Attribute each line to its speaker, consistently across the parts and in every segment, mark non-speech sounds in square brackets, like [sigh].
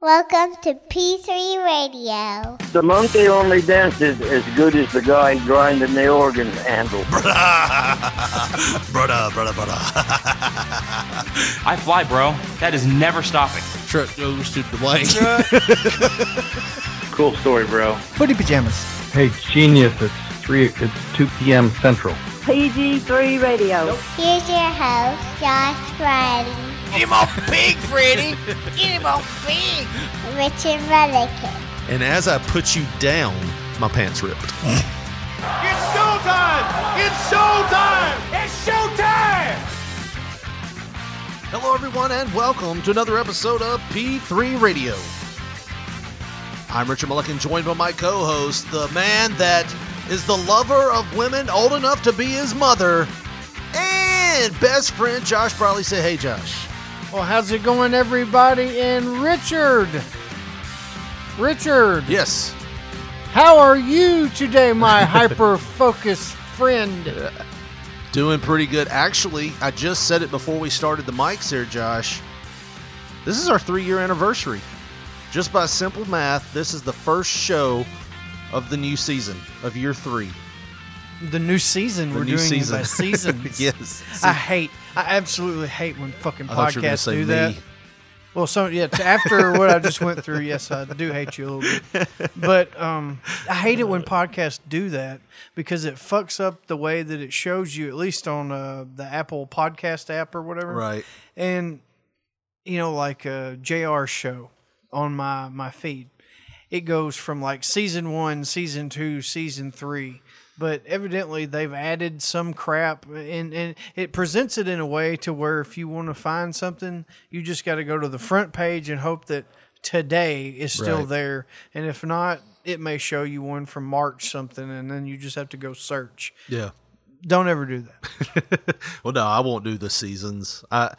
Speaker 1: Welcome to P3 Radio.
Speaker 2: The monkey only dances as good as the guy grinding the organ handle.
Speaker 3: brother, brother, brother.
Speaker 4: I fly, bro. That is never stopping.
Speaker 5: Truck goes to the blank.
Speaker 6: Cool story, bro.
Speaker 7: Footy pajamas.
Speaker 8: Hey, genius! It's three. It's two p.m. Central.
Speaker 9: PG3 Radio.
Speaker 1: Here's your host, Josh Friday,
Speaker 3: Get him off pig, Freddy. Get him off pig.
Speaker 1: Richard Mullican,
Speaker 5: and as I put you down, my pants ripped.
Speaker 10: It's showtime! It's showtime! It's showtime!
Speaker 5: Hello, everyone, and welcome to another episode of P3 Radio. I'm Richard Mulliken, joined by my co host, the man that is the lover of women old enough to be his mother, and best friend Josh Brawley. Say, hey, Josh.
Speaker 7: Well, how's it going, everybody? And Richard. Richard,
Speaker 5: Yes.
Speaker 7: how are you today, [laughs] my hyper focused friend?
Speaker 5: Doing pretty good. Actually, I just said it before we started the mics here, Josh. This is our three year anniversary. Just by simple math, this is the first show of the new season of year three.
Speaker 7: The new season.
Speaker 5: The
Speaker 7: We're
Speaker 5: new
Speaker 7: doing
Speaker 5: season.
Speaker 7: it by seasons.
Speaker 5: [laughs] yes.
Speaker 7: I hate. I absolutely hate when fucking
Speaker 5: I thought you were going to
Speaker 7: podcasts
Speaker 5: say
Speaker 7: do
Speaker 5: me.
Speaker 7: that. Well, so yeah, t- after what I just went through, yes, I do hate you a little
Speaker 5: [laughs]
Speaker 7: bit. But um, I hate it when podcasts do that because it fucks up the way that it shows you, at least on uh, the Apple Podcast app or whatever.
Speaker 5: Right.
Speaker 7: And you know, like uh, JR show on my my feed, it goes from like season one, season two, season three. But evidently, they've added some crap, and, and it presents it in a way to where if you want to find something, you just got to go to the front page and hope that today is still
Speaker 5: Right.
Speaker 7: there. And if not, it may show you one from March something, and then you just have to go search.
Speaker 5: Yeah.
Speaker 7: Don't ever do that.
Speaker 5: Well, no, I won't do the seasons. I,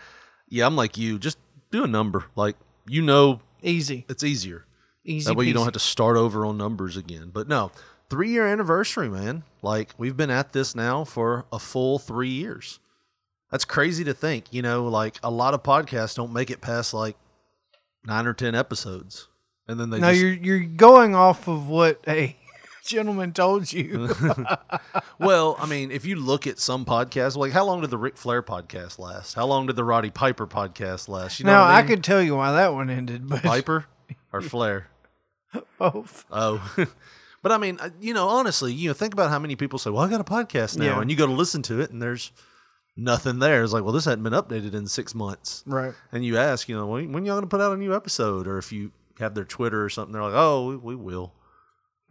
Speaker 5: yeah, I'm like you. Just do a number. Like, you know,
Speaker 7: Easy,
Speaker 5: it's easier.
Speaker 7: easy.
Speaker 5: That way you don't
Speaker 7: peasy.
Speaker 5: have to start over on numbers again. But no, three year anniversary, man. Like we've been at this now for a full three years. That's crazy to think. You know, like a lot of podcasts don't make it past like nine or ten episodes, and then they
Speaker 7: No,
Speaker 5: just
Speaker 7: you're you're going off of what a [laughs] gentleman told [laughs] you.
Speaker 5: [laughs] Well, I mean, if you look at some podcasts, like how long did the Ric Flair podcast last? How long did the Roddy Piper podcast last? You know,
Speaker 7: now
Speaker 5: what
Speaker 7: I,
Speaker 5: I, mean?
Speaker 7: could tell you why that one ended, but [laughs]
Speaker 5: Piper or Flair.
Speaker 7: both.
Speaker 5: Oh. [laughs] But I mean, uh, you know, honestly, you know, think about how many people say, "Well, I got a podcast now,"
Speaker 7: Yeah.
Speaker 5: and you go to listen to it, and there's nothing there. It's like, well, this hadn't been updated in six months.
Speaker 7: Right.
Speaker 5: And you ask, you know, when, when y'all going to put out a new episode, or if you have their Twitter or something, they're like, "Oh, we,
Speaker 7: [laughs]
Speaker 5: we will."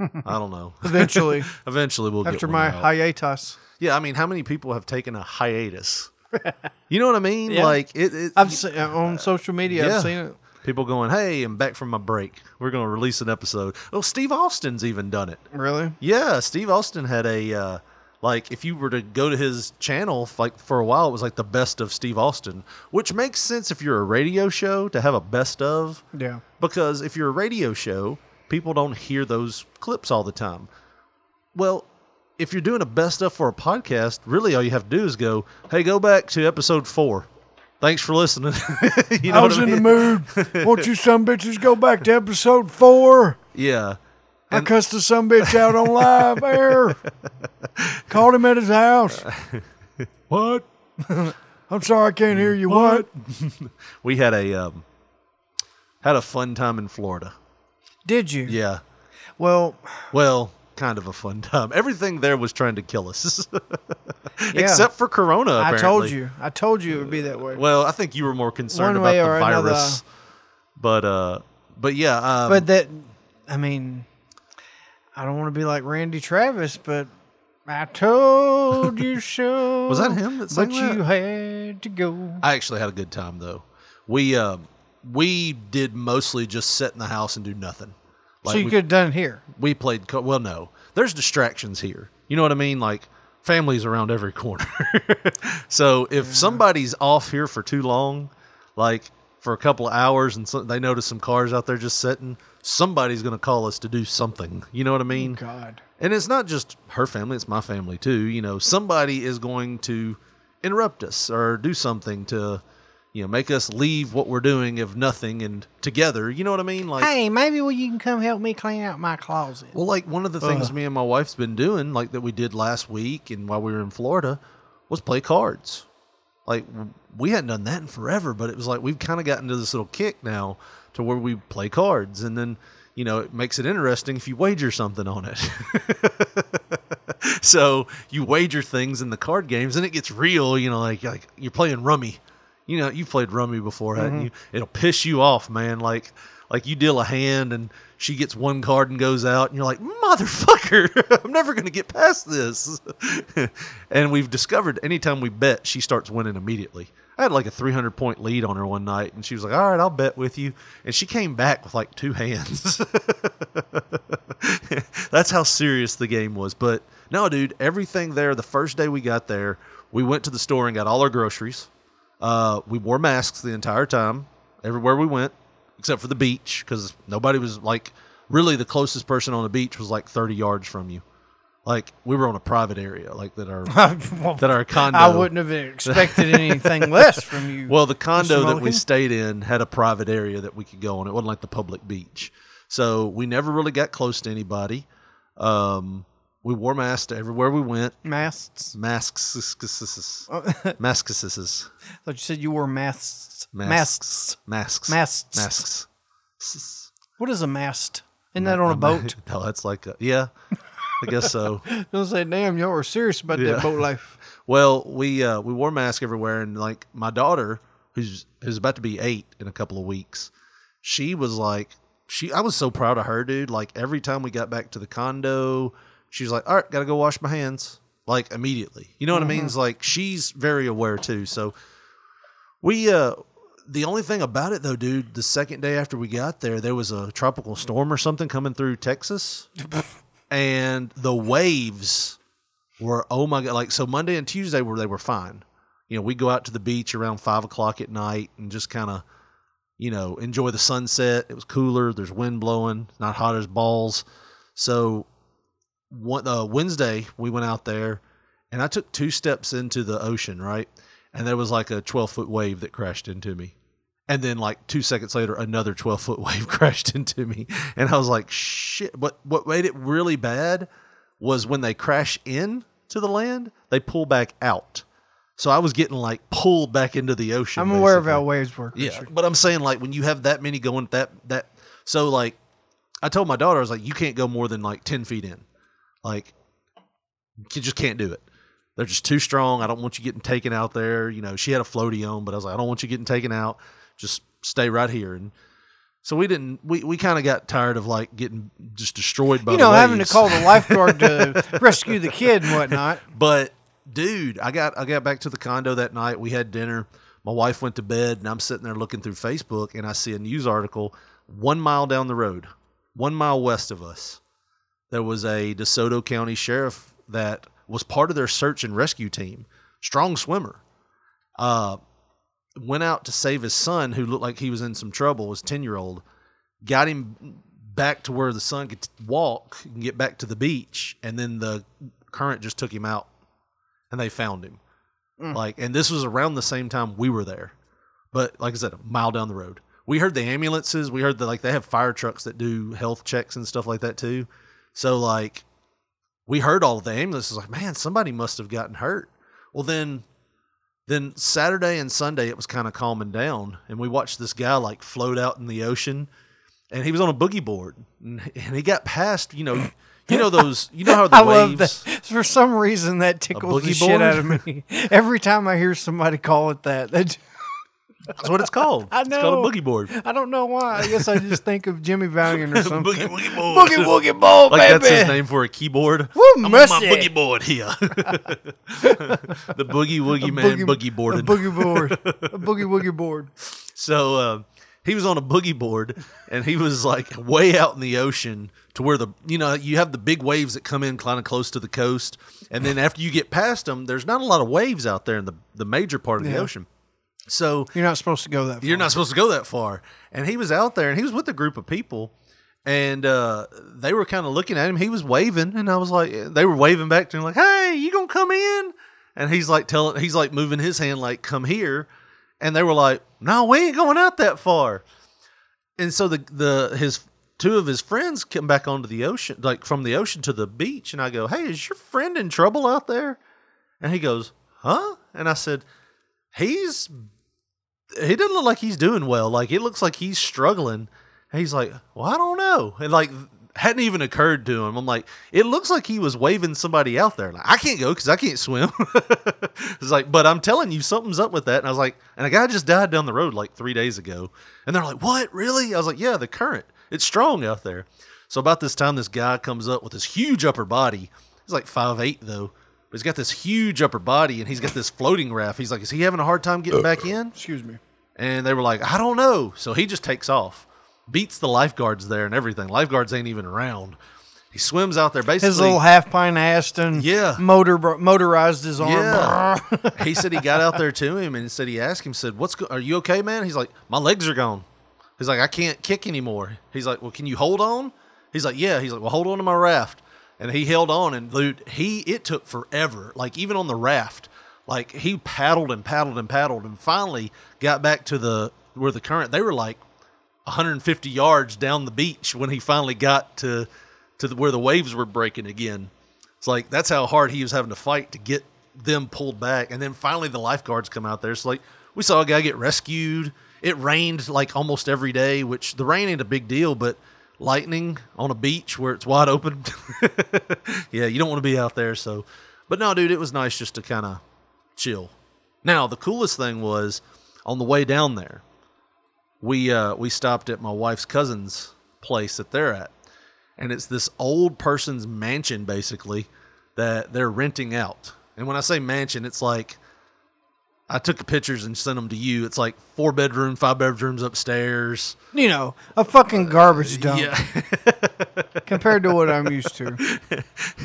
Speaker 5: I don't know. [laughs]
Speaker 7: Eventually,
Speaker 5: Eventually, we'll
Speaker 7: after
Speaker 5: get one
Speaker 7: my
Speaker 5: out.
Speaker 7: hiatus,
Speaker 5: yeah. I mean, how many people have taken
Speaker 7: [laughs]
Speaker 5: a hiatus? you know what I mean? Like it. it
Speaker 7: I've seen on social media.
Speaker 5: yeah.
Speaker 7: I've seen it.
Speaker 5: people going, "Hey, I'm back from my break. We're going to release an episode." Oh, Steve Austin's even done it.
Speaker 7: Really?
Speaker 5: Yeah, Steve Austin had a uh, like if you were to go to his channel f- like for a while it was like the best of Steve Austin, which makes sense if you're a radio show to have a best of
Speaker 7: Yeah.
Speaker 5: because if you're a radio show, people don't hear those clips all the time. Well, if you're doing a best of for a podcast, really all you have to do is go, "Hey, go back to episode 4. Thanks for listening." [laughs] you know
Speaker 7: I was
Speaker 5: what I
Speaker 7: in the
Speaker 5: mean?
Speaker 7: [laughs] mood. Won't you some bitches go back to episode four?
Speaker 5: Yeah.
Speaker 7: I cussed the some bitch out on live [laughs] air. Called him at his house.
Speaker 5: What?
Speaker 7: I'm sorry I can't hear you. What?
Speaker 5: [laughs] We had a um, had a fun time in Florida.
Speaker 7: Did you?
Speaker 5: Yeah.
Speaker 7: Well,
Speaker 5: Well, kind of a fun [laughs] time. Everything there was trying to kill us, [laughs]
Speaker 7: yeah.
Speaker 5: except for Corona.
Speaker 7: I
Speaker 5: Apparently.
Speaker 7: told you. I told you it would be that way.
Speaker 5: Well, I think you were more
Speaker 7: One
Speaker 5: concerned about
Speaker 7: way
Speaker 5: the
Speaker 7: or another.
Speaker 5: virus, but uh, but yeah, um,
Speaker 7: but that I mean, I don't want to be like Randy Travis, but I told
Speaker 5: [laughs]
Speaker 7: you so.
Speaker 5: Was that him that sang
Speaker 7: but
Speaker 5: that?
Speaker 7: you had to go.
Speaker 5: I actually had a good time though. We um, we did mostly just sit in the house and do nothing. Like
Speaker 7: so you
Speaker 5: we,
Speaker 7: could have done it here.
Speaker 5: we played. Co- well, no, there's distractions here. You know what I mean? Like families around every corner. [laughs] so if somebody's off here for too long, like for a couple of hours, and so, they notice some cars out there just sitting, somebody's gonna call us to do something. You know what I mean?
Speaker 7: God,
Speaker 5: And it's not just her family, it's my family too. You know, somebody is going to interrupt us or do something to, you know, make us leave what we're doing if nothing and together. You know what I mean? Like,
Speaker 7: Hey, maybe well, you can come help me clean out my
Speaker 5: [laughs]
Speaker 7: closet.
Speaker 5: well, like one of the things me and my wife's been doing, like that we did last week and while we were in Florida, was play cards. Like w- we hadn't done that in forever, but it was like we've kind of gotten to this little kick now to where we play cards, and then you know it makes it interesting if you wager something on it. [laughs] so you wager things in the card games, and it gets real. You know, like like you're playing rummy. You know, you played rummy before, haven't you? It'll piss you off, man. Like like you deal a hand and she gets one card and goes out and you're like motherfucker [laughs] i'm never going to get past this [laughs] and we've discovered anytime we bet she starts winning immediately i had like a 300 point lead on her one night and she was like all right i'll bet with you and she came back with like two hands [laughs] that's how serious the game was but no dude everything there the first day we got there we went to the store and got all our groceries uh, we wore masks the entire time, everywhere we went, except for the beach, because nobody was like really the closest person on the beach was like 30 yards from you. Like we were on a private area, like that our that our condo.
Speaker 7: I wouldn't
Speaker 5: [laughs]
Speaker 7: have expected anything less from you.
Speaker 5: Well, the condo
Speaker 7: Mr.
Speaker 5: that we
Speaker 7: Mulligan.
Speaker 5: stayed in had a private area that we could go on. It wasn't like the public beach, so we never really got close to anybody. Um, we wore masks to everywhere we went.
Speaker 7: masts. [laughs]
Speaker 5: Masks,
Speaker 7: Oh, I
Speaker 5: masks,
Speaker 7: thought you said you wore masts.
Speaker 5: Masks. masks,
Speaker 7: Masks.
Speaker 5: masks.
Speaker 7: What is a mast? Isn't that on a boat?
Speaker 5: [laughs] No, that's like a, yeah, I guess so.
Speaker 7: [laughs] They'll say, "Damn, y'all were serious about
Speaker 5: Yeah.
Speaker 7: that boat life."
Speaker 5: [laughs] Well, we uh, we wore masks everywhere, and like my daughter, who's who's about to be eight in a couple of weeks, she was like, she I was so proud of her, dude. Like every time we got back to the condo, she was like, all right, gotta go wash my hands, like immediately. You know what I mean? It's like she's very aware too. So we uh. The only thing about it, though, dude, the second day after we got there, there was a tropical storm or something coming through Texas, and the waves were oh my god like so monday and tuesday were they were fine you know we go out to the beach around five o'clock at night and just kind of you know enjoy the sunset it was cooler there's wind blowing it's not hot as balls so one, uh, wednesday we went out there and i took two steps into the ocean right and there was like a 12 foot wave that crashed into me and then like two seconds later another 12 foot [laughs] wave crashed into me and i was like shit but what made it really bad was when they crash in to the land, they pull back out. So I was getting like pulled back into the ocean.
Speaker 7: I'm aware of
Speaker 5: basically.
Speaker 7: how waves work.
Speaker 5: Yeah,
Speaker 7: Richard.
Speaker 5: but I'm saying like when you have that many going that that so like I told my daughter I was like you can't go more than like ten feet in, like you just can't do it. They're just too strong. I don't want you getting taken out there. You know, she had a floaty on, but I was like I don't want you getting taken out. Just stay right here. And so we didn't. We we kind of got tired of like getting just destroyed by
Speaker 7: you
Speaker 5: the
Speaker 7: know, having to
Speaker 5: waves.
Speaker 7: call the lifeguard
Speaker 5: [laughs]
Speaker 7: to rescue the kid and whatnot.
Speaker 5: But dude, I got I got back to the condo that night. We had dinner. My wife went to bed, and I'm sitting there looking through Facebook, and I see a news article one mile down the road, one mile west of us. There was a DeSoto County sheriff that was part of their search and rescue team. Strong swimmer. Uh, went out to save his son, who looked like he was in some trouble. His ten year old got him back to where the son could walk and get back to the beach, and then the current just took him out, and they found him.
Speaker 7: Mm.
Speaker 5: Like, and this was around the same time we were there, but like I said, a mile down the road. We heard the ambulances. We heard that like they have fire trucks that do health checks and stuff like that too. So like, we heard all of the ambulances. Like, man, somebody must have gotten hurt. Well, then then Saturday and Sunday it was kind of calming down, and we watched this guy like float out in the ocean, and he was on a boogie board, and, and he got past you know, you know those you know how
Speaker 7: [laughs]
Speaker 5: the
Speaker 7: I love
Speaker 5: waves.
Speaker 7: that. For some reason, that tickles the
Speaker 5: boogie
Speaker 7: shit out of
Speaker 5: [laughs]
Speaker 7: me. Every time I hear somebody call it that, that [laughs]
Speaker 5: That's what it's called.
Speaker 7: I
Speaker 5: It's called
Speaker 7: know.
Speaker 5: a boogie board.
Speaker 7: I don't know why. I guess I just think of Jimmy Valiant or something.
Speaker 5: [laughs] Boogie woogie board. Boogie woogie board, like that's his name for a keyboard.
Speaker 7: Woo,
Speaker 5: I'm on my
Speaker 7: mercy.
Speaker 5: boogie board here. [laughs] the boogie woogie man boogie,
Speaker 7: A
Speaker 5: boarded.
Speaker 7: boogie board. A boogie woogie board.
Speaker 5: So uh, he was on a boogie board, and he was like way out in the ocean to where the you know you have the big waves that come in kind of close to the coast, and then after you get past them, there's not a lot of waves out there in the the major part of the
Speaker 7: Yeah.
Speaker 5: ocean. So
Speaker 7: You're not supposed to go that far.
Speaker 5: you're not supposed to go that far. And he was out there and he was with a group of people and uh, they were kind of looking at him. He was waving and I was like, they were waving back to him like, hey, you going to come in? And he's like telling, he's like moving his hand like, come here. and they were like, "No, we ain't going out that far." And so the the his two of his friends come back onto the ocean, like from the ocean to the beach, and I go, "Hey, is your friend in trouble out there?" And he goes, "Huh?" And I said, "He's he doesn't look like he's doing well. Like it looks like he's struggling." And he's like, "Well, I don't know," and like hadn't even occurred to him. I'm like, "It looks like he was waving somebody out there." Like I can't go because I can't swim. [laughs] it's like, but I'm telling you, something's up with that. And I was like, and a guy just died down the road like three days ago, and they're like, "What? Really?" I was like, "Yeah, the current. It's strong out there." So about this time, this guy comes up with this huge upper body. He's like five eight though. But he's got this huge upper body and he's got this floating raft. He's like, is he having a hard time getting back in?
Speaker 7: Excuse me.
Speaker 5: And they were like, I don't know. So he just takes off, beats the lifeguards there and everything. Lifeguards ain't even around. He swims out there basically.
Speaker 7: His little half pint Aston,
Speaker 5: Yeah.
Speaker 7: motor motorized his arm.
Speaker 5: Yeah. he said he got out there to him and said he asked him, said, "What's go- are you okay, man?" He's like, "My legs are gone." He's like, "I can't kick anymore." He's like, "Well, can you hold on?" He's like, "Yeah." He's like, "Well, hold on to my raft." And he held on, and dude, he it took forever. Like even on the raft, like he paddled and paddled and paddled, and finally got back to the where the current. They were like 150 yards down the beach when he finally got to to the, where the waves were breaking again. It's like that's how hard he was having to fight to get them pulled back, and then finally the lifeguards come out there. It's like we saw a guy get rescued. It rained like almost every day, which the rain ain't a big deal, but lightning on a beach where it's wide open, [laughs] yeah, you don't want to be out there. So, but no, dude, it was nice just to kind of chill. Now the coolest thing was on the way down there, we uh, we stopped at my wife's cousin's place that they're at, and it's this old person's mansion basically that they're renting out. And when I say mansion, it's like I took pictures and sent them to you. It's like four bedroom, five bedrooms upstairs.
Speaker 7: [laughs] You know, a fucking garbage dump
Speaker 5: Yeah, [laughs]
Speaker 7: compared to what I'm used to.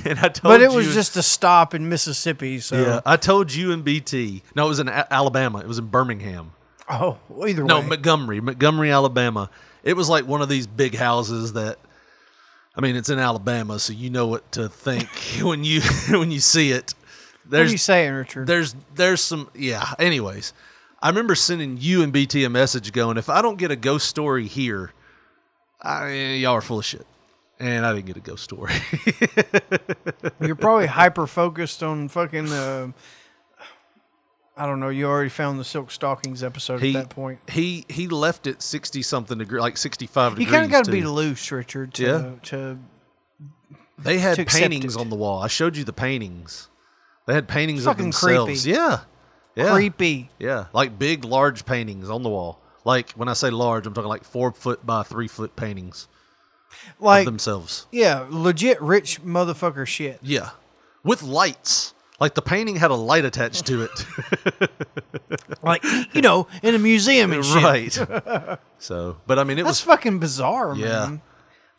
Speaker 5: and I told
Speaker 7: But it was
Speaker 5: you-
Speaker 7: just a stop in Mississippi, so
Speaker 5: yeah. I told you in BT. No, it was in A- Alabama. It was in Birmingham.
Speaker 7: oh, well, either
Speaker 5: No,
Speaker 7: way.
Speaker 5: Montgomery, Montgomery, Alabama. It was like one of these big houses that, I mean, it's in Alabama, so you know what to think [laughs] when you when you see it.
Speaker 7: what are
Speaker 5: There's
Speaker 7: you saying, Richard?
Speaker 5: there's there's some yeah. Anyways, I remember sending you and BT a message going, if I don't get a ghost story here, I, y'all are full of shit. And I didn't get a
Speaker 7: [laughs]
Speaker 5: ghost story.
Speaker 7: You're
Speaker 5: [laughs]
Speaker 7: probably hyper focused on fucking. Uh, I don't know. You already found the silk stockings episode
Speaker 5: he,
Speaker 7: at that point.
Speaker 5: he he left it sixty something degree, like sixty five
Speaker 7: You
Speaker 5: degrees.
Speaker 7: kind of got to
Speaker 5: too.
Speaker 7: be loose, Richard. To,
Speaker 5: Yeah.
Speaker 7: to
Speaker 5: They had
Speaker 7: to accept
Speaker 5: paintings
Speaker 7: it.
Speaker 5: on the wall. I showed you the paintings. They had paintings of
Speaker 7: Fucking
Speaker 5: themselves.
Speaker 7: creepy.
Speaker 5: Yeah. Yeah.
Speaker 7: creepy.
Speaker 5: Yeah. Like big, large paintings on the wall. Like when I say large, I'm talking like four foot by three foot paintings
Speaker 7: Like,
Speaker 5: of themselves.
Speaker 7: yeah, legit rich motherfucker shit.
Speaker 5: Yeah. With lights. Like the painting had a light attached to it. [laughs]
Speaker 7: Like, you know, in a museum
Speaker 5: [laughs]
Speaker 7: and [laughs] shit.
Speaker 5: right.
Speaker 7: [laughs]
Speaker 5: So, but I mean, it
Speaker 7: That's
Speaker 5: was.
Speaker 7: fucking bizarre,
Speaker 5: Yeah.
Speaker 7: man.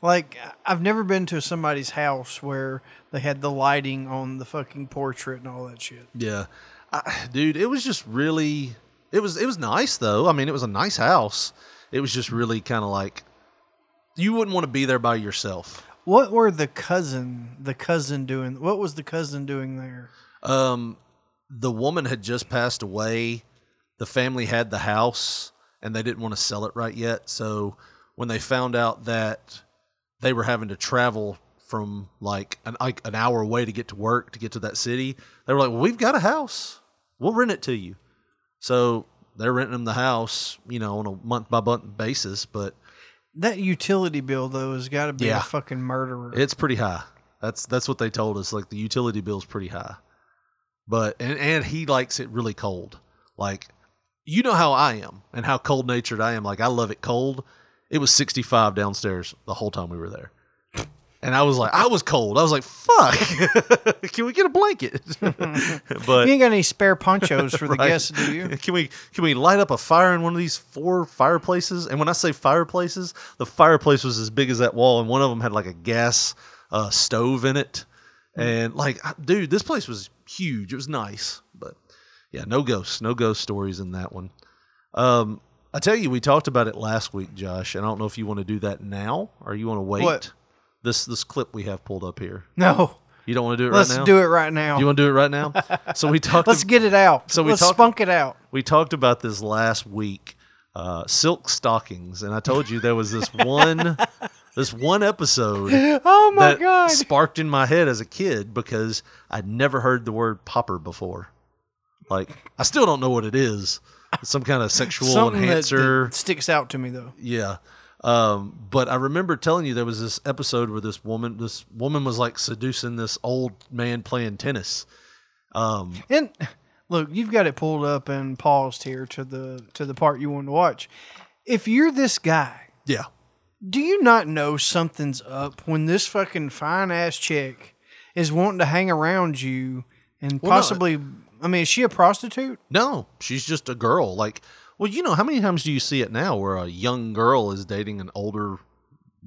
Speaker 7: Like, I- I've never been to somebody's house where they had the lighting on the fucking portrait and all that shit.
Speaker 5: Yeah. I, dude, it was just really. It was it was nice though. I mean, it was a nice house. It was just really kind of like you wouldn't want to be there by yourself.
Speaker 7: What were the cousin, the cousin doing? What was the cousin doing there?
Speaker 5: Um, the woman had just passed away. The family had the house, and they didn't want to sell it right yet. So when they found out that they were having to travel from like an like an hour away to get to work to get to that city, they were like, well, "We've got a house. We'll rent it to you." So they're renting them the house, you know, on a month by month basis, but
Speaker 7: That utility bill though has got to be
Speaker 5: Yeah.
Speaker 7: a fucking murderer.
Speaker 5: It's pretty high. That's that's what they told us. Like the utility bill's pretty high. But and, and he likes it really cold. Like you know how I am and how cold natured I am. Like I love it cold. It was sixty five downstairs the whole time we were there. And I was like, I was cold. I was like, fuck. [laughs] Can we get a blanket? but
Speaker 7: you ain't got any spare ponchos for the
Speaker 5: [laughs] Right.
Speaker 7: guests, do you?
Speaker 5: Can we can we light up a fire in one of these four fireplaces? And when I say fireplaces, the fireplace was as big as that wall, and one of them had like a gas uh, stove in it.
Speaker 7: Hmm.
Speaker 5: And like, I- dude, this place was huge. It was nice, but yeah, no ghosts, no ghost stories in that one. Um, I tell you, we talked about it last week, Josh, and I don't know if you want to do that now or you want to wait.
Speaker 7: What?
Speaker 5: This this clip we have pulled up here.
Speaker 7: No,
Speaker 5: You don't want to do it
Speaker 7: Let's
Speaker 5: right now.
Speaker 7: do it right now.
Speaker 5: You want to do it right now? So
Speaker 7: [laughs]
Speaker 5: we talked.
Speaker 7: Let's
Speaker 5: ab-
Speaker 7: get it out.
Speaker 5: So
Speaker 7: So
Speaker 5: we
Speaker 7: we Let's
Speaker 5: talked-
Speaker 7: spunk it out.
Speaker 5: we talked about this last week. Uh, silk stockings, and I told you there was
Speaker 7: [laughs]
Speaker 5: this one, this one episode
Speaker 7: Oh my
Speaker 5: that
Speaker 7: god!
Speaker 5: sparked in my head as a kid because I'd never heard the word popper before. Like I still don't know what it is. It's some kind of sexual
Speaker 7: Something that-
Speaker 5: enhancer.
Speaker 7: that sticks out to me though.
Speaker 5: Yeah. Um, but I remember telling you there was this episode where this woman this woman was like seducing this old man playing tennis. Um,
Speaker 7: And look, you've got it pulled up and paused here to the to the part you want to watch. If you're this guy,
Speaker 5: yeah.
Speaker 7: do you not know something's up when this fucking fine ass chick is wanting to hang around you and
Speaker 5: no,
Speaker 7: possibly? I mean, is she a prostitute?
Speaker 5: No, she's just a girl. Like, well, you know, how many times do you see it now where a young girl is dating an older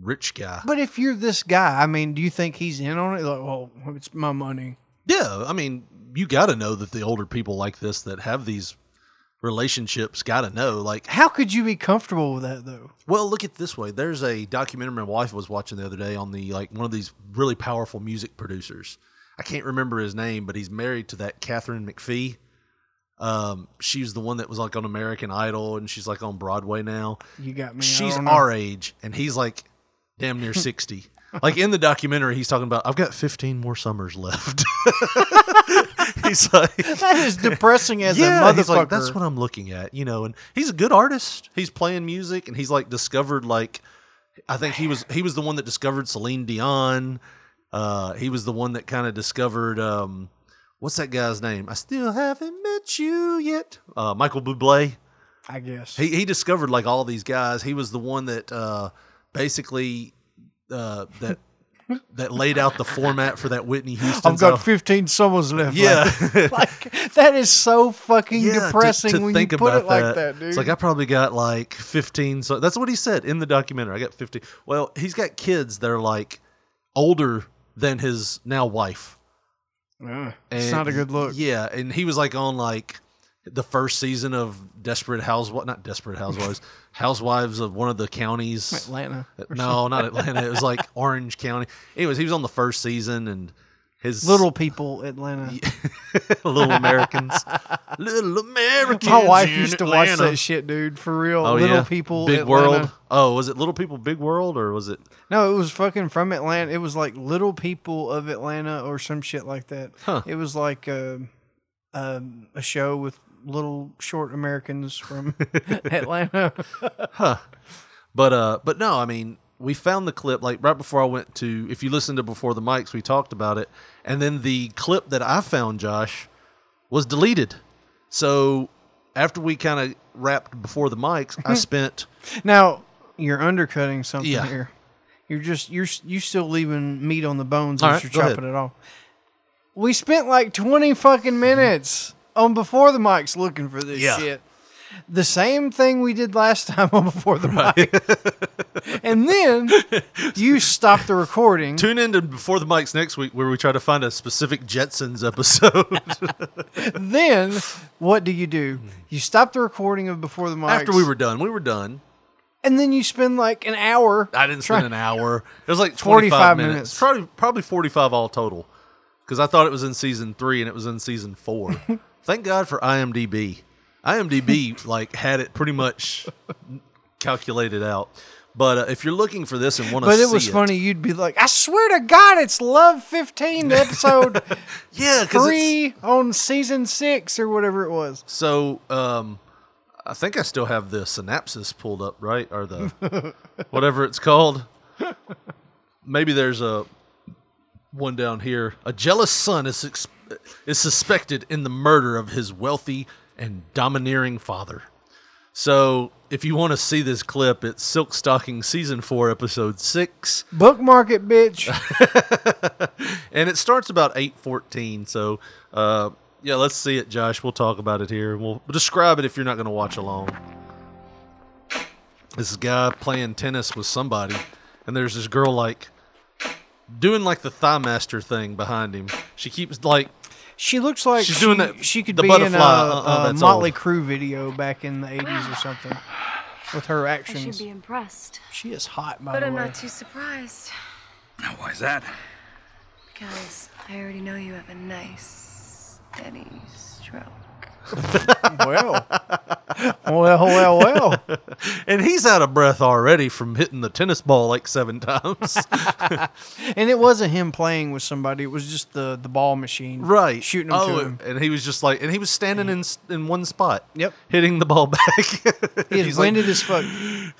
Speaker 5: rich guy?
Speaker 7: But if you're this guy, I mean, do you think he's in on it? Like, well, it's my money.
Speaker 5: Yeah, I mean, you got to know that the older people like this that have these relationships got to know like
Speaker 7: How could you be comfortable with that though?
Speaker 5: Well, look at it this way. There's a documentary my wife was watching the other day on the like one of these really powerful music producers. I can't remember his name, but he's married to that Catherine McPhee. Um, she was the one that was like on American Idol, and she's like on Broadway now.
Speaker 7: You got me. I
Speaker 5: she's
Speaker 7: don't know.
Speaker 5: our age, and he's like damn near sixty. like in the documentary, he's talking about I've got fifteen more summers left. [laughs] he's
Speaker 7: [laughs]
Speaker 5: like,
Speaker 7: That is depressing as a motherfucker.
Speaker 5: He's like, that's what I'm looking at, you know. And he's a good artist. He's playing music, and he's like discovered like, I think he was he was the one that discovered Celine Dion. Uh, he was the one that kind of discovered um, what's that guy's name? I still haven't met you yet. Uh, Michael Bublé.
Speaker 7: I guess.
Speaker 5: He he discovered like all these guys. He was the one that uh, basically uh, that that laid out the format for that Whitney
Speaker 7: [laughs]
Speaker 5: Houston.
Speaker 7: I've got
Speaker 5: song.
Speaker 7: 15 summers left.
Speaker 5: yeah.
Speaker 7: [laughs]
Speaker 5: [laughs]
Speaker 7: like that is so fucking
Speaker 5: Yeah, to-
Speaker 7: depressing
Speaker 5: to
Speaker 7: when
Speaker 5: think
Speaker 7: you put
Speaker 5: about
Speaker 7: it like that, dude.
Speaker 5: It's like I probably got like 15. So that's what he said in the documentary. I got 15. Well, he's got kids that are like older than his now wife.
Speaker 7: Ugh, it's
Speaker 5: And-
Speaker 7: not a good look.
Speaker 5: Yeah, and he was like on like the first season of Desperate Housewives, not
Speaker 7: [laughs]
Speaker 5: Desperate Housewives, Housewives of one of the counties.
Speaker 7: Atlanta.
Speaker 5: No, not Atlanta. It
Speaker 7: [laughs]
Speaker 5: was like Orange County. Anyways, he was on the first season and his [laughs]
Speaker 7: Little people, Atlanta.
Speaker 5: little Americans, little Americans.
Speaker 7: My wife
Speaker 5: in
Speaker 7: used to watch
Speaker 5: Atlanta.
Speaker 7: that shit, dude. For real.
Speaker 5: Oh,
Speaker 7: Little
Speaker 5: yeah.
Speaker 7: people,
Speaker 5: Big
Speaker 7: Atlanta.
Speaker 5: World. Oh, was it Little People, Big World, or was it?
Speaker 7: No, it was fucking from Atlanta. It was like Little People of Atlanta or some shit like that.
Speaker 5: Huh.
Speaker 7: It was like um um, a show with little short Americans
Speaker 5: [laughs]
Speaker 7: from [laughs] Atlanta.
Speaker 5: But uh, but no, I mean, we found the clip like right before I went to. If you listened to before the mics, we talked about it, and then the clip that I found, Josh, was deleted. So after we kind of wrapped before the mics,
Speaker 7: Mm-hmm.
Speaker 5: I spent.
Speaker 7: Now you're undercutting something
Speaker 5: Yeah.
Speaker 7: here. You're just you're you still leaving meat on the bones
Speaker 5: All
Speaker 7: as
Speaker 5: right,
Speaker 7: you're
Speaker 5: go ahead.
Speaker 7: chopping it off. We spent like twenty fucking minutes on before the mics looking for this
Speaker 5: Mm-hmm. Yeah.
Speaker 7: shit. The same thing we did last [laughs] time on before the mic. and then you stopped the recording.
Speaker 5: Tune in to before the mics next week, where we try to find a specific
Speaker 7: [laughs]
Speaker 5: Jetsons episode
Speaker 7: then what do you do? You stop the recording of before the mics.
Speaker 5: Mm-hmm. after we were done. We were done.
Speaker 7: and then you spend like an hour.
Speaker 5: I didn't spend an hour. It was like 25
Speaker 7: 45
Speaker 5: minutes.
Speaker 7: minutes.
Speaker 5: Probably probably 45 all total. Cuz I thought it was in season 3 and it was in
Speaker 7: [laughs]
Speaker 5: season 4. Thank God for IMDb. IMDb like had it pretty much calculated out. But uh, if you're looking for this and want to
Speaker 7: But
Speaker 5: see
Speaker 7: it was funny. You'd be like, I swear to God, it's Love
Speaker 5: [laughs]
Speaker 7: 15 episode
Speaker 5: yeah, 'cause it's-
Speaker 7: three on season six or whatever it was.
Speaker 5: so um I think I still have the synapses pulled up, right? Or the whatever it's called. Maybe there's a one down here. A jealous son is ex- is suspected in the murder of his wealthy and domineering father. So, if you want to see this clip, it's Silk Stocking season 4 episode 6
Speaker 7: Bookmark it,
Speaker 5: [laughs]
Speaker 7: bitch.
Speaker 5: and it starts about 8:14. So, uh, yeah, let's see it, Josh. We'll talk about it here. We'll describe it if you're not going to watch along. This guy playing tennis with somebody, and there's this girl like doing like the thigh master thing behind him. She keeps like,
Speaker 7: She looks like
Speaker 5: She's
Speaker 7: she,
Speaker 5: doing that-
Speaker 7: she could
Speaker 5: the
Speaker 7: be in a,
Speaker 5: butterfly, uh-uh,
Speaker 7: a
Speaker 5: that's
Speaker 7: Motley
Speaker 5: old.
Speaker 7: Crue video back in the 80s or something with her actions.
Speaker 9: impressed,
Speaker 7: She is hot, by the way.
Speaker 9: too surprised
Speaker 6: Why is that?
Speaker 9: because
Speaker 6: I already know you have a nice, steady stroke.
Speaker 7: well, well, well, well.
Speaker 5: and he's out of breath already from hitting the tennis ball like
Speaker 7: [laughs]
Speaker 5: seven [laughs] times.
Speaker 7: And it wasn't him playing with somebody; it was just the the ball machine,
Speaker 5: right.
Speaker 7: Shooting him
Speaker 5: oh,
Speaker 7: to him. Mm.
Speaker 5: and he was just like, and he was standing in s- in one spot.
Speaker 7: Yep.
Speaker 5: Hitting the ball [laughs] back.
Speaker 7: He is
Speaker 5: He's like,
Speaker 7: winded as fuck.
Speaker 5: [sighs]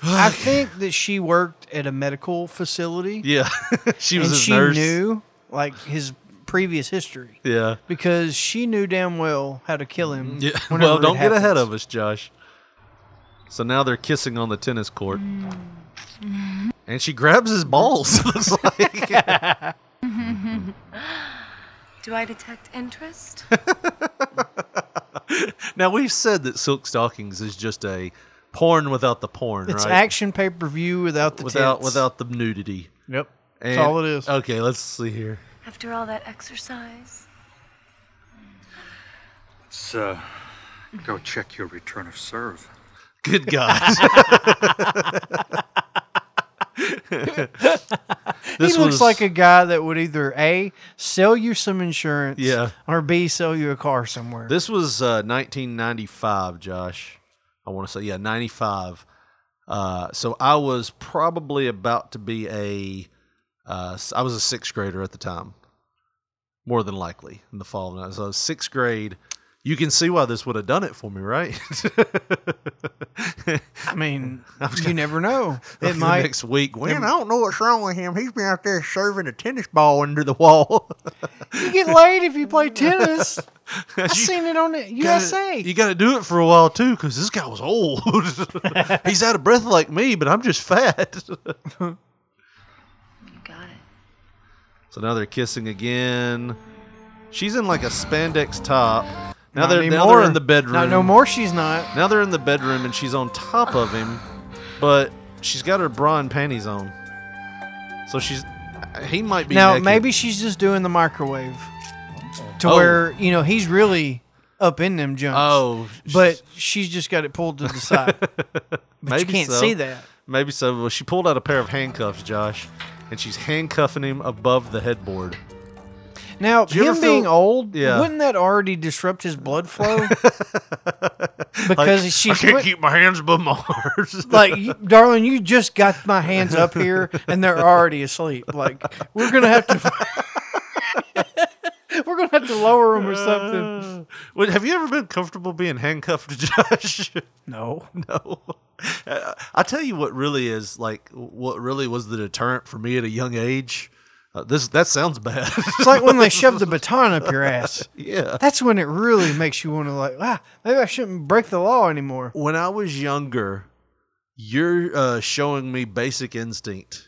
Speaker 7: I think that she worked at a medical facility,
Speaker 5: yeah. [laughs] she was
Speaker 7: and
Speaker 5: his
Speaker 7: she
Speaker 5: nurse.
Speaker 7: knew like his previous history
Speaker 5: Yeah.
Speaker 7: because she knew damn well how to kill him.
Speaker 5: Yeah. [laughs]
Speaker 7: whenever
Speaker 5: Well,
Speaker 7: it
Speaker 5: don't get ahead
Speaker 7: happens.
Speaker 5: of us, Josh. So now they're kissing on the tennis court.
Speaker 7: Mm.
Speaker 5: And she grabs his balls. [laughs]
Speaker 7: [laughs]
Speaker 5: Looks like.
Speaker 6: Do I detect interest?
Speaker 5: now we've said that Silk Stockings is just a porn without the porn,
Speaker 7: It's
Speaker 5: right?
Speaker 7: action pay per view without the
Speaker 5: without
Speaker 7: tits.
Speaker 5: without the nudity.
Speaker 7: Yep.
Speaker 5: And, uh,
Speaker 7: That's all it is.
Speaker 5: Okay, let's see here.
Speaker 6: After all that exercise?
Speaker 11: Let's uh, go check your return of serve.
Speaker 7: [laughs]
Speaker 5: Good God. [laughs] this
Speaker 7: he looks
Speaker 5: was-
Speaker 7: like a guy that would either a sell you some insurance,
Speaker 5: Yeah.
Speaker 7: or b sell you a car somewhere.
Speaker 5: This was uh, 1995, Josh. I want to say, yeah, 95. Uh, so I was probably about to be a, uh, s- I was a sixth grader at the time, more than likely in the fall. of nine- So I was sixth grade. You can see why this would have done it for me, right? [laughs]
Speaker 7: I mean, you never know. It
Speaker 5: The
Speaker 7: might.
Speaker 5: next week. Man,
Speaker 7: it-
Speaker 5: I don't know what's wrong with him. He's been out there serving a tennis ball under the wall.
Speaker 7: [laughs] you get laid if you play
Speaker 5: [laughs]
Speaker 7: tennis. I seen it on the USA.
Speaker 5: You got to do it for a while too, because this guy was old. [laughs] He's out of breath like me, but I'm just fat. [laughs]
Speaker 6: You got it.
Speaker 5: so now they're kissing again. She's in like a spandex top. Now
Speaker 7: Not
Speaker 5: they're now
Speaker 7: anymore.
Speaker 5: they're in the bedroom.
Speaker 7: Not no more. She's not.
Speaker 5: Now they're in the bedroom and she's on top of him, but she's got her bra and panties on. So she's he might be
Speaker 7: now
Speaker 5: naked.
Speaker 7: maybe she's just doing the microwave to
Speaker 5: Oh.
Speaker 7: where you know he's really up in them jumps.
Speaker 5: Oh,
Speaker 7: but she's just got it pulled to the side.
Speaker 5: [laughs]
Speaker 7: but you
Speaker 5: Maybe
Speaker 7: can't
Speaker 5: so.
Speaker 7: see that.
Speaker 5: Maybe so. Well, she pulled out a pair of handcuffs, Josh, and she's handcuffing him above the headboard.
Speaker 7: Now
Speaker 5: you
Speaker 7: him
Speaker 5: ever feel-
Speaker 7: being old,
Speaker 5: Yeah.
Speaker 7: wouldn't that already disrupt his blood flow?
Speaker 5: [laughs]
Speaker 7: because she's put-
Speaker 5: keep my hands above my [laughs] arms.
Speaker 7: [laughs] like, you- darling, you just got my hands up here, and they're already asleep. Like we're gonna have to. [laughs] We're gonna have to lower them or something.
Speaker 5: [laughs] Wait, have you ever been comfortable being handcuffed, [laughs] Josh?
Speaker 7: No,
Speaker 5: no. Uh, [laughs] I tell you what really is like what really was the deterrent for me at a young age. Uh, this that sounds bad. [laughs]
Speaker 7: it's like when they shove the baton up your ass.
Speaker 5: yeah.
Speaker 7: That's when it really makes you want to like, ah, maybe I shouldn't break the law anymore.
Speaker 5: when I was younger, you're uh, showing me basic
Speaker 7: [laughs]
Speaker 5: instinct.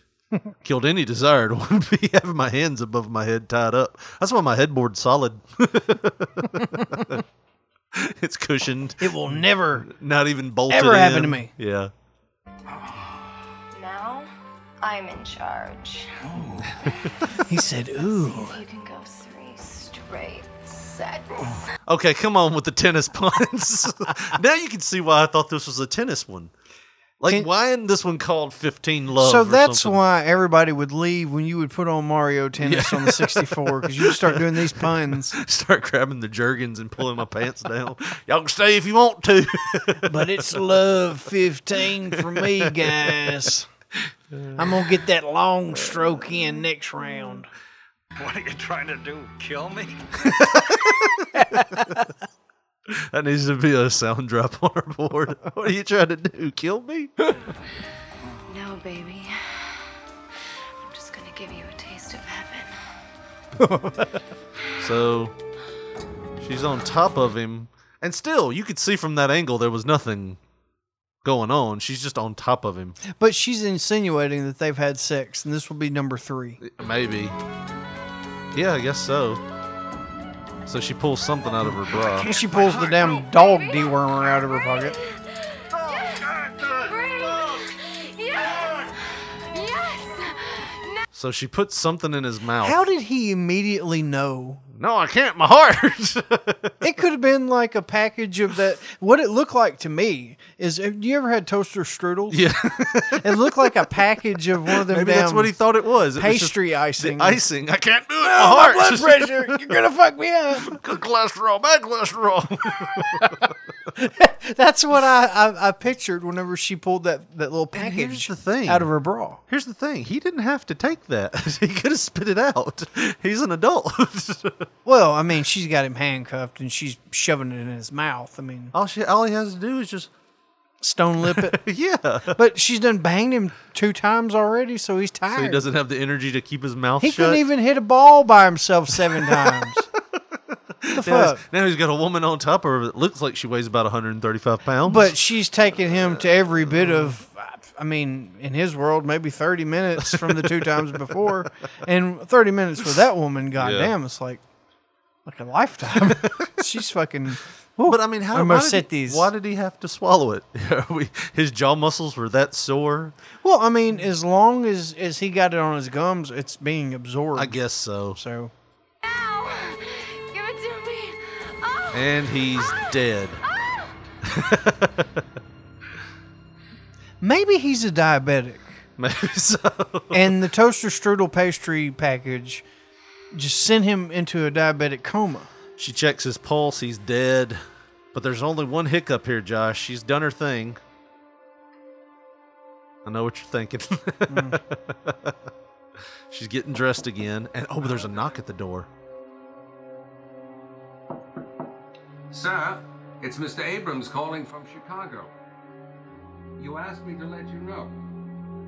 Speaker 5: Killed any desire to [laughs] want to be having my hands above my head tied up. That's why my headboard's solid. [laughs]
Speaker 7: [laughs]
Speaker 5: it's cushioned,
Speaker 7: It will never.
Speaker 5: not even bolted.
Speaker 7: Ever happened to
Speaker 5: in.
Speaker 7: me.
Speaker 5: Yeah.
Speaker 6: Now I'm in charge.
Speaker 7: He said, "Ooh,
Speaker 6: You can go three straight sets.
Speaker 5: Okay, come on with the tennis [laughs]
Speaker 7: [laughs]
Speaker 5: puns. now you can see why I thought this was a tennis one. Like,
Speaker 7: Can-
Speaker 5: why isn't this one called 15 Love?
Speaker 7: so
Speaker 5: or
Speaker 7: that's
Speaker 5: something?
Speaker 7: why everybody would leave when you would put on Mario Tennis on the 64 because you start doing these puns.
Speaker 5: [laughs] Start grabbing the jergens and pulling my pants down. Y'all can stay if you want to. [laughs]
Speaker 7: But it's love 15 for me, guys. I'm gonna get that long stroke in next round.
Speaker 11: What are you trying to do? Kill me?
Speaker 5: That needs to be a sound drop on our board. [laughs] What are you trying to do?
Speaker 7: [laughs]
Speaker 5: Kill me?
Speaker 6: No, baby. I'm just gonna give you a taste of heaven.
Speaker 5: So she's on top of him. And still, you could see from that angle there was nothing going on. She's just on top of him.
Speaker 7: But she's insinuating that they've had sex, and this will be number three.
Speaker 5: Maybe. Yeah, I guess so. So she pulls something out of her bra.
Speaker 7: And she pulls the damn dog dewormer out of her pocket.
Speaker 6: Yes! Yes!
Speaker 5: So she puts something in his mouth.
Speaker 7: How did he immediately know
Speaker 5: No, I can't. My heart. [laughs]
Speaker 7: it could have been like a package of that. What it looked like to me is, have you ever had toaster strudels?
Speaker 5: Yeah.
Speaker 7: it looked like a package of one of them.
Speaker 5: Maybe that's
Speaker 7: damn
Speaker 5: what he thought it was. It was just
Speaker 7: pastry icing.
Speaker 5: The icing. I can't do it.
Speaker 7: Oh,
Speaker 5: my heart.
Speaker 7: my [laughs] blood pressure. You're gonna fuck me up.
Speaker 5: Good cholesterol. Bad cholesterol. [laughs]
Speaker 7: That's what I, I, I pictured whenever she pulled that, that little package
Speaker 5: here's the thing.
Speaker 7: out of her bra.
Speaker 5: Here's the thing. He didn't have to take that. [laughs] he could have spit it out. [laughs] He's an adult. [laughs]
Speaker 7: Well, I mean, she's got him handcuffed and she's shoving it in his mouth. I mean,
Speaker 5: all she, all he has to do is just
Speaker 7: stone lip
Speaker 5: [laughs]
Speaker 7: it.
Speaker 5: yeah.
Speaker 7: but she's done banged him two times already, so he's tired.
Speaker 5: So he doesn't have the energy to keep his mouth
Speaker 7: He
Speaker 5: shut.
Speaker 7: couldn't even hit a ball by himself seven
Speaker 5: [laughs]
Speaker 7: times. the
Speaker 5: now,
Speaker 7: fuck?
Speaker 5: he's, now he's got a woman on top of her that looks like she weighs about 135 pounds.
Speaker 7: But she's taking him to every bit of, I mean, in his world, maybe 30 minutes from the two times
Speaker 5: [laughs]
Speaker 7: before. And 30 minutes with that woman, goddamn, it's like like a
Speaker 5: [laughs]
Speaker 7: lifetime. she's fucking.
Speaker 5: But I mean, how?
Speaker 7: I'm
Speaker 5: why
Speaker 7: gonna
Speaker 5: did,
Speaker 7: set
Speaker 5: he-
Speaker 7: these.
Speaker 5: why did he have to swallow it? [laughs] Are we- his jaw muscles were that sore.
Speaker 7: Well, I mean, as long as, as he got it on his gums, it's being absorbed.
Speaker 5: I guess so.
Speaker 7: So,
Speaker 6: Now! Give it to me! Oh!
Speaker 5: And he's dead. [laughs]
Speaker 6: Oh!
Speaker 7: maybe he's a diabetic.
Speaker 5: Maybe so.
Speaker 7: and the
Speaker 5: [laughs]
Speaker 7: toaster strudel pastry package just sent him into a diabetic coma.
Speaker 5: She checks his pulse. He's dead. But there's only one hiccup here, Josh. She's done her thing. I know what you're thinking.
Speaker 7: Hmm.
Speaker 5: [laughs] She's getting dressed again. And oh, there's a knock at the door.
Speaker 12: Sir, it's Mr. Abrams calling from Chicago. You asked me to let you know.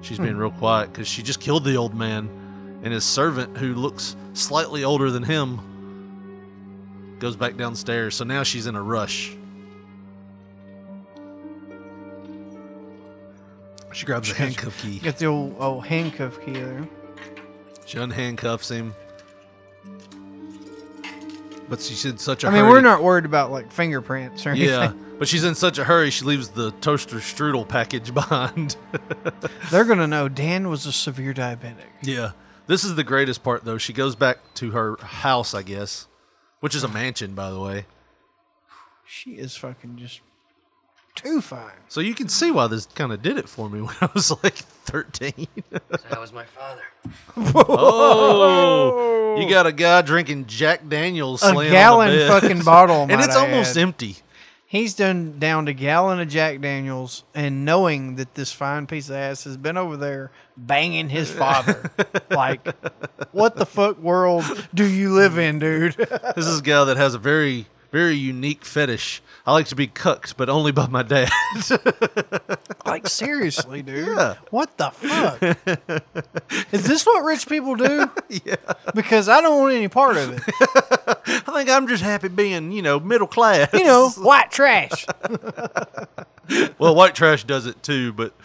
Speaker 5: She's being real quiet because she just killed the old man, and his servant, who looks slightly older than him, goes back downstairs. So now she's in a rush. She grabs a handcuff key.
Speaker 7: Got the old, old handcuff key there.
Speaker 5: She unhandcuffs him. But she's in such a
Speaker 7: I mean,
Speaker 5: hurry.
Speaker 7: we're not worried about like fingerprints or anything. [laughs]
Speaker 5: Yeah, but she's in such a hurry. She leaves the toaster strudel package [laughs] behind.
Speaker 7: They're gonna know Dan was a severe diabetic.
Speaker 5: Yeah. This is the greatest part, though. She goes back to her house, I guess, which is a mansion, by the way.
Speaker 7: She is fucking just too fine.
Speaker 5: So you can see why this kind of did it for me [laughs] when I was like 13.
Speaker 13: That was my father.
Speaker 5: oh, you got a guy drinking Jack Daniels,
Speaker 7: A
Speaker 5: laying on the
Speaker 7: gallon
Speaker 5: bed.
Speaker 7: fucking
Speaker 5: [laughs]
Speaker 7: bottle,
Speaker 5: and it's
Speaker 7: might I
Speaker 5: almost
Speaker 7: add.
Speaker 5: empty.
Speaker 7: He's done down to gallon of Jack Daniels, and knowing that this fine piece of ass has been over there banging his father.
Speaker 5: [laughs]
Speaker 7: like, what the fuck world do you live in, dude? [laughs]
Speaker 5: This is a guy that has a very, very unique fetish. I like to be cucked, but only by my dad. [laughs]
Speaker 7: like, seriously, dude.
Speaker 5: Yeah.
Speaker 7: What the fuck? Is this what rich people
Speaker 5: [laughs]
Speaker 7: do? yeah. Because I don't want any part of it.
Speaker 5: I think I'm just happy being, you know, middle class.
Speaker 7: You know, [laughs]
Speaker 5: [laughs]
Speaker 7: white trash.
Speaker 5: well, white trash does it too, but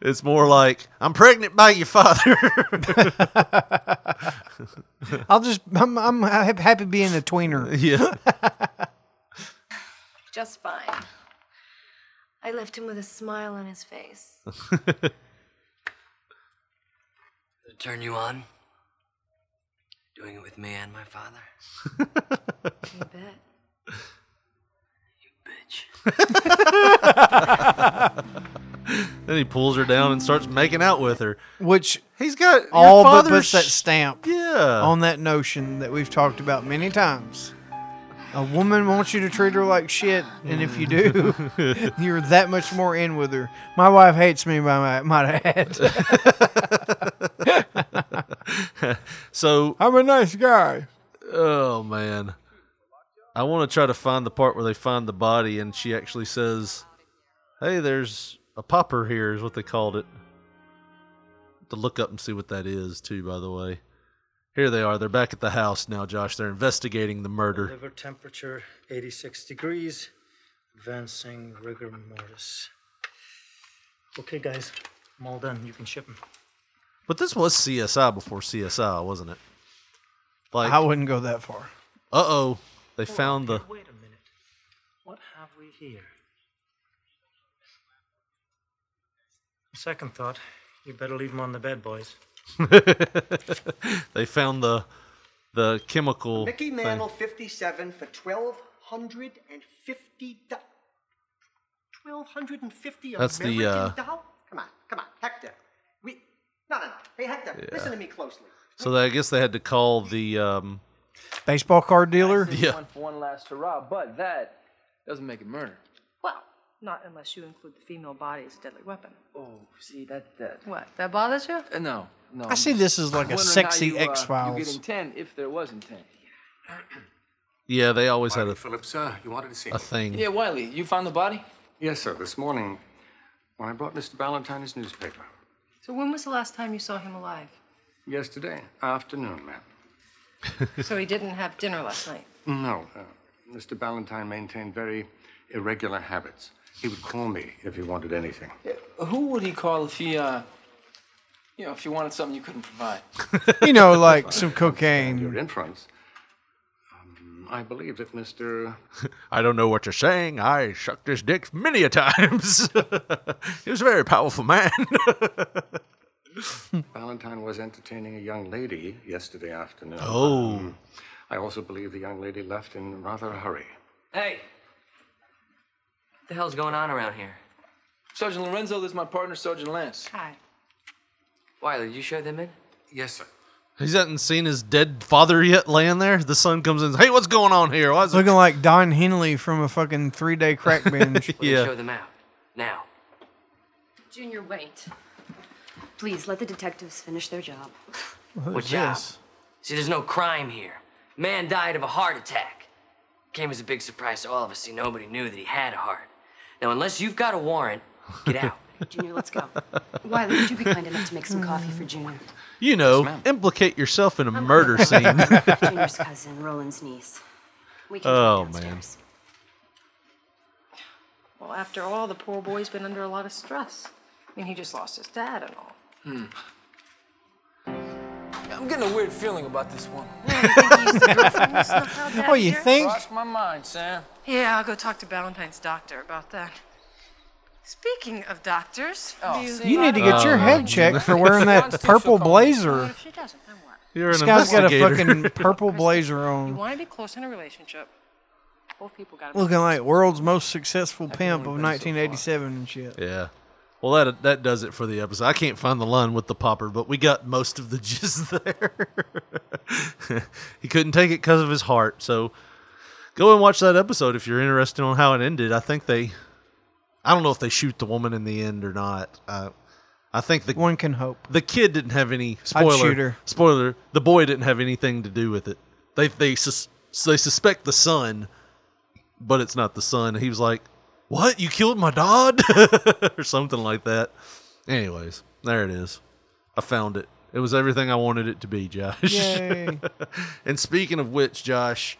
Speaker 5: it's more like I'm pregnant by your father. [laughs]
Speaker 7: I'll just, I'm, I'm ha- happy being a tweener.
Speaker 5: yeah.
Speaker 6: Just fine. I left him with a smile on
Speaker 13: [laughs]
Speaker 6: his face.
Speaker 13: To turn you on? Doing it with me and my father?
Speaker 6: You bet.
Speaker 5: then he pulls her down and starts making out with her.
Speaker 7: Which
Speaker 5: He's got your
Speaker 7: all but
Speaker 5: father's-
Speaker 7: puts that stamp
Speaker 5: [laughs] Yeah.
Speaker 7: on that notion that we've talked about many times. A woman wants you to treat her like shit, and if you [laughs] do, you're that much more in with her. My wife hates me, by my, might add.
Speaker 5: so,
Speaker 7: [laughs] I'm a nice guy.
Speaker 5: oh man, I want to try to find the part where they find the body and she actually says, "Hey, there's a popper here," is what they called it. To look up and see what that is, too. By the way, here they are. They're back at the house now, Josh. They're investigating the murder.
Speaker 13: Liver temperature 86 degrees, advancing rigor mortis. Okay, guys, I'm all done. You can ship him.
Speaker 5: But this was CSI before CSI, wasn't it? Like,
Speaker 7: I
Speaker 5: uh
Speaker 7: wouldn't go that far.
Speaker 5: oh, they found the.
Speaker 13: Wait a minute. What have we here? Second thought,
Speaker 5: [laughs]
Speaker 13: you better leave him on the bed, boys.
Speaker 5: they found the the chemical.
Speaker 14: Mickey
Speaker 5: thing.
Speaker 14: Mantle, 57, for 1250 do- 1250
Speaker 5: That's the,
Speaker 14: American
Speaker 5: uh,
Speaker 14: dollars? Come on, come on, Hector. We, no, no, no. Hey, Hector,
Speaker 5: Yeah.
Speaker 14: listen to me closely.
Speaker 5: So they, I guess they had to call the um,
Speaker 7: baseball card dealer.
Speaker 5: Yeah.
Speaker 15: One for one last hurrah, but that doesn't make it murder.
Speaker 16: Well, not unless you include the female body as a deadly weapon.
Speaker 15: Oh, see that that.
Speaker 16: What? That bothers you?
Speaker 15: Uh, no, no.
Speaker 7: I
Speaker 15: I'm
Speaker 7: see
Speaker 15: just
Speaker 7: this as like a
Speaker 15: wondering how
Speaker 7: sexy
Speaker 15: you, uh, You
Speaker 7: X-Files.
Speaker 15: get intent if there was intent.
Speaker 5: Yeah, they always had a.
Speaker 12: Phillips, sir, you wanted to see
Speaker 5: a me. thing.
Speaker 15: Uh, Yeah, Wiley, you found the body?
Speaker 12: Yes, sir. This morning, when I brought Mr. Ballantyne his newspaper.
Speaker 16: So when was the last time you saw him alive?
Speaker 12: Yesterday afternoon, ma'am.
Speaker 16: so he didn't have dinner last night.
Speaker 12: No, uh, Mr. Ballantyne maintained very irregular habits. He would call me if he wanted anything.
Speaker 15: Uh, Who would he call if he, uh, you know, if he wanted something you couldn't provide?
Speaker 7: you know, like some cocaine.
Speaker 12: Your inference. Um, I believe that Mr.
Speaker 5: I don't know what you're saying. I sucked his dick many a times. [laughs] he was a very powerful man. [laughs]
Speaker 12: Ballantyne was entertaining a young lady yesterday afternoon.
Speaker 5: Oh.
Speaker 12: Um, I also believe the young lady left in rather a hurry.
Speaker 15: Hey! What the hell's going on around here? Sergeant Lorenzo, this is my partner, Sergeant Lance.
Speaker 16: Hi.
Speaker 15: Wiley, did you show them in?
Speaker 12: Yes, sir.
Speaker 5: He hasn't seen his dead father yet laying there. The son comes in. Hey, what's going on here? Why is it
Speaker 7: Looking like Don Henley from a fucking three day [laughs] crack binge.
Speaker 5: yeah.
Speaker 15: them out. Now.
Speaker 17: Junior, wait. Please let the detectives finish their job.
Speaker 15: What's
Speaker 7: What's
Speaker 15: this? See, there's no crime here. Man died of a heart attack. Came as a big surprise to all of us. See, nobody knew that he had a heart. Now, unless you've got a warrant, get out.
Speaker 17: Junior, let's go. Wiley, would you be kind enough to make some coffee for Junior?
Speaker 5: You know, implicate yourself in a [laughs] murder scene.
Speaker 17: Junior's cousin, Roland's niece.
Speaker 16: We
Speaker 5: oh man.
Speaker 16: Well, after all, the poor boy's been under a lot of stress. I mean, he just lost his dad and all.
Speaker 15: Hmm. [laughs] I'm getting a weird feeling about this one.
Speaker 16: Oh, you think?
Speaker 15: Crossed my mind, Sam.
Speaker 16: Yeah, I'll go talk to Valentine's doctor about that. Speaking of doctors, do you,
Speaker 7: You need to get
Speaker 5: Oh,
Speaker 7: your head checked
Speaker 5: [laughs]
Speaker 7: for wearing that purple blazer.
Speaker 16: She doesn't. Then what?
Speaker 5: You're
Speaker 7: This guy's got a
Speaker 5: investigator. [laughs]
Speaker 7: fucking purple blazer
Speaker 16: You
Speaker 7: on.
Speaker 16: want to be close in a relationship. Both people got.
Speaker 7: Looking like world's most successful pimp of 1987 and shit.
Speaker 5: Yeah. Well, that that does it for the episode. I can't find the line with the popper, but we got most of the [laughs] gist there. [laughs] he couldn't take it because of his heart, so go and watch that episode if you're interested on how it ended. I think they, I don't know if they shoot the woman in the end or not. Uh, I think the
Speaker 7: one can hope
Speaker 5: the kid didn't have any
Speaker 7: I'd
Speaker 5: spoiler.
Speaker 7: shoot her.
Speaker 5: Spoiler: the boy didn't have anything to do with it. They they sus- they suspect the son, but it's not the son. He was like, "What? You killed my dad?" [laughs] or something like that. Anyways, there it is. I found it. It was everything I wanted it to be, Josh.
Speaker 7: Yay.
Speaker 5: and speaking of which, Josh,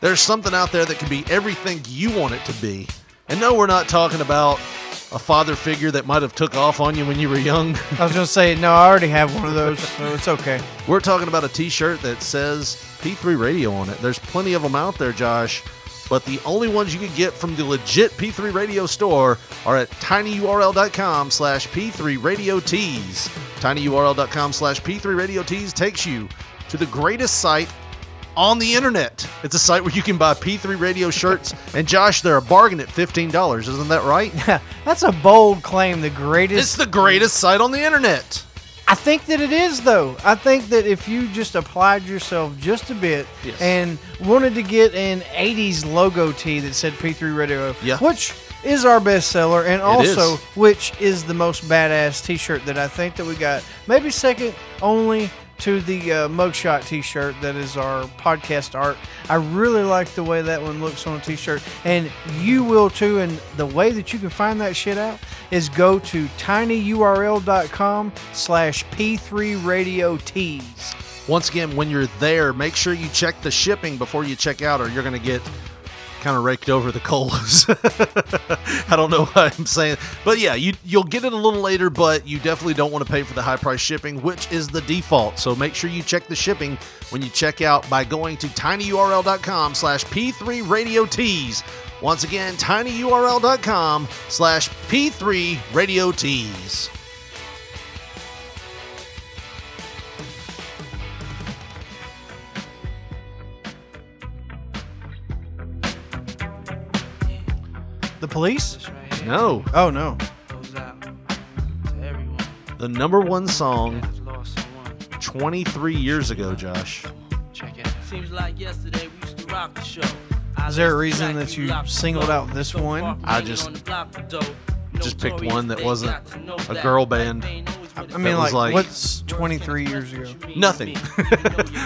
Speaker 5: there's something out there that can be everything you want it to be. And no, we're not talking about a father figure that might have took off on you when you were young.
Speaker 7: [laughs]
Speaker 5: [laughs]
Speaker 7: I was gonna say no. I already have one of those, so it's okay.
Speaker 5: We're talking about a T-shirt that says P3 Radio on it. There's plenty of them out there, Josh, but the only ones you can get from the legit P3 Radio store are at tinyurl.com slash P3 Radio Tees. Tinyurl.com slash P3 Radio Tees takes you to the greatest site on the internet. It's a site where you can buy P3 radio shirts. and Josh, they're a bargain at $15. Isn't that right?
Speaker 7: That's a bold claim. The greatest.
Speaker 5: It's the greatest site on the internet.
Speaker 7: I think that it is, though. I think that if you just applied yourself just a bit
Speaker 5: Yes.
Speaker 7: and wanted to get an 80s logo tee that said P3 Radio,
Speaker 5: Yeah.
Speaker 7: which is our bestseller, and
Speaker 5: It
Speaker 7: also
Speaker 5: is.
Speaker 7: which is the most badass t shirt that I think that we got. Maybe second only to the uh, mugshot t shirt that is our podcast art. I really like the way that one looks on a t shirt, and you will too. And the way that you can find that shit out is go to tinyurl.com slash P3 Radio Tees.
Speaker 5: Once again, when you're there, make sure you check the shipping before you check out, or you're going to get kind of raked over the coals. [laughs] I don't know what I'm saying, but yeah, you you'll get it a little later, but you definitely don't want to pay for the high price shipping, which is the default. So make sure you check the shipping when you check out by going to tinyurl.com slash p3 radio tees. Once again, tinyurl.com slash p3 radio tees.
Speaker 7: The police?
Speaker 5: No.
Speaker 7: Oh, no.
Speaker 5: The number one song 23 years ago, Josh.
Speaker 18: Seems like yesterday we used to rock the show.
Speaker 7: Is there a reason that you singled out this one?
Speaker 5: I just just picked one that wasn't a girl band.
Speaker 7: I
Speaker 5: That
Speaker 7: mean,
Speaker 5: was
Speaker 7: like, what's 23 years ago?
Speaker 5: [laughs] [laughs] nothing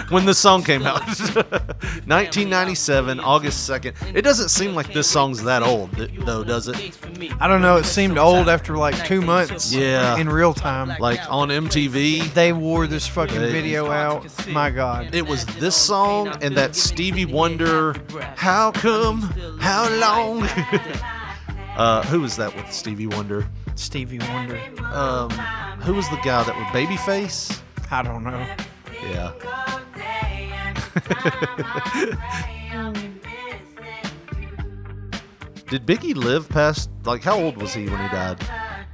Speaker 5: when this song came out [laughs] 1997 august 2nd it doesn't seem like this song's that old th- though does it
Speaker 7: I don't know. It seemed old after like two months.
Speaker 5: Yeah.
Speaker 7: In real time.
Speaker 5: like on mtv
Speaker 7: they wore this fucking
Speaker 5: They-
Speaker 7: video out. My God.
Speaker 5: it was this song and that stevie wonder how come how [laughs] long uh who was that with stevie wonder
Speaker 7: Stevie Wonder.
Speaker 5: um who was the guy that with babyface
Speaker 7: I don't know.
Speaker 5: yeah Did Biggie live past like how old was he when he died?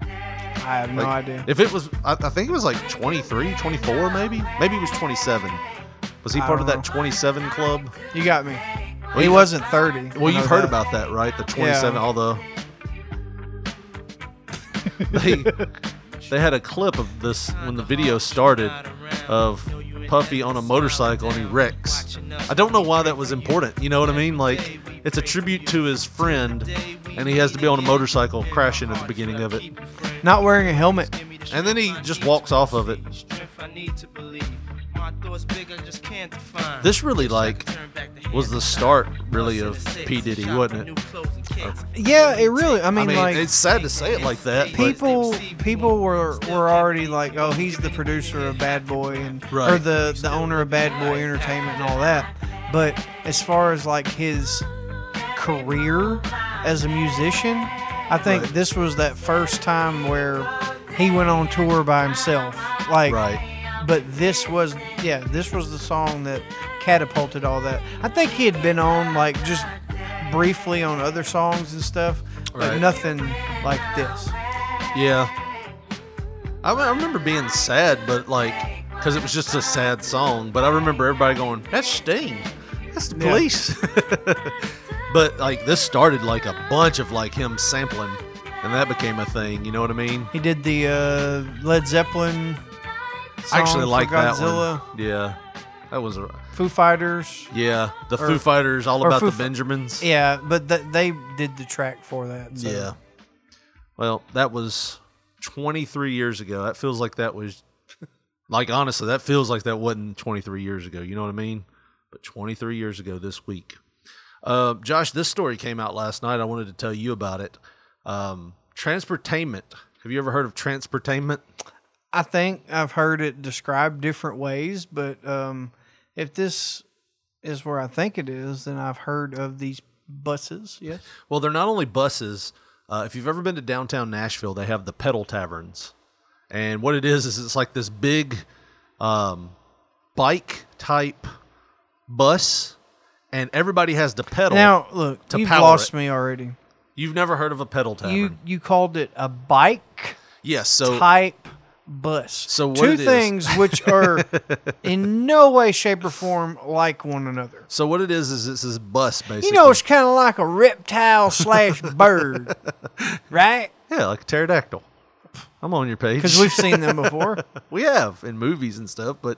Speaker 7: I have no
Speaker 5: Like,
Speaker 7: idea.
Speaker 5: If it was, I, I think it was like 23, 24, maybe. Maybe he was 27. Was he
Speaker 7: I
Speaker 5: part of
Speaker 7: don't
Speaker 5: that 27 club?
Speaker 7: You got me.
Speaker 5: Well,
Speaker 7: he
Speaker 5: you-
Speaker 7: wasn't 30.
Speaker 5: Well,
Speaker 7: I
Speaker 5: you've
Speaker 7: know
Speaker 5: heard
Speaker 7: that.
Speaker 5: about that, right? The 27,
Speaker 7: Yeah.
Speaker 5: all the.
Speaker 7: [laughs]
Speaker 5: they, they had a clip of this when the video started of Puffy on a motorcycle and he wrecks. I don't know why that was important. You know what I mean? Like, it's a tribute to his friend, and he has to be on a motorcycle crashing at the beginning of it.
Speaker 7: Not wearing a helmet.
Speaker 5: And then he just walks off of it. This really, like, was the start, really, of P. Diddy, wasn't it?
Speaker 7: Yeah, it really. I mean,
Speaker 5: I mean,
Speaker 7: like
Speaker 5: it's sad to say it like that. but-
Speaker 7: people people were were already like, oh, he's the producer of Bad Boy and or
Speaker 5: Right.
Speaker 7: the the owner of Bad Boy Entertainment and all that. But as far as like his career as a musician, I think
Speaker 5: Right.
Speaker 7: this was that first time where he went on tour by himself. Like, but this was yeah, this was the song that catapulted all that. I think he had been on like just briefly on other songs and stuff, but
Speaker 5: Right.
Speaker 7: nothing like this.
Speaker 5: Yeah. I, I remember being sad, but like, because it was just a sad song. But I remember everybody going, that's Sting. That's the
Speaker 7: Yeah.
Speaker 5: police. [laughs] but like, this started like a bunch of like him sampling, and that became a thing. You know what I mean?
Speaker 7: He did the uh, Led Zeppelin.
Speaker 5: I actually
Speaker 7: song
Speaker 5: like
Speaker 7: for
Speaker 5: that
Speaker 7: Godzilla,
Speaker 5: one. Yeah. That was a.
Speaker 7: Foo Fighters.
Speaker 5: Yeah. The
Speaker 7: Or-
Speaker 5: Foo Fighters, all
Speaker 7: or
Speaker 5: about
Speaker 7: Foo
Speaker 5: the
Speaker 7: Fi-
Speaker 5: Benjamins.
Speaker 7: Yeah, but th- they did the track for that. So.
Speaker 5: Yeah. Well, that was 23 years ago. That feels like that was, like, honestly, that feels like that wasn't 23 years ago. You know what I mean? But 23 years ago this week. Uh, Josh, this story came out last night. I wanted to tell you about it. Um, transportainment. Have you ever heard of transportainment?
Speaker 7: I think I've heard it described different ways, but um, if this is where I think it is, then I've heard of these buses. Yes.
Speaker 5: Well, they're not only buses. Uh, if you've ever been to downtown Nashville, they have the pedal taverns, and what it is is it's like this big um, bike type bus, and everybody has to pedal.
Speaker 7: Now look,
Speaker 5: to
Speaker 7: you've
Speaker 5: power
Speaker 7: lost
Speaker 5: it.
Speaker 7: me already.
Speaker 5: You've never heard of a pedal tavern?
Speaker 7: You you called it a bike
Speaker 5: yes. So
Speaker 7: type bus.
Speaker 5: So what
Speaker 7: Two
Speaker 5: it is-
Speaker 7: things which
Speaker 5: [laughs]
Speaker 7: are in no way, shape, or form like one another.
Speaker 5: so what it is is it's this bus basically.
Speaker 7: You know, it's kind of like a reptile slash
Speaker 5: [laughs]
Speaker 7: bird, right?
Speaker 5: yeah, like a pterodactyl. I'm on your page
Speaker 7: Because we've seen them before.
Speaker 5: [laughs] we have in movies and stuff, but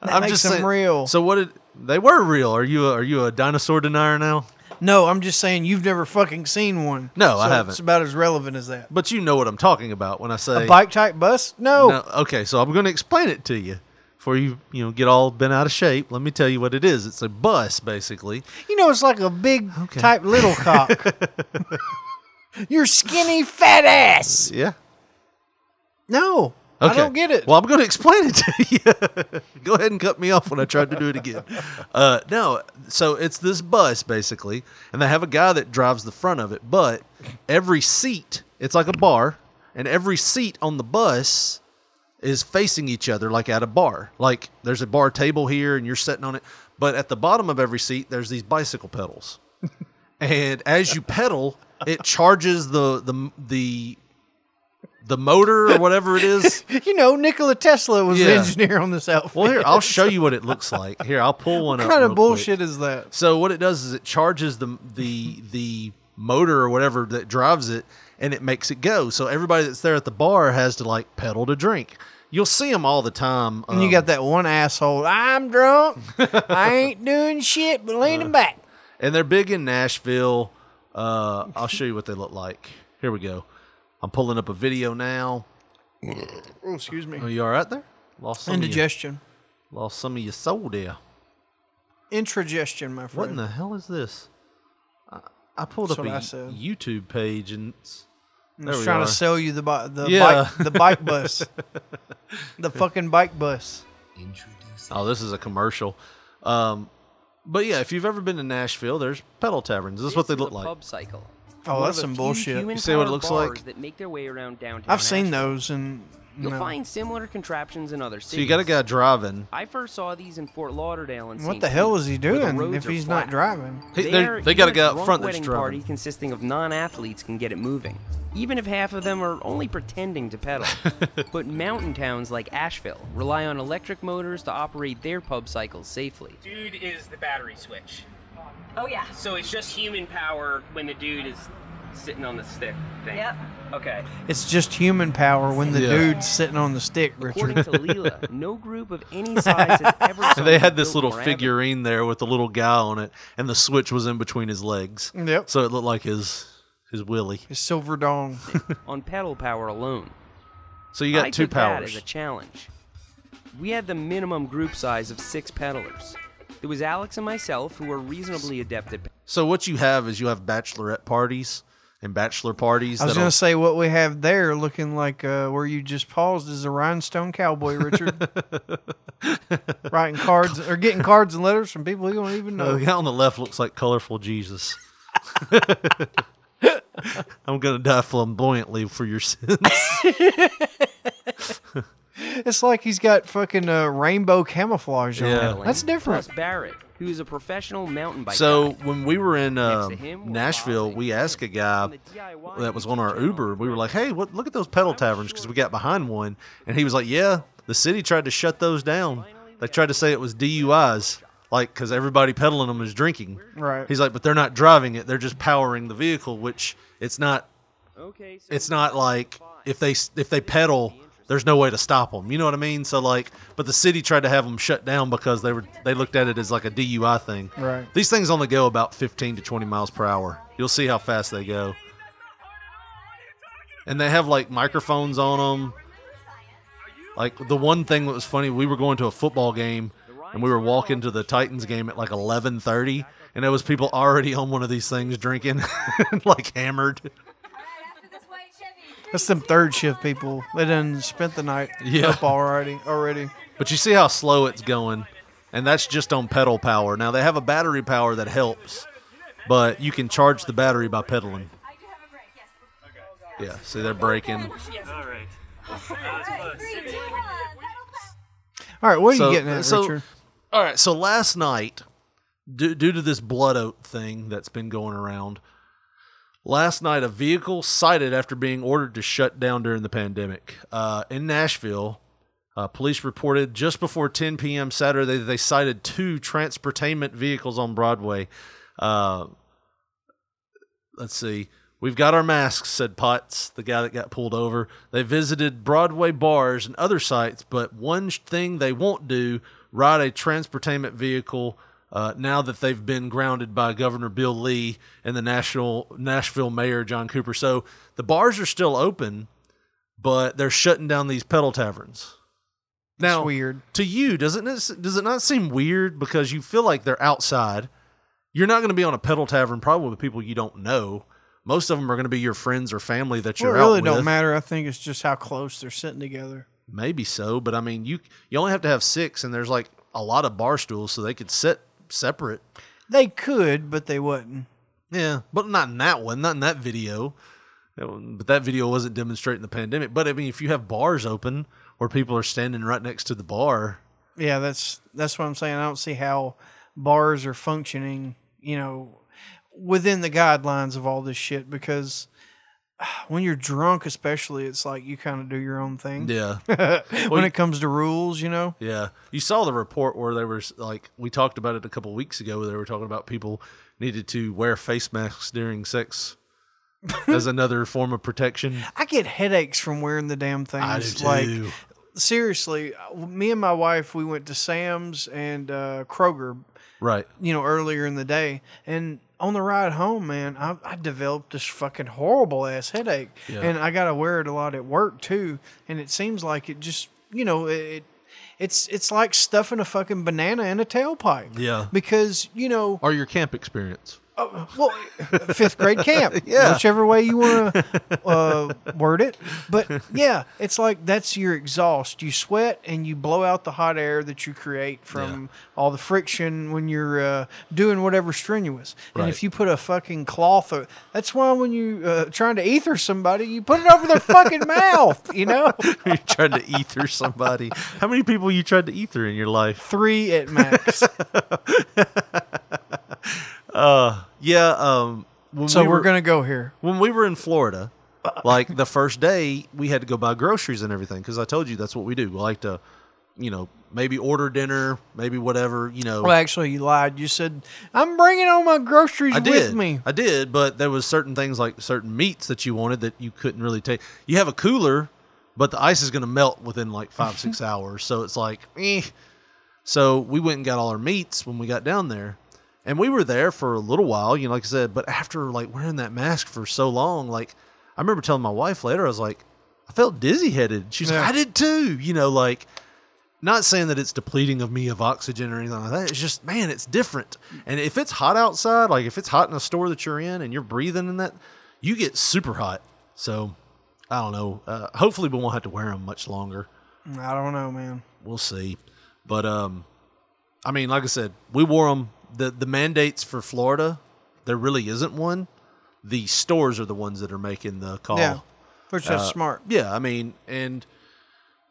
Speaker 7: That
Speaker 5: I'm
Speaker 7: makes
Speaker 5: just
Speaker 7: them
Speaker 5: saying,
Speaker 7: real.
Speaker 5: So what? Did, they were real. Are you a, are you a dinosaur denier now?
Speaker 7: No, I'm just saying you've never fucking seen one.
Speaker 5: No, I
Speaker 7: So
Speaker 5: haven't.
Speaker 7: It's about as relevant as that.
Speaker 5: But you know what I'm talking about when I say
Speaker 7: A oh. bike type bus? No.
Speaker 5: No, okay, so I'm going to explain it to you before you you know get all bent out of shape. Let me tell you what it is. It's a bus, basically.
Speaker 7: You know, it's like a big type little
Speaker 5: [laughs]
Speaker 7: cock. Your skinny fat ass.
Speaker 5: Yeah.
Speaker 7: No.
Speaker 5: Okay.
Speaker 7: I don't get it.
Speaker 5: Well, I'm going to [laughs] explain it to you. Go ahead and cut me off when I tried to do it again. Uh, no, so it's this bus basically, and they have a guy that drives the front of it. But every seat, it's like a bar, and every seat on the bus is facing each other like at a bar. Like there's a bar table here, and you're sitting on it. But at the bottom of every seat, there's these
Speaker 7: [laughs]
Speaker 5: bicycle pedals, and as you pedal, it charges the the the the motor or whatever it is.
Speaker 7: you know, Nikola Tesla was the
Speaker 5: Yeah.
Speaker 7: engineer on this outfit.
Speaker 5: Well, here I'll show you what it looks like. Here, I'll pull
Speaker 7: [laughs]
Speaker 5: one
Speaker 7: What
Speaker 5: up.
Speaker 7: kind of
Speaker 5: real quick.
Speaker 7: bullshit is that?
Speaker 5: So what it does is it charges the the the motor or whatever that drives it and it makes it go. So everybody that's there at the bar has to like pedal to drink. You'll see them all the time. um,
Speaker 7: And you got that one asshole. I'm
Speaker 5: [laughs]
Speaker 7: drunk. I ain't doing shit but leaning
Speaker 5: Uh.
Speaker 7: back.
Speaker 5: and they're big in Nashville. Uh, I'll show you what they look like. Here we go. I'm pulling up a video now.
Speaker 7: Oh, excuse me.
Speaker 5: Are you all right there? Lost some of your-
Speaker 7: Indigestion.
Speaker 5: lost some of your soul there.
Speaker 7: Intragestion, my friend.
Speaker 5: What in the hell is this? I pulled
Speaker 7: That's
Speaker 5: up a
Speaker 7: what I
Speaker 5: y-
Speaker 7: said.
Speaker 5: YouTube page and it's,
Speaker 7: I'm
Speaker 5: there
Speaker 7: just
Speaker 5: we
Speaker 7: trying
Speaker 5: are.
Speaker 7: to sell you the bi- the
Speaker 5: Yeah.
Speaker 7: bike the bike
Speaker 5: [laughs]
Speaker 7: bus, the fucking bike bus.
Speaker 5: Oh, this is a commercial. Um, but yeah, if you've ever been to Nashville, there's pedal taverns. This is what they look like.
Speaker 19: Pub cycle.
Speaker 7: Oh,
Speaker 19: One
Speaker 7: that's
Speaker 19: of a
Speaker 7: some
Speaker 19: few
Speaker 7: bullshit.
Speaker 19: human
Speaker 5: You see what it
Speaker 19: powered
Speaker 5: looks
Speaker 19: bars
Speaker 5: like?
Speaker 19: That make their way around downtown.
Speaker 7: I've seen
Speaker 19: Nashville.
Speaker 7: those and
Speaker 19: You'll
Speaker 7: no.
Speaker 19: find similar contraptions in other cities.
Speaker 5: So you got a guy driving.
Speaker 19: I first saw these in Fort Lauderdale and
Speaker 7: What
Speaker 19: St.
Speaker 7: the hell
Speaker 19: Pete,
Speaker 7: is he
Speaker 19: where the
Speaker 7: doing
Speaker 19: roads
Speaker 7: if
Speaker 19: are
Speaker 7: he's
Speaker 19: flat.
Speaker 7: not driving?
Speaker 5: He- they're-
Speaker 19: There,
Speaker 5: they got a
Speaker 19: even
Speaker 5: guy up
Speaker 19: drunk
Speaker 5: front that's
Speaker 19: wedding
Speaker 5: driving.
Speaker 19: party consisting of non-athletes can get it moving, even if half of them are only pretending
Speaker 5: [laughs]
Speaker 19: to pedal. but mountain towns like Asheville rely on electric motors to operate their pub cycles safely.
Speaker 20: Dude is the battery switch.
Speaker 21: Oh yeah.
Speaker 20: So it's just human power when the dude is sitting on the stick thing.
Speaker 21: Yep.
Speaker 20: Okay.
Speaker 7: It's just human power when the
Speaker 5: Yeah.
Speaker 7: dude's sitting on the stick, Richard.
Speaker 19: According to Leela, no group of
Speaker 5: [laughs]
Speaker 19: any size has ever.
Speaker 5: And they had
Speaker 19: something
Speaker 5: this
Speaker 19: built
Speaker 5: little
Speaker 19: more avid.
Speaker 5: figurine there with a little guy on it, and the switch was in between his legs.
Speaker 7: Yep.
Speaker 5: So it looked like his his willy.
Speaker 7: His silver dong.
Speaker 19: on pedal power alone.
Speaker 5: So you got
Speaker 19: I
Speaker 5: two
Speaker 19: took That as
Speaker 5: powers.
Speaker 19: a challenge. We had the minimum group size of six pedalers. It was Alex and myself who were reasonably adept at.
Speaker 5: so what you have is you have bachelorette parties and bachelor parties.
Speaker 7: I was
Speaker 5: that'll-
Speaker 7: gonna say what we have there, looking like uh, where you just paused, is a rhinestone cowboy,
Speaker 5: [laughs]
Speaker 7: Richard, writing cards or getting cards and letters from people you don't even
Speaker 5: No,
Speaker 7: know.
Speaker 5: Oh, the guy on the left looks like colorful Jesus. [laughs] I'm gonna die flamboyantly for your sins.
Speaker 7: It's like he's got fucking uh, rainbow camouflage on.
Speaker 5: Yeah.
Speaker 7: That's different.
Speaker 19: Plus Barrett, who is a professional mountain bike.
Speaker 5: [laughs] so when we were in uh, Nashville, we asked a guy that was on our Uber. We were like, "Hey, what? Look at those pedal taverns," because we got behind one, and he was like, "Yeah, the city tried to shut those down. They tried to say it was DUIs, like because everybody pedaling them is drinking."
Speaker 7: Right.
Speaker 5: He's like, "But they're not driving it; they're just powering the vehicle, which it's not. It's not like if they s- if they pedal." There's no way to stop them. You know what I mean? So like, but the city tried to have them shut down because they were they looked at it as like a DUI thing.
Speaker 7: Right.
Speaker 5: These things only go about 15 to 20 miles per hour. You'll see how fast they go. And they have like microphones on them. Like the one thing that was funny, we were going to a football game and we were walking to the Titans game at like 11:30 and there was people already on one of these things drinking [laughs] like hammered.
Speaker 7: That's some third shift people. They done spent the night
Speaker 5: Yeah.
Speaker 7: up already. Already.
Speaker 5: But you see how slow it's going, and that's just on pedal power. Now they have a battery power that helps, but you can charge the battery by pedaling. Yeah, see they're braking.
Speaker 10: All right.
Speaker 7: All right, what are
Speaker 5: So-
Speaker 7: you getting at,
Speaker 5: so-
Speaker 7: Richard?
Speaker 5: All right, so last night, due, due to this blood oat thing that's been going around, last night a vehicle cited after being ordered to shut down during the pandemic uh, in Nashville. Uh, police reported just before 10 p.m. Saturday that they cited two transportainment vehicles on Broadway. Uh, let's see. We've got our masks, said Potts, the guy that got pulled over. They visited Broadway bars and other sites, but one sh- thing they won't do ride a transportainment vehicle uh, now that they've been grounded by Governor Bill Lee and the national Nashville Mayor John Cooper. So the bars are still open, but they're shutting down these pedal taverns. Now,
Speaker 7: weird.
Speaker 5: To you, doesn't it does it not seem weird because you feel like they're outside? You're not going to be on a pedal tavern probably with people you don't know. Most of them are going to be your friends or family that
Speaker 7: Well,
Speaker 5: you're
Speaker 7: it really
Speaker 5: out with.
Speaker 7: don't matter. I think it's just how close they're sitting together.
Speaker 5: Maybe so, but I mean, you you only have to have six, and there's like a lot of bar stools, so they could sit separate.
Speaker 7: They could, but they wouldn't.
Speaker 5: Yeah, but not in that one, not in that video. That one- But that video wasn't demonstrating the pandemic. But I mean, if you have bars open where people are standing right next to the bar,
Speaker 7: Yeah, that's that's what I'm saying. I don't see how bars are functioning, you know, within the guidelines of all this shit because [sighs] when you're drunk especially it's like you kind of do your own thing.
Speaker 5: Yeah.
Speaker 7: when
Speaker 5: Well, you-
Speaker 7: it comes to rules, you know.
Speaker 5: Yeah, you saw the report where they were like we talked about it a couple weeks ago. Where they were talking about people needed to wear face masks
Speaker 7: [laughs]
Speaker 5: during sex as another form of protection.
Speaker 7: I get headaches from wearing the damn things.
Speaker 5: I do too.
Speaker 7: Like seriously, me and my wife we went to Sam's and uh, Kroger,
Speaker 5: Right.
Speaker 7: you know, earlier in the day, and on the ride home, man, I, I developed this fucking horrible ass headache,
Speaker 5: Yeah.
Speaker 7: and I gotta wear it a lot at work too, and it seems like it just you know it. It's it's like stuffing a fucking banana in a tailpipe.
Speaker 5: Yeah.
Speaker 7: Because, you know,
Speaker 5: Or your camp experience. [laughs]
Speaker 7: Oh, well, fifth grade camp,
Speaker 5: Yeah.
Speaker 7: whichever way you want to uh, word it. But yeah, it's like that's your exhaust. You sweat and you blow out the hot air that you create from all the friction when you're uh, doing whatever strenuous. And
Speaker 5: Right.
Speaker 7: if you put a fucking cloth, o- that's why when you uh, trying to ether somebody, you put it over their fucking [laughs] mouth. You know,
Speaker 5: you tried to ether somebody. How many people you tried to ether in your life?
Speaker 7: three at
Speaker 5: [laughs]
Speaker 7: max.
Speaker 5: Uh, yeah. Um, when
Speaker 7: so
Speaker 5: we
Speaker 7: we're
Speaker 5: were-
Speaker 7: gonna go here.
Speaker 5: when we were in Florida, like the first day, we had to go buy groceries and everything because I told you that's what we do. We like to, you know, maybe order dinner, maybe whatever, you know.
Speaker 7: Well, actually, you lied. You said I'm bringing all my groceries
Speaker 5: I
Speaker 7: with
Speaker 5: did.
Speaker 7: me.
Speaker 5: I did, but there was certain things like certain meats that you wanted that you couldn't really take. You have a cooler, but the ice is going to melt within like
Speaker 7: [laughs]
Speaker 5: five six hours, so it's like, eh. So we went and got all our meats when we got down there, and we were there for a little while, you know, like I said. But after like wearing that mask for so long, like I remember telling my wife later, I was like, I felt dizzy headed. She's
Speaker 10: Yeah.
Speaker 5: like, I did too, you know, like not saying that it's depleting of me of oxygen or anything like that. It's just, man, it's different. And if it's hot outside, like if it's hot in a store that you're in and you're breathing in that, you get super hot. So I don't know. Uh, hopefully, we won't have to wear them much longer.
Speaker 7: I don't know, man.
Speaker 5: We'll see. But um, I mean, like I said, we wore them. The the mandates for Florida, there really isn't one. The stores are the ones that are making the call.
Speaker 7: Yeah, which is smart.
Speaker 5: Yeah, I mean, and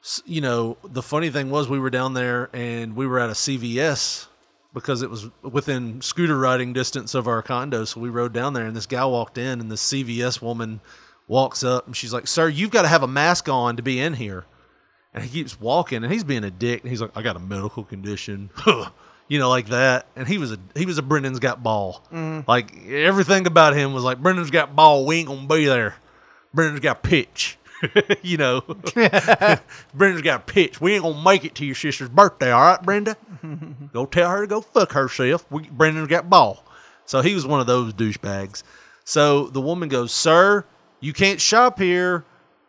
Speaker 5: s- you know, the funny thing was we were down there and we were at a CVS because it was within scooter riding distance of our condo. So we rode down there and this guy walked in and the CVS woman walks up and she's like, "Sir, you've got to have a mask on to be in here." And he keeps walking and he's being a dick and he's like, "I got a medical condition." [laughs] You know, like that, and he was a he was a Brendan's got ball.
Speaker 10: Mhm.
Speaker 5: Like everything about him was like Brendan's got ball. We ain't gonna be there. Brendan's got pitch. [laughs] you know, [laughs] Brenda's got pitch. We ain't gonna make it to your sister's birthday, all right, Brenda? go tell her to go fuck herself. We, Brendan's got ball. So he was one of those douchebags. So the woman goes, "Sir, you can't shop here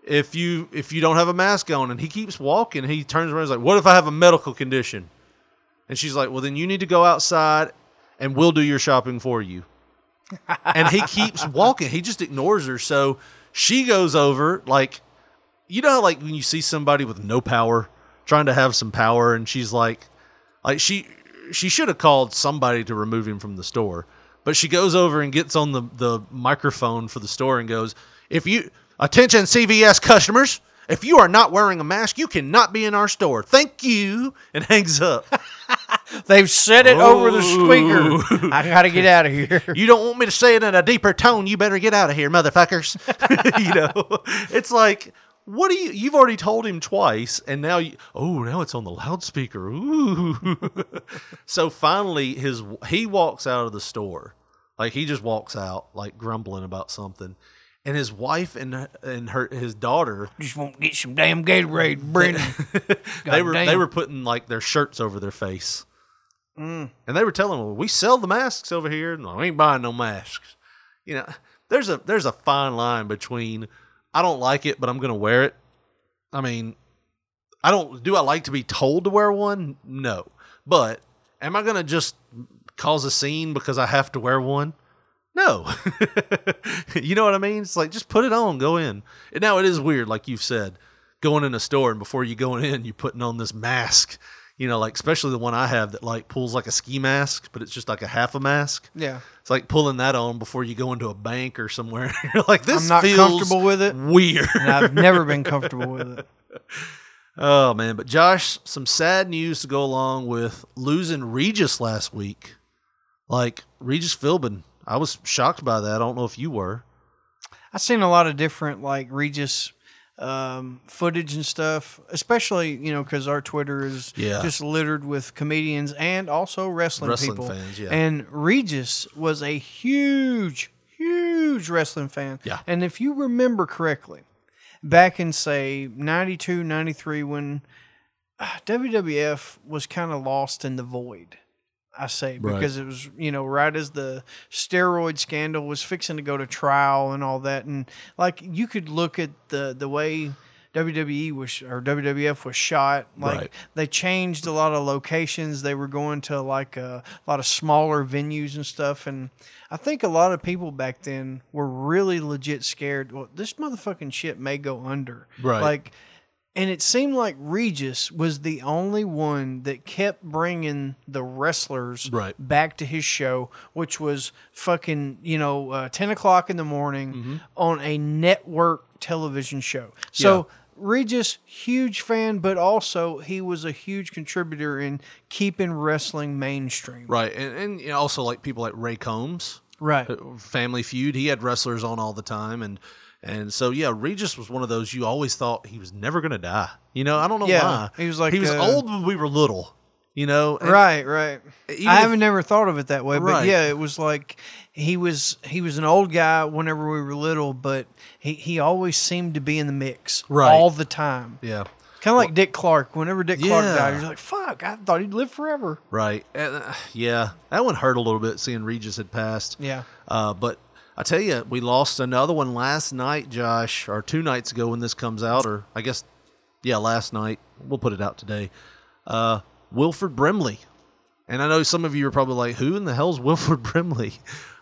Speaker 5: if you if you don't have a mask on." And he keeps walking. He turns around. He's like, "What if I have a medical condition?" And she's like, "Well, then you need to go outside, and we'll do your shopping for you." and he keeps walking. He just ignores her. So she goes over, like, you know, how, like when you see somebody with no power trying to have some power, and she's like, like she she should have called somebody to remove him from the store, but she goes over and gets on the the microphone for the store and goes, if you attention CVS customers. If you are not wearing a mask, you cannot be in our store. Thank you, and hangs up.
Speaker 7: They've said it over the speaker. [laughs]
Speaker 5: Ooh.
Speaker 7: I gotta get out of here. [laughs]
Speaker 5: [laughs] you don't want me to say it in a deeper tone, you better get out of here, motherfuckers. [laughs] you know, it's like, what do you? You've already told him twice, and now you. Oh, now it's on the loudspeaker. Ooh. [laughs] so finally, his he walks out of the store, like he just walks out, like grumbling about something, and his wife and and her his daughter
Speaker 7: Just won't get some damn Gatorade, Brendan.
Speaker 5: [laughs] they were they
Speaker 7: Goddamn.
Speaker 5: were putting like their shirts over their face.
Speaker 7: Mm.
Speaker 5: And they were telling them, "We sell the masks over here, and we ain't buying no masks." You know, there's a there's a fine line between I don't like it, but I'm going to wear it. I mean, I don't do I like to be told to wear one? No. But am I going to just cause a scene because I have to wear one? No. [laughs] you know what I mean? It's like just put it on, go in. And now it is weird like you've said, going in a store and before you going in, you're putting on this mask. You know, like especially the one I have that like pulls like a ski mask, but it's just like a half a mask.
Speaker 7: Yeah.
Speaker 5: It's like pulling that on before you go into a bank or somewhere. [laughs] You're like this
Speaker 7: I'm not
Speaker 5: feels
Speaker 7: comfortable with it.
Speaker 5: Weird. [laughs]
Speaker 7: And I've never been comfortable with it.
Speaker 5: Oh man, but Josh, some sad news to go along with losing Regis last week. Like Regis Philbin, I was shocked by that. I don't know if you were.
Speaker 7: I've seen a lot of different like Regis um, footage and stuff, especially you know because our Twitter is
Speaker 5: Yeah.
Speaker 7: just littered with comedians and also wrestling,
Speaker 5: Wrestling
Speaker 7: people.
Speaker 5: fans, yeah.
Speaker 7: And Regis was a huge, huge wrestling fan.
Speaker 5: Yeah.
Speaker 7: And if you remember correctly, back in say 92, 93, when ah, WWF was kind of lost in the void. I say
Speaker 5: Right.
Speaker 7: because it was you know right as the steroid scandal was fixing to go to trial and all that and like you could look at the the way WWE was or WWF was shot like
Speaker 5: Right.
Speaker 7: they changed a lot of locations they were going to like uh, a, lot of smaller venues and stuff and I think a lot of people back then were really legit scared well this motherfucking shit may go under
Speaker 5: Right.
Speaker 7: like and it seemed like Regis was the only one that kept bringing the wrestlers
Speaker 5: Right.
Speaker 7: back to his show, which was fucking, you know, uh, 10 o'clock in the morning on a network television show. So Regis, huge fan, but also he was a huge contributor in keeping wrestling mainstream.
Speaker 5: Right, and, and you know, also like people like Ray Combs,
Speaker 7: Right.
Speaker 5: uh, Family Feud. He had wrestlers on all the time, and and so yeah, Regis was one of those you always thought he was never gonna die. You know, I don't know
Speaker 7: Yeah,
Speaker 5: why.
Speaker 7: he was like,
Speaker 5: he was
Speaker 7: uh,
Speaker 5: old when we were little. You know, and-
Speaker 7: right, right.
Speaker 5: even
Speaker 7: I
Speaker 5: if-
Speaker 7: haven't never thought of it that way, but
Speaker 5: Right.
Speaker 7: yeah, it was like he was he was an old guy whenever we were little, but he, he always seemed to be in the mix
Speaker 5: Right.
Speaker 7: all the time.
Speaker 5: Yeah.
Speaker 7: Kind of like Dick Clark. Whenever Dick Clark
Speaker 5: Yeah.
Speaker 7: died, you're like, "Fuck! I thought he'd live forever."
Speaker 5: Right. And, uh, yeah, that one hurt a little bit seeing Regis had passed.
Speaker 7: Yeah.
Speaker 5: Uh, but I tell you, we lost another one last night, Josh, or two nights ago when this comes out, or I guess, yeah, last night. We'll put it out today. Uh, Wilford Brimley. And I know some of you are probably like, who in the hell's Wilford [laughs] Brimley?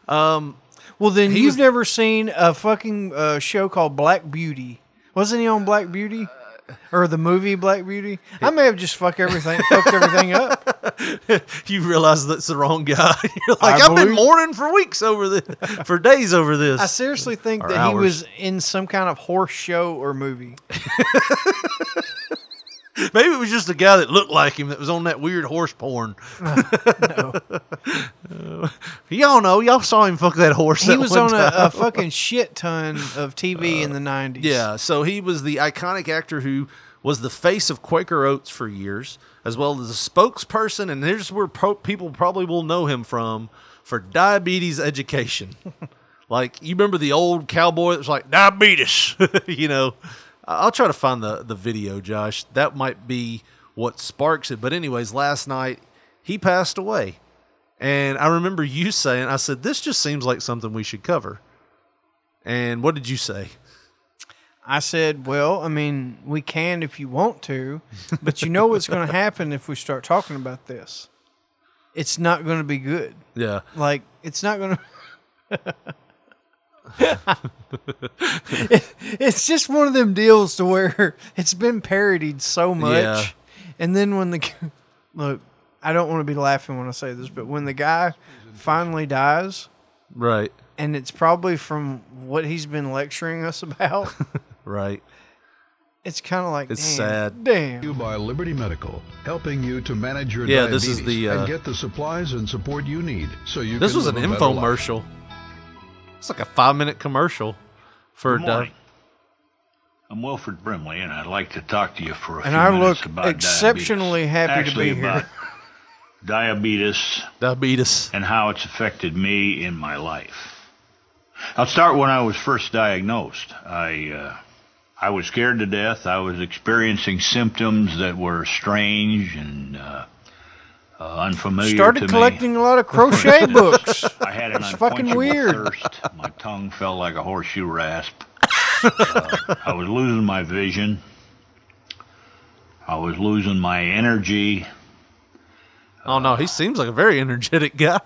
Speaker 5: Um,
Speaker 7: well, then
Speaker 5: he
Speaker 7: you've
Speaker 5: was
Speaker 7: never seen a fucking uh, show called Black Beauty. Wasn't he on Black Beauty?
Speaker 5: Uh,
Speaker 7: or the movie Black Beauty? I may have just fuck everything, fucked everything up.
Speaker 5: you realize that's the wrong guy. [laughs] You're
Speaker 7: I
Speaker 5: like, I've been
Speaker 7: believe-
Speaker 5: mourning for weeks over this, [laughs] for days over this.
Speaker 7: I seriously think
Speaker 5: Or
Speaker 7: that he
Speaker 5: hours.
Speaker 7: was in some kind of horse show or movie.
Speaker 5: Maybe it was just a guy that looked like him that was on that weird
Speaker 7: [laughs]
Speaker 5: horse porn. Uh, [laughs] y'all know, y'all saw him fuck that horse.
Speaker 7: He
Speaker 5: [laughs] that
Speaker 7: was
Speaker 5: one
Speaker 7: on a, a
Speaker 5: time. Uh,
Speaker 7: fucking shit ton of TV in the 90s.
Speaker 5: Yeah, so he was the iconic actor who was the face of Quaker Oats for years, as well as a spokesperson, and here's where pro- people probably will know him from for diabetes education. like you remember the old cowboy that was like diabetes, [laughs] you know. I- I'll try to find the the video, Josh. That might be what sparks it. But anyways, last night he passed away. And I remember you saying, I said, this just seems like something we should cover. And what did you say?
Speaker 7: I said, well, I mean, we can if you want to, but you know what's going to happen if we start talking about this? It's not going to be good.
Speaker 5: Yeah.
Speaker 7: Like, it's not [laughs] going to. it's just one of them deals to where it's been parodied so much.
Speaker 5: Yeah.
Speaker 7: And then when the. [laughs] Look, I don't want to be laughing when I say this, but when the guy finally dies,
Speaker 5: Right.
Speaker 7: and it's probably from what he's been lecturing us
Speaker 22: [laughs]
Speaker 7: about.
Speaker 5: Right.
Speaker 7: It's kind of like
Speaker 21: It's
Speaker 7: damn,
Speaker 21: sad.
Speaker 7: Damn.
Speaker 21: You by Liberty Medical, helping you to manage your
Speaker 5: Yeah, this
Speaker 21: diabetes
Speaker 5: is the, uh,
Speaker 21: and get the supplies and support you need, so you.
Speaker 5: This
Speaker 21: can
Speaker 5: was an
Speaker 21: live a better life.
Speaker 5: infomercial. It's like a five minute commercial for
Speaker 22: Good
Speaker 5: di-
Speaker 22: morning. I'm Wilfred Brimley, and I'd like to talk to you for a
Speaker 7: And
Speaker 22: few
Speaker 7: I
Speaker 22: minutes
Speaker 7: look
Speaker 22: about
Speaker 7: exceptionally
Speaker 22: diabetes.
Speaker 7: happy to
Speaker 22: Actually,
Speaker 7: be here.
Speaker 22: about diabetes,
Speaker 5: diabetes,
Speaker 22: and how it's affected me in my life. I'll start when I was first diagnosed. I uh, I was scared to death. I was experiencing symptoms that were strange and uh, uh, unfamiliar to
Speaker 7: Started
Speaker 22: me.
Speaker 7: collecting a lot of
Speaker 22: [laughs]
Speaker 7: crochet books.
Speaker 22: I had
Speaker 7: [laughs]
Speaker 22: an
Speaker 7: It's fucking
Speaker 22: unquenchable
Speaker 7: weird.
Speaker 22: thirst. My tongue felt like a horseshoe rasp. Uh, I was losing my vision. I was losing my energy.
Speaker 5: Oh
Speaker 22: uh,
Speaker 5: no, he seems like a very energetic [laughs] guy.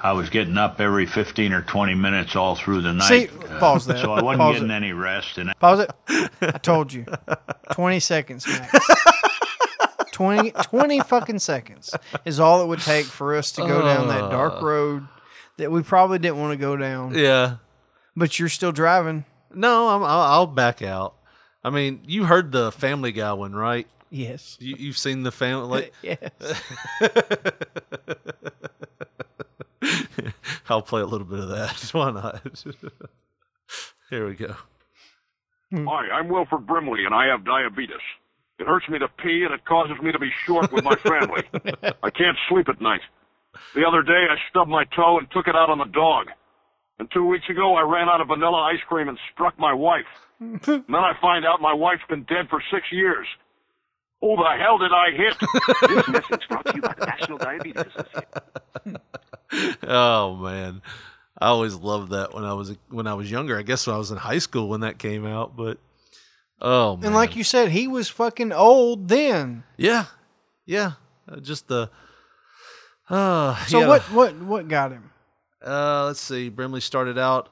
Speaker 22: I was getting up every 15 or 20 minutes all through the night. uh,
Speaker 7: See, pause there.
Speaker 22: So I wasn't
Speaker 7: Pause
Speaker 22: getting
Speaker 7: it.
Speaker 22: any rest. And
Speaker 7: Pause it.
Speaker 22: [laughs]
Speaker 7: I told you. 20 seconds max. 20, 20 fucking seconds is all it would take for us to go down that dark
Speaker 5: Uh.
Speaker 7: road that we probably didn't want to go down.
Speaker 5: yeah.
Speaker 7: But you're still driving.
Speaker 5: No, I'm, I'll, I'll back out. I mean, you heard the Family Guy one, right?
Speaker 7: Yes.
Speaker 5: You, you've seen the Family.
Speaker 7: yes.
Speaker 5: [laughs] I'll play a little bit of that. Why not? Here we go.
Speaker 2: Hi, I'm Wilford Brimley, and I have diabetes. It hurts me to pee, and it causes me to be short with my family. I can't sleep at night. The other day, I stubbed my toe and took it out on the dog. And two weeks ago, I ran out of vanilla ice cream and struck my wife. and then I find out my wife's been dead for six years. Who the hell did I
Speaker 5: [laughs]
Speaker 2: hit? this message brought to you by the National Diabetes
Speaker 5: oh man, I always loved that when I was when I was younger. I guess when I was in high school when that came out, but oh man,
Speaker 7: And like you said, he was fucking old [sighs] then.
Speaker 5: yeah, yeah, Uh, just the. Uh,
Speaker 7: So
Speaker 5: yeah.
Speaker 7: what what what got him?
Speaker 5: Uh, let's see. Brimley started out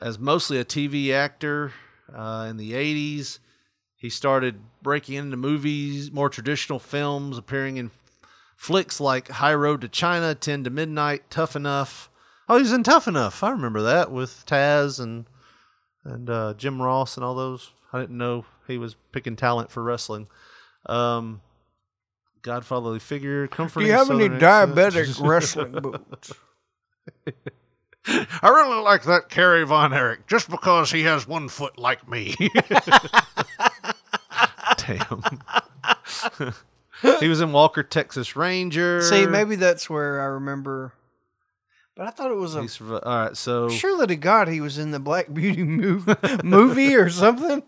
Speaker 5: as mostly a TV actor uh, in the 80s. He started breaking into movies, more traditional films, appearing in flicks like High Road to China, 10 to Midnight, Tough Enough. Oh, he was in Tough Enough. I remember that with Taz and and uh, Jim Ross and all those. I didn't know he was picking talent for wrestling. Um, Godfatherly figure,
Speaker 7: Do
Speaker 5: comforting.
Speaker 7: you have any
Speaker 5: Southern accent.
Speaker 7: diabetic wrestling boots?
Speaker 5: I really like that Carrie Von Erich just because he has one foot like me. [laughs] Damn. [laughs] he was in Walker, Texas Ranger.
Speaker 7: See, maybe that's where I remember. But I thought it was a.
Speaker 5: He's, all right, so
Speaker 7: Surely to God, he was in the Black Beauty movie, [laughs] movie or [laughs] something.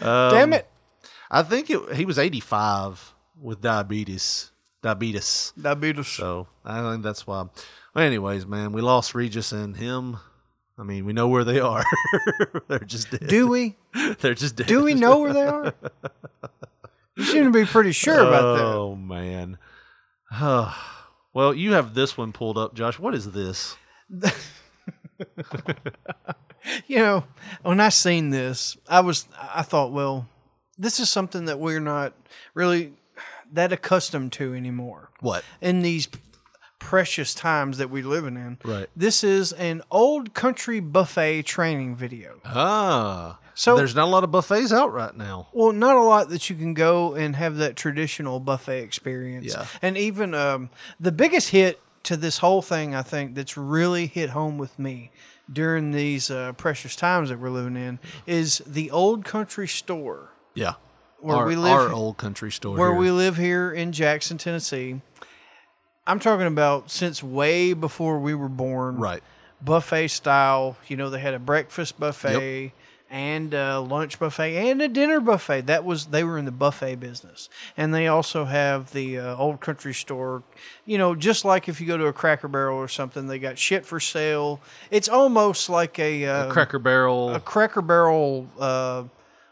Speaker 7: Damn it.
Speaker 5: I think it, he was 85 with diabetes. Diabetes.
Speaker 7: Diabetes.
Speaker 5: So I think that's why. Well, anyways, man, we lost Regis and him. I mean, we know where they are. [laughs] They're just dead.
Speaker 7: Do we?
Speaker 5: [laughs] They're just dead.
Speaker 7: Do we
Speaker 5: [laughs]
Speaker 7: know where they [laughs] are? You seem to be pretty sure about that.
Speaker 5: Oh man. [sighs] well, you have this one pulled up, Josh. What is this?
Speaker 7: you know, when I seen this, I was I thought, well, this is something that we're not really that accustomed to anymore.
Speaker 5: What?
Speaker 7: In these precious times that we're living in.
Speaker 5: Right.
Speaker 7: This is an old country buffet training video.
Speaker 5: Ah.
Speaker 7: So-
Speaker 5: So there's not a lot of buffets out right now.
Speaker 7: Well, not a lot that you can go and have that traditional buffet experience.
Speaker 5: Yeah.
Speaker 7: And even um, the biggest hit to this whole thing, I think, that's really hit home with me during these uh, precious times that we're living in is the old country store
Speaker 5: Yeah.
Speaker 7: Where
Speaker 5: our,
Speaker 7: we live
Speaker 5: our
Speaker 7: he-
Speaker 5: old country store.
Speaker 7: where
Speaker 5: here.
Speaker 7: we live here in Jackson, Tennessee. I'm talking about since way before we were born.
Speaker 5: Right.
Speaker 7: Buffet style. You know, they had a breakfast buffet and a lunch buffet and a dinner buffet. That was, they were in the buffet business. And they also have the uh, old country store. You know, just like if you go to a Cracker Barrel or something, they got shit for sale. It's almost like a, uh,
Speaker 5: Cracker Barrel.
Speaker 7: a Cracker Barrel uh,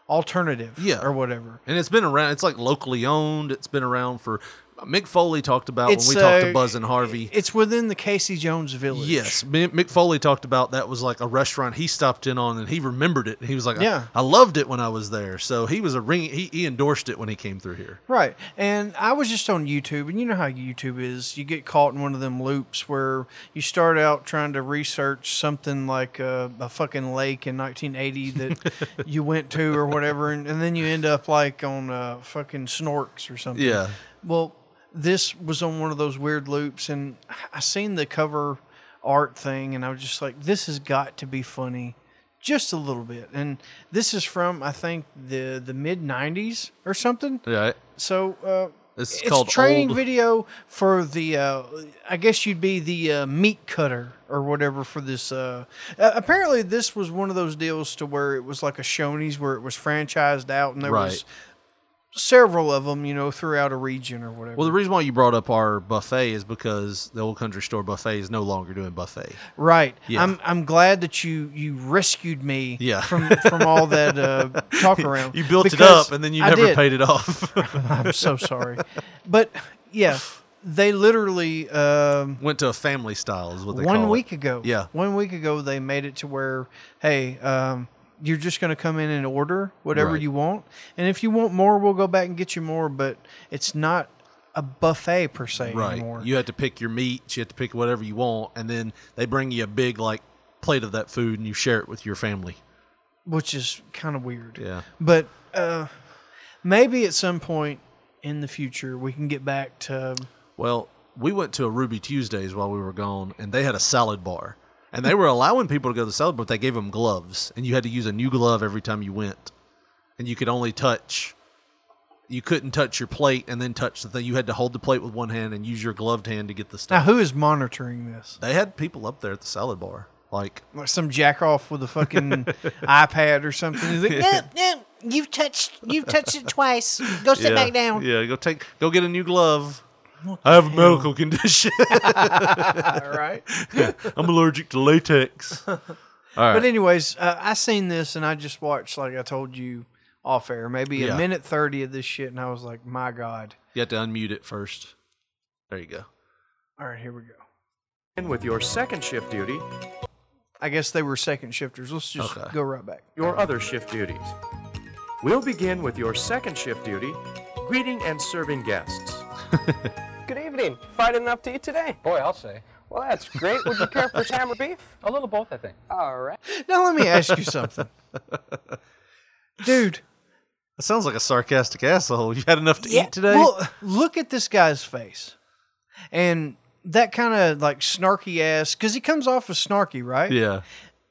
Speaker 7: alternative.
Speaker 5: yeah.
Speaker 7: Or whatever.
Speaker 5: And it's been around. It's like locally owned. It's been around for. uh, Mick Foley talked about
Speaker 7: It's,
Speaker 5: when we talked
Speaker 7: uh,
Speaker 5: to Buzz and Harvey.
Speaker 7: It's within the Casey Jones Village.
Speaker 5: Yes, Mi- Mick Foley talked about that was like a restaurant he stopped in on, and he remembered it. And he was like,
Speaker 7: Yeah.
Speaker 5: I, I loved it when I was there." So he was a ring. He, he endorsed it when he came through here.
Speaker 7: Right. And I was just on YouTube, and you know how YouTube is. You get caught in one of them loops where you start out trying to research something like a, a fucking lake in 1980 that you went to or whatever, and, and then you end up like on uh, fucking snorks or something.
Speaker 5: Yeah.
Speaker 7: Well, this was on one of those weird loops, and I seen the cover art thing, and I was just like, this has got to be funny. Just a little bit, and this is from I think the the mid '90s or something.
Speaker 5: Yeah.
Speaker 7: So uh,
Speaker 5: This is
Speaker 7: it's
Speaker 5: called
Speaker 7: training
Speaker 5: old-
Speaker 7: video for the. Uh, I guess you'd be the uh, meat cutter or whatever for this. Uh, uh, apparently, this was one of those deals to where it was like a Shoney's where it was franchised out, and there was
Speaker 5: Right.
Speaker 7: several of them, you know, throughout a region or whatever.
Speaker 5: Well, the reason why you brought up our buffet is because the old country store buffet is no longer doing buffet.
Speaker 7: Right.
Speaker 5: Yeah.
Speaker 7: I'm I'm glad that you you rescued me
Speaker 5: Yeah.
Speaker 7: from from all that uh,
Speaker 5: [laughs]
Speaker 7: talk around.
Speaker 5: You built it
Speaker 7: Because
Speaker 5: up and then you
Speaker 7: I
Speaker 5: never
Speaker 7: did.
Speaker 5: paid it off. [laughs]
Speaker 7: I'm so sorry. But yeah, they literally um,
Speaker 5: Went to a family style is what they
Speaker 7: one
Speaker 5: call
Speaker 7: week
Speaker 5: it.
Speaker 7: ago.
Speaker 5: Yeah.
Speaker 7: one week ago they made it to where, hey, um, you're just going to come in and order whatever
Speaker 5: Right.
Speaker 7: you want, and if you want more, we'll go back and get you more. But it's not a buffet per se
Speaker 5: Right.
Speaker 7: anymore.
Speaker 5: You had to pick your meat. You had to pick whatever you want, and then they bring you a big like plate of that food, and you share it with your family.
Speaker 7: which is kind of weird.
Speaker 5: Yeah.
Speaker 7: But uh, maybe at some point in the future we can get back to
Speaker 5: Well, we went to a Ruby Tuesdays while we were gone, and they had a salad bar. And they were allowing people to go to the cellar, but they gave them gloves, and you had to use a new glove every time you went. And you could only touch. You couldn't touch your plate and then touch the thing. You had to hold the plate with one hand and use your gloved hand to get the
Speaker 7: Now,
Speaker 5: stuff.
Speaker 7: who is monitoring this?
Speaker 5: They had people up there at the salad bar, like
Speaker 7: Like some jack off with a
Speaker 5: [laughs]
Speaker 7: fucking iPad or something. eh, He's like, "No,
Speaker 4: no, you've touched, you've touched it twice. Go sit
Speaker 5: yeah,
Speaker 4: back down.
Speaker 5: Yeah, go take, go get a new glove. I have a medical condition. [laughs]
Speaker 7: Right.
Speaker 5: I'm allergic to latex. All right.
Speaker 7: But anyways, uh, I seen this and I just watched, like I told you off air, maybe
Speaker 5: Yeah.
Speaker 7: a minute thirty of this shit, and I was like, my god.
Speaker 5: [laughs] you have to unmute it first. There you go.
Speaker 7: All right, here we go.
Speaker 8: In with your second shift duty,
Speaker 7: I guess they were second shifters. Let's just
Speaker 8: Okay.
Speaker 7: go right back.
Speaker 8: your other shift duties. We'll begin with your second shift duty, greeting and serving guests.
Speaker 23: [laughs] Good evening. Fried enough to eat today? Boy, I'll say. Well, that's great. Would you care for ham or beef? [laughs] A little both, I think. All right.
Speaker 7: Now let me ask you
Speaker 5: [laughs]
Speaker 7: something, dude.
Speaker 5: That sounds like a sarcastic asshole. You had enough to eat today?
Speaker 7: Well, look at this guy's face, and that kind of like snarky ass, because he comes off as snarky, right?
Speaker 5: yeah.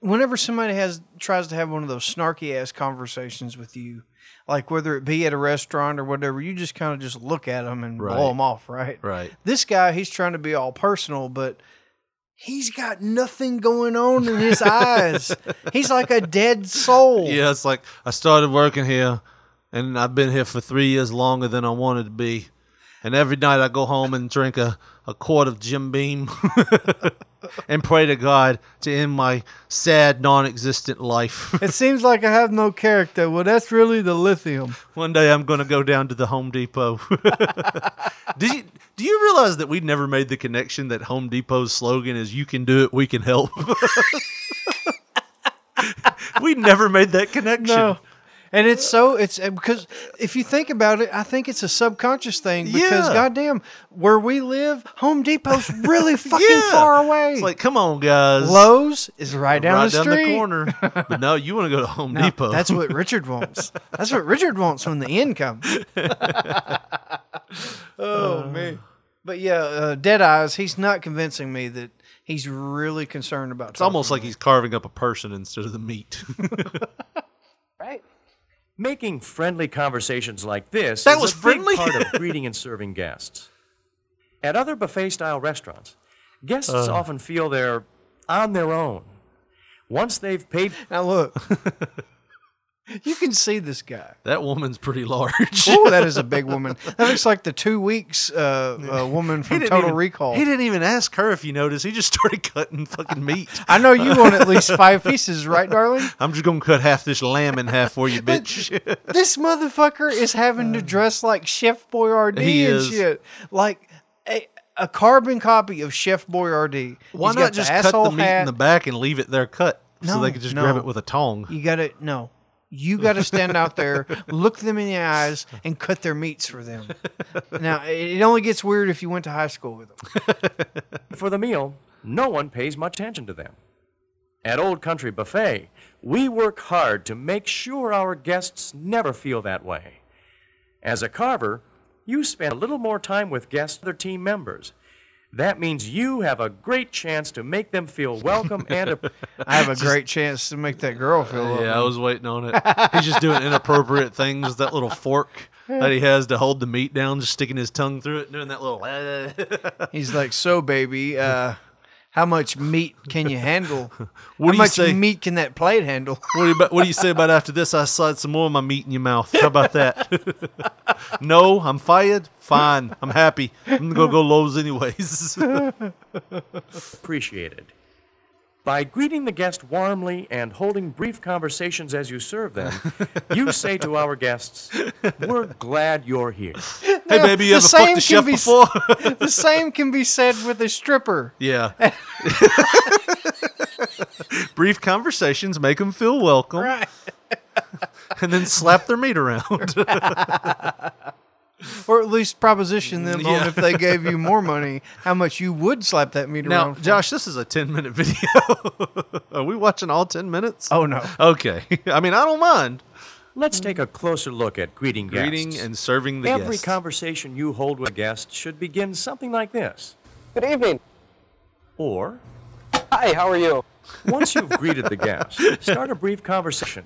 Speaker 7: whenever somebody has tries to have one of those snarky ass conversations with you, like whether it be at a restaurant or whatever, you just kind of just look at them and blow
Speaker 5: Right.
Speaker 7: them off, right?
Speaker 5: Right.
Speaker 7: This guy, he's trying to be all personal, but he's got nothing going on in his eyes. He's like a dead soul.
Speaker 5: Yeah, it's like I started working here and I've been here for three years longer than I wanted to be. And every night I go home and drink a, a quart of Jim Beam [laughs] and pray to God to end my sad, non existent life. [laughs]
Speaker 7: It seems like I have no character. Well, that's really the lithium.
Speaker 5: One day I'm going to go down to the Home Depot. [laughs] Did you, do you realize that we never made the connection that Home Depot's slogan is "You can do it, we can help"? [laughs] we never made that connection.
Speaker 7: No. And it's so it's uh, because if you think about it, I think it's a subconscious thing because
Speaker 5: Yeah.
Speaker 7: goddamn, where we live, Home Depot's
Speaker 5: [laughs]
Speaker 7: really fucking far away.
Speaker 5: It's like, come on, guys.
Speaker 7: Lowe's is right down the street. [laughs]
Speaker 5: corner. But no, you want to go to Home
Speaker 7: No,
Speaker 5: Depot.
Speaker 7: That's what Richard wants. That's what Richard wants when the end comes.
Speaker 5: [laughs]
Speaker 7: [laughs]
Speaker 5: Uh.
Speaker 7: oh man. But yeah, uh, Dead Eyes, he's not convincing me that he's really concerned about.
Speaker 5: It's almost like he's carving up a person instead of the meat. [laughs]
Speaker 8: Making friendly conversations like this
Speaker 5: That
Speaker 8: is
Speaker 5: was
Speaker 8: a big
Speaker 5: friendly?
Speaker 8: part
Speaker 5: [laughs]
Speaker 8: of greeting and serving guests. At other buffet-style restaurants, guests
Speaker 5: Uh.
Speaker 8: often feel they're on their own. Once they've paid,
Speaker 7: now
Speaker 5: [laughs]
Speaker 7: look, you can see this guy.
Speaker 5: that woman's
Speaker 7: [laughs]
Speaker 5: pretty large. [laughs]
Speaker 7: Oh, that is a big woman. That looks like the two weeks uh,
Speaker 5: [laughs]
Speaker 7: uh, woman
Speaker 5: He
Speaker 7: from
Speaker 5: didn't
Speaker 7: Total
Speaker 5: even-
Speaker 7: Recall.
Speaker 5: He didn't even ask her if you noticed. He just started [laughs] cutting fucking meat.
Speaker 7: I know you want
Speaker 5: [laughs]
Speaker 7: at least five pieces, right, darling?
Speaker 5: I'm just gonna cut half this lamb in half [laughs] for you, bitch.
Speaker 7: This motherfucker is having to dress like Chef Boyardee
Speaker 5: He
Speaker 7: and
Speaker 5: is.
Speaker 7: shit, like a, a carbon copy of Chef Boyardee.
Speaker 5: Why
Speaker 7: He's got
Speaker 5: not just cut
Speaker 7: asshole
Speaker 5: the meat in
Speaker 7: hat.
Speaker 5: the back and leave it there cut, so
Speaker 7: No,
Speaker 5: they could just
Speaker 7: no.
Speaker 5: grab it with a tong?
Speaker 7: You gotta no. You gotta stand out
Speaker 5: [laughs]
Speaker 7: there, look them in the eyes, and cut their meats for them. Now it it only gets weird if you went to high school with them.
Speaker 8: for the meal, no one pays much attention to them. At Old Country Buffet, we work hard to make sure our guests never feel that way. As a carver, you spend a little more time with guests than their team members. That means you have a great chance to make them feel welcome and a
Speaker 7: I
Speaker 5: [laughs]
Speaker 7: have a great chance to make that girl feel. loved.
Speaker 5: Yeah, I was waiting on it. [laughs] He's just doing inappropriate things with that little fork that he has to hold the meat down, just sticking his tongue through it, doing that little.
Speaker 7: He's like, so baby, uh, how much meat can you handle?
Speaker 5: [laughs] What do
Speaker 7: how
Speaker 5: you
Speaker 7: much
Speaker 5: say-
Speaker 7: meat can that plate handle?
Speaker 5: What
Speaker 7: [laughs]
Speaker 5: do you about, What do you say about after this? I slide some more of my meat in your mouth. How about [laughs] that? no, I'm fired. Fine, I'm happy. I'm gonna go Lowe's [laughs] anyways.
Speaker 8: appreciated. By greeting the guest warmly and holding brief conversations as you serve them, you say to our guests, We're glad you're here. Hey,
Speaker 7: No, same can be s- [laughs] the same can be said with a stripper.
Speaker 5: yeah. [laughs] Brief conversations make them feel welcome,
Speaker 7: Right.
Speaker 5: [laughs] and then slap their meat around.
Speaker 7: or at least proposition them on
Speaker 5: Yeah.
Speaker 7: if they gave you
Speaker 5: [laughs]
Speaker 7: more money, how much you would slap that meat
Speaker 5: Now,
Speaker 7: around. for.
Speaker 5: Josh, this is a 10 [laughs] minute video. Are we watching all 10 minutes?
Speaker 7: Oh, no.
Speaker 5: Okay. [laughs] I mean, I don't mind.
Speaker 8: Let's take a closer look at greeting guests.
Speaker 5: Greeting and serving the
Speaker 8: Every
Speaker 5: guests.
Speaker 8: conversation you hold with a guest should begin something like this
Speaker 23: Good evening.
Speaker 8: Or,
Speaker 23: Hi, how are you? [laughs]
Speaker 8: Once you've greeted the guest, start a brief conversation.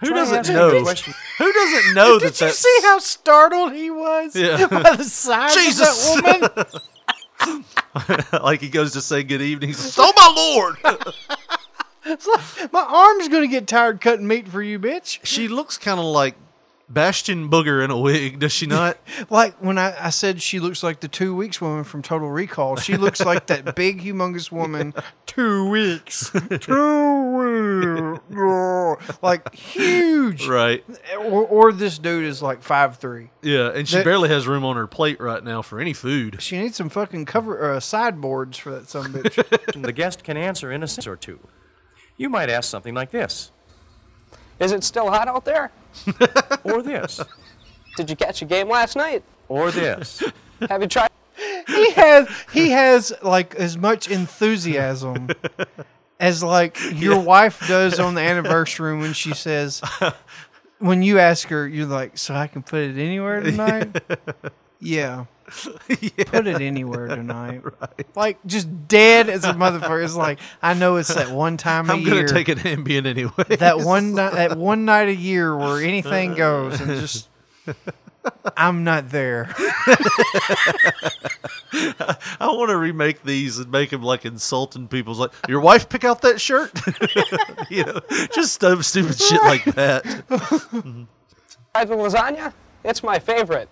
Speaker 7: Who
Speaker 8: Try
Speaker 7: doesn't
Speaker 8: asking
Speaker 7: know?
Speaker 5: [laughs]
Speaker 8: a question-
Speaker 7: Who doesn't know
Speaker 4: Did
Speaker 7: that
Speaker 4: you
Speaker 7: that's-
Speaker 4: see how startled he was
Speaker 7: [laughs]
Speaker 5: Yeah.
Speaker 4: by the size
Speaker 5: Jesus.
Speaker 4: of that
Speaker 5: [laughs]
Speaker 4: woman?
Speaker 5: like he goes to say good evening. He's just,
Speaker 4: oh my lord! it's like, my arm's gonna get tired cutting meat for you, bitch.
Speaker 5: [laughs] She looks kind of like Bastion Booger in a wig, does she not?
Speaker 7: Like when I, I said she looks like the two weeks woman from Total Recall, she looks like that big, humongous woman, [laughs] two
Speaker 5: [laughs]
Speaker 7: weeks. Two weeks. like huge.
Speaker 5: right.
Speaker 7: Or, or this dude is like five three.
Speaker 5: Yeah, and she
Speaker 7: That-
Speaker 5: barely has room on her plate right now for any food.
Speaker 7: She needs some fucking cover uh, sideboards for that some bitch.
Speaker 8: and the guest can answer in a sentence or two. You might ask something like this,
Speaker 23: Is it still hot out there?
Speaker 8: [laughs] or this,
Speaker 23: Did you catch a game last night?
Speaker 8: or this.
Speaker 23: [laughs] Have you tried?
Speaker 7: he has he has like as much enthusiasm as like your wife does on the anniversary when she says when you ask her you're like so I can put it anywhere tonight yeah, put it anywhere
Speaker 5: [laughs]
Speaker 7: tonight like just dead as a motherfucker it's like I know it's that one time a
Speaker 5: I'm
Speaker 7: year
Speaker 5: gonna take an ambient anyway.
Speaker 7: that one night that one night a year where anything goes
Speaker 5: [laughs]
Speaker 7: and just I'm not there
Speaker 5: [laughs] I want to remake these and make them like insulting people's like your wife pick out that shirt, [laughs] you know, just dumb stupid shit like that.
Speaker 23: Tried the lasagna? It's my favorite.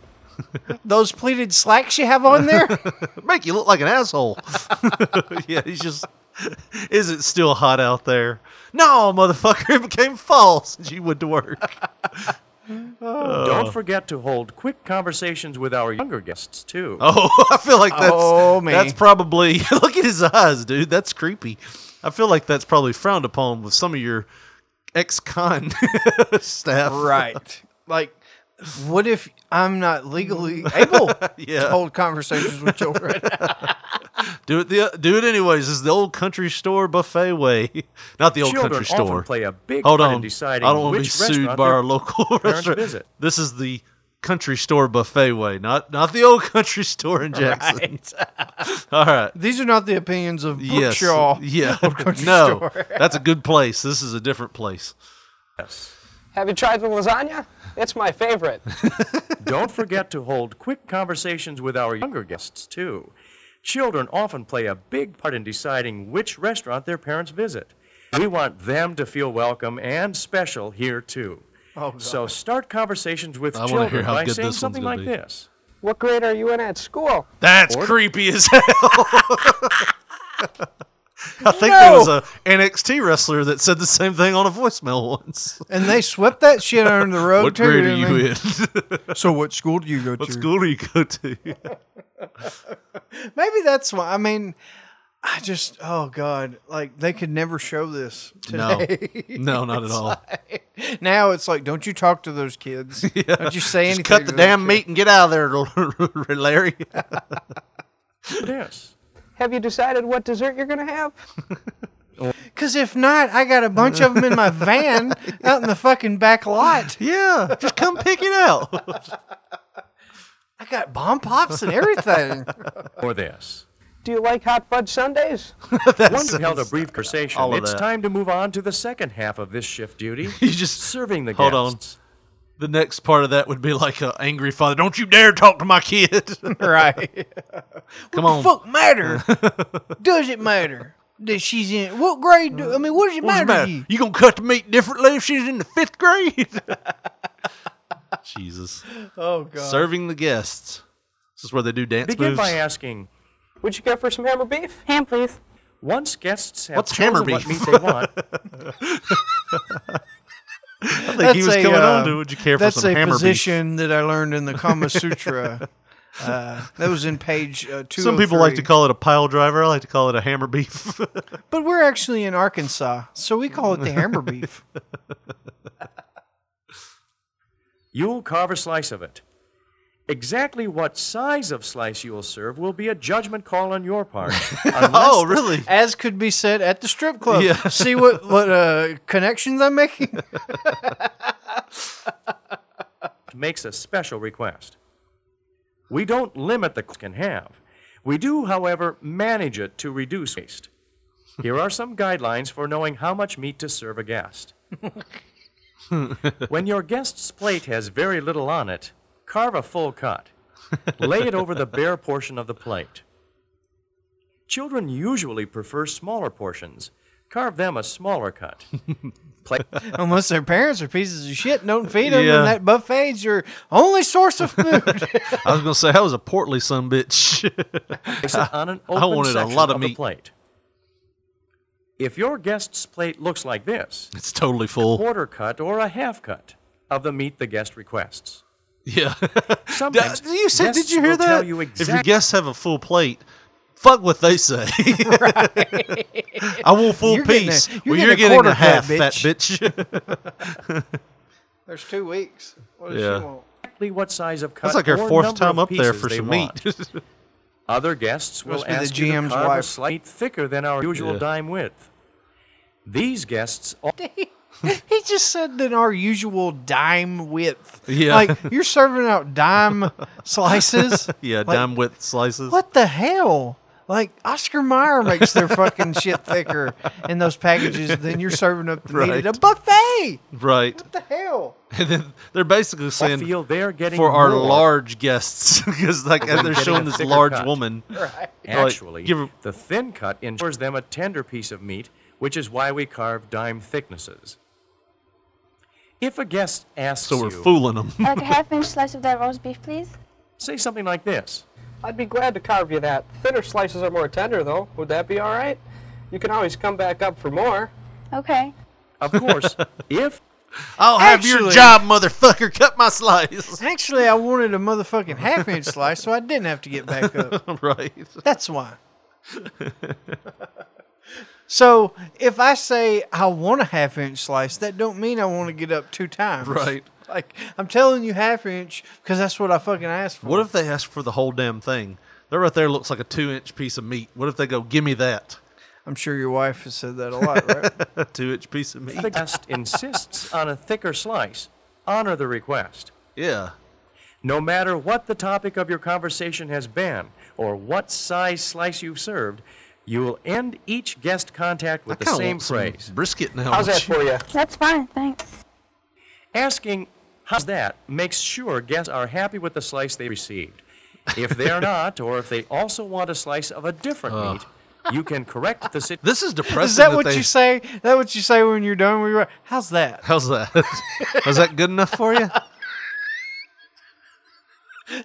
Speaker 7: those pleated slacks you have on there
Speaker 5: Make you look like an asshole. [laughs] yeah, he's just. Is it still hot out there? No, motherfucker, it became fall since you went to work.
Speaker 8: Don't forget to hold quick conversations with our younger guests, too.
Speaker 5: Oh, [laughs] I feel like that's
Speaker 7: Oh, man.
Speaker 5: that's probably [laughs] look at his eyes, dude. That's creepy. I feel like that's probably frowned upon with some of your ex-con [laughs] staff. [laughs]
Speaker 7: Right. Like, what if I'm not
Speaker 5: [laughs]
Speaker 7: legally able
Speaker 5: Yeah.
Speaker 7: to hold conversations with
Speaker 5: [laughs]
Speaker 7: children?
Speaker 5: Do it the do it anyways. This is the old country store buffet way, [laughs] not the old
Speaker 8: Children
Speaker 5: country
Speaker 8: often
Speaker 5: store.
Speaker 8: play a big
Speaker 5: Hold
Speaker 8: part
Speaker 5: on,
Speaker 8: in deciding
Speaker 5: I don't want to be
Speaker 8: which
Speaker 5: sued
Speaker 8: restaurant
Speaker 5: by
Speaker 8: their
Speaker 5: our local [laughs]
Speaker 8: parents
Speaker 5: restaurant.
Speaker 8: visit.
Speaker 5: This is the country store buffet way, not not the old country [laughs] store in Jackson. [laughs] All right.
Speaker 7: These are not the opinions of
Speaker 5: Yes.
Speaker 7: Brookshaw.
Speaker 5: Yeah.
Speaker 7: Old Country
Speaker 5: [laughs] no.
Speaker 7: Store.
Speaker 5: That's a good place. This is a different place.
Speaker 23: Have you tried the lasagna? It's my favorite.
Speaker 8: Don't forget to hold quick conversations with our younger guests, too. Children often play a big part in deciding which restaurant their parents visit. We want them to feel welcome and special here, too.
Speaker 23: Oh,
Speaker 8: so start conversations with
Speaker 5: I wanna
Speaker 8: children
Speaker 5: hear how
Speaker 8: by
Speaker 5: good
Speaker 8: saying
Speaker 5: this one's
Speaker 8: something
Speaker 5: gonna
Speaker 8: like
Speaker 5: be.
Speaker 8: this.
Speaker 23: What grade are you in at school?
Speaker 5: That's
Speaker 23: Or-
Speaker 5: creepy as hell. [laughs] I think there was a NXT wrestler that said the same thing on a voicemail once.
Speaker 7: And they swept that shit under the rug
Speaker 5: What
Speaker 7: too.
Speaker 5: grade are
Speaker 7: didn't
Speaker 5: you
Speaker 7: they?
Speaker 5: in? [laughs]
Speaker 7: so what school do you go
Speaker 5: What
Speaker 7: to?
Speaker 5: school do you go to?
Speaker 7: Maybe that's why. I mean, I just oh god, like they could never show this
Speaker 5: No.
Speaker 7: today. [laughs]
Speaker 5: No, not at
Speaker 7: It's
Speaker 5: all.
Speaker 7: like- now it's like, don't you talk to those
Speaker 5: [laughs]
Speaker 7: kids? Don't you say anything?
Speaker 5: Just cut
Speaker 7: to
Speaker 5: the
Speaker 7: those
Speaker 5: damn
Speaker 7: kids.
Speaker 5: meat and get out of there, Larry.
Speaker 8: Yes.
Speaker 23: Have you decided what dessert you're
Speaker 7: [laughs]
Speaker 23: gonna have?
Speaker 7: Because if not, I got a bunch of them in my
Speaker 5: [laughs]
Speaker 7: van out in the fucking back lot.
Speaker 5: Yeah, just come pick it out.
Speaker 7: I got bomb pops and everything.
Speaker 8: Or this.
Speaker 23: Do you like hot fudge
Speaker 5: [laughs]
Speaker 23: sundaes?
Speaker 8: Once you've held a brief conversation,
Speaker 5: all of
Speaker 8: it's
Speaker 5: that.
Speaker 8: time to move on to the second half of this shift duty.
Speaker 5: [laughs] You just
Speaker 8: serving the
Speaker 5: hold
Speaker 8: guests.
Speaker 5: on. The next part of that would be like an angry father. Don't you dare talk to my kid. [laughs]
Speaker 7: right.
Speaker 5: Come
Speaker 7: what the
Speaker 5: on.
Speaker 7: fuck
Speaker 5: [laughs]
Speaker 7: matter? Does it matter that she's in? What grade? Do, I mean, what does it matter,
Speaker 5: What's the matter?
Speaker 7: to you?
Speaker 5: You gonna cut the meat differently if she's in the fifth grade? [laughs] Jesus.
Speaker 7: Oh,
Speaker 5: Serving the guests. This is where they do dance
Speaker 8: Begin
Speaker 5: moves.
Speaker 8: by asking,
Speaker 23: Would you go for some ham or beef? Ham, please.
Speaker 8: once guests have
Speaker 5: What's
Speaker 8: chosen
Speaker 5: hammer
Speaker 8: what
Speaker 5: beef?
Speaker 8: meat they want,
Speaker 5: [laughs] I think he was coming
Speaker 8: uh,
Speaker 5: on to. Would you care for
Speaker 7: uh, that's
Speaker 5: some
Speaker 7: a
Speaker 5: hammer beef?
Speaker 7: position that I learned in the
Speaker 5: [laughs]
Speaker 7: Kama Sutra. Uh, that was in page uh, two.
Speaker 5: Some people like to call it a pile driver. I like to call it a hammer beef. [laughs]
Speaker 7: but we're actually in Arkansas, so we call it the hammer
Speaker 5: [laughs]
Speaker 7: beef.
Speaker 8: you'll carve a slice of it. Exactly what size of slice you'll serve will be a judgment call on your part. unless
Speaker 5: oh,
Speaker 8: the- [laughs]
Speaker 5: really?
Speaker 7: as could be said at the strip club.
Speaker 5: Yeah.
Speaker 7: See what what uh, connections I'm making.
Speaker 8: makes a special request. We don't limit the can have. We do, however, manage it to reduce waste. Here are some guidelines for knowing how much meat to serve a guest. when your guest's plate has very little on it, carve a full cut. Lay it over the bare portion of the plate. Children usually prefer smaller portions. Carve them a smaller cut. Play-
Speaker 7: Unless their parents are pieces of shit and don't feed them,
Speaker 5: Yeah.
Speaker 7: and that buffet's your only source of food.
Speaker 5: I was gonna say that was a portly son bitch. [laughs]
Speaker 8: Place it on an open
Speaker 5: I wanted a
Speaker 8: section
Speaker 5: lot of,
Speaker 8: the
Speaker 5: meat.
Speaker 8: plate. If your guest's plate looks like this,
Speaker 5: It's totally full.
Speaker 8: quarter cut or a half cut of the meat the guest requests.
Speaker 5: Yeah.
Speaker 8: Sometimes
Speaker 5: [laughs] you said, did
Speaker 8: guests
Speaker 5: you hear
Speaker 8: will
Speaker 5: that?
Speaker 8: Tell you
Speaker 5: If your
Speaker 8: exactly
Speaker 5: guests have a full plate, fuck what they say. [laughs] I want full
Speaker 7: You're getting a-
Speaker 5: piece.
Speaker 7: you're
Speaker 5: well, you're
Speaker 7: getting a
Speaker 5: getting
Speaker 7: quarter
Speaker 5: a half,
Speaker 7: cut,
Speaker 5: fat
Speaker 7: bitch.
Speaker 5: [laughs] bitch.
Speaker 7: [laughs] There's two weeks. What does
Speaker 5: Yeah.
Speaker 7: she want?
Speaker 8: what size of cut
Speaker 5: That's like our
Speaker 8: or
Speaker 5: fourth
Speaker 8: number
Speaker 5: time
Speaker 8: of
Speaker 5: up there
Speaker 8: pieces
Speaker 5: for
Speaker 8: they
Speaker 5: some
Speaker 8: want.
Speaker 5: meat. [laughs]
Speaker 8: Other guests will
Speaker 7: Must be the
Speaker 8: ask you to
Speaker 7: GM's
Speaker 8: carve a
Speaker 7: wife.
Speaker 8: slight thicker than our usual
Speaker 7: Yeah.
Speaker 8: dime width. These guests all
Speaker 7: he just said that our usual dime width.
Speaker 5: Yeah.
Speaker 7: Like you're serving out
Speaker 5: [laughs]
Speaker 7: dime slices.
Speaker 5: yeah,
Speaker 7: Like,
Speaker 5: dime width slices.
Speaker 7: What the hell? Like Oscar Mayer makes their fucking shit thicker in those packages than you're serving up the meat
Speaker 5: Right.
Speaker 7: at a buffet.
Speaker 5: Right. [laughs]
Speaker 7: What the hell?
Speaker 5: And then they're basically saying
Speaker 8: feel they're getting
Speaker 5: for our
Speaker 8: more.
Speaker 5: large guests [laughs] because like
Speaker 8: than
Speaker 5: they're
Speaker 8: getting
Speaker 5: showing
Speaker 8: a
Speaker 5: this
Speaker 8: thicker
Speaker 5: large
Speaker 8: cut.
Speaker 5: woman. They're like,
Speaker 8: Actually,
Speaker 5: give her-
Speaker 8: the thin cut ensures them a tender piece of meat, which is why we carve dime thicknesses. If a guest asks
Speaker 5: so we're
Speaker 8: you,
Speaker 5: fooling them.
Speaker 13: like a half inch slice of that roast beef, please.
Speaker 8: say something like this.
Speaker 23: I'd be glad to carve you that. Thinner slices are more tender, though. Would that be all right? You can always come back up for more.
Speaker 13: Okay.
Speaker 8: Of course, [laughs] if
Speaker 5: [laughs] I'll
Speaker 7: have your job,
Speaker 5: motherfucker. [laughs] Cut my slice. [laughs]
Speaker 7: Actually, I wanted a motherfucking half inch slice, so I didn't have to get back up.
Speaker 5: right.
Speaker 7: That's why. So if I say I want a half inch slice, that don't mean I want to get up two times.
Speaker 5: Right.
Speaker 7: Like I'm telling you half inch because that's what I fucking asked for.
Speaker 5: What if they ask for the whole damn thing? That right there looks like a two inch piece of meat. What if they go, give me that? [laughs]
Speaker 7: I'm sure your wife has said that a lot, right?
Speaker 5: two inch piece of meat.
Speaker 8: the guest insists on a thicker slice, honor the request.
Speaker 5: Yeah.
Speaker 8: No matter what the topic of your conversation has been or what size slice you've served, you will end each guest contact with the
Speaker 5: kinda
Speaker 8: same
Speaker 5: want some
Speaker 8: phrase.
Speaker 5: Brisket now.
Speaker 8: How's that for you?
Speaker 13: That's fine, thanks.
Speaker 8: Asking how's that makes sure guests are happy with the slice they received. If they are not, or if they also want a slice of a different meat, you can correct the situation.
Speaker 5: This is
Speaker 7: Is that, what you say? Is that what you say when you're done? When you're, how's that?
Speaker 5: How's that? [laughs] Is that good enough for
Speaker 8: [laughs]
Speaker 5: you?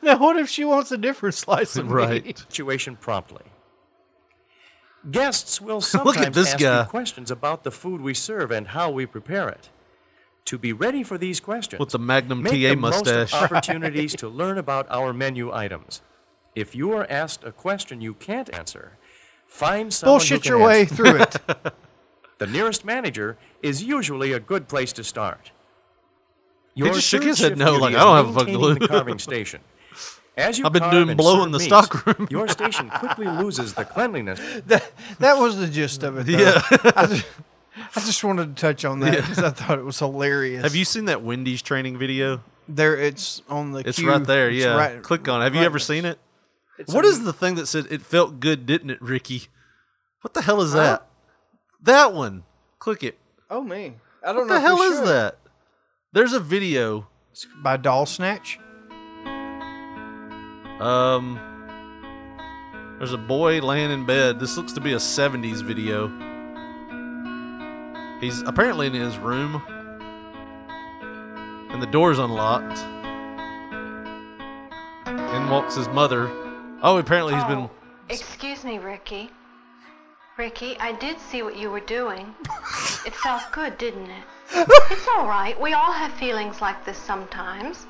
Speaker 7: Now, what if she wants a different slice of meat?
Speaker 5: Right. [laughs]
Speaker 8: Situation promptly. Guests will sometimes
Speaker 5: Look at this
Speaker 8: ask
Speaker 5: guy.
Speaker 8: you questions about the food we serve and how we prepare it. To be ready for these questions,
Speaker 5: With the Magnum
Speaker 8: make
Speaker 5: TA
Speaker 8: the most of
Speaker 5: mustache.
Speaker 7: [laughs]
Speaker 8: opportunities to learn about our menu items. If you are asked a question you can't answer, find someone who
Speaker 7: Bullshit
Speaker 8: can
Speaker 7: your way
Speaker 8: answer.
Speaker 7: through it.
Speaker 8: the nearest manager is usually a good place to start.
Speaker 5: He
Speaker 8: Your
Speaker 5: just shook
Speaker 8: third
Speaker 5: his head
Speaker 8: shift
Speaker 5: no,
Speaker 8: duty
Speaker 5: like,
Speaker 8: is
Speaker 5: I don't have a fucking
Speaker 8: maintaining
Speaker 5: clue. [laughs]
Speaker 8: The carving station. As you
Speaker 5: I've been
Speaker 8: carve
Speaker 5: doing
Speaker 8: and
Speaker 5: blow
Speaker 8: serve
Speaker 5: in the
Speaker 8: meats,
Speaker 5: stockroom.
Speaker 8: your station quickly loses the cleanliness.
Speaker 7: [laughs] that, that was the gist of it. Though.
Speaker 5: Yeah.
Speaker 7: I just, I just wanted to touch on that
Speaker 5: Yeah.
Speaker 7: because I thought it was hilarious.
Speaker 5: Have you seen that Wendy's training video?
Speaker 7: There, it's on the.
Speaker 5: It's
Speaker 7: queue.
Speaker 5: right there.
Speaker 7: It's
Speaker 5: Yeah.
Speaker 7: right-
Speaker 5: Click on it. Have you
Speaker 7: right
Speaker 5: ever
Speaker 7: next-
Speaker 5: seen it?
Speaker 7: It's
Speaker 5: What
Speaker 7: on-
Speaker 5: is the thing that said it felt good, didn't it, Ricky? What the hell is that? That one. Click it.
Speaker 7: Oh man, I don't
Speaker 5: What
Speaker 7: know.
Speaker 5: the
Speaker 7: if we
Speaker 5: hell is
Speaker 7: should.
Speaker 5: that? There's a video.
Speaker 7: By Doll Snatch.
Speaker 5: Um, there's a boy laying in bed. This looks to be a '70s video. He's apparently in his room, and the door's unlocked. In walks his mother. Oh, apparently he's been.
Speaker 6: Excuse me, Ricky. Ricky, I did see what you were doing. It felt good, didn't it? It's all right. We all have feelings like this sometimes.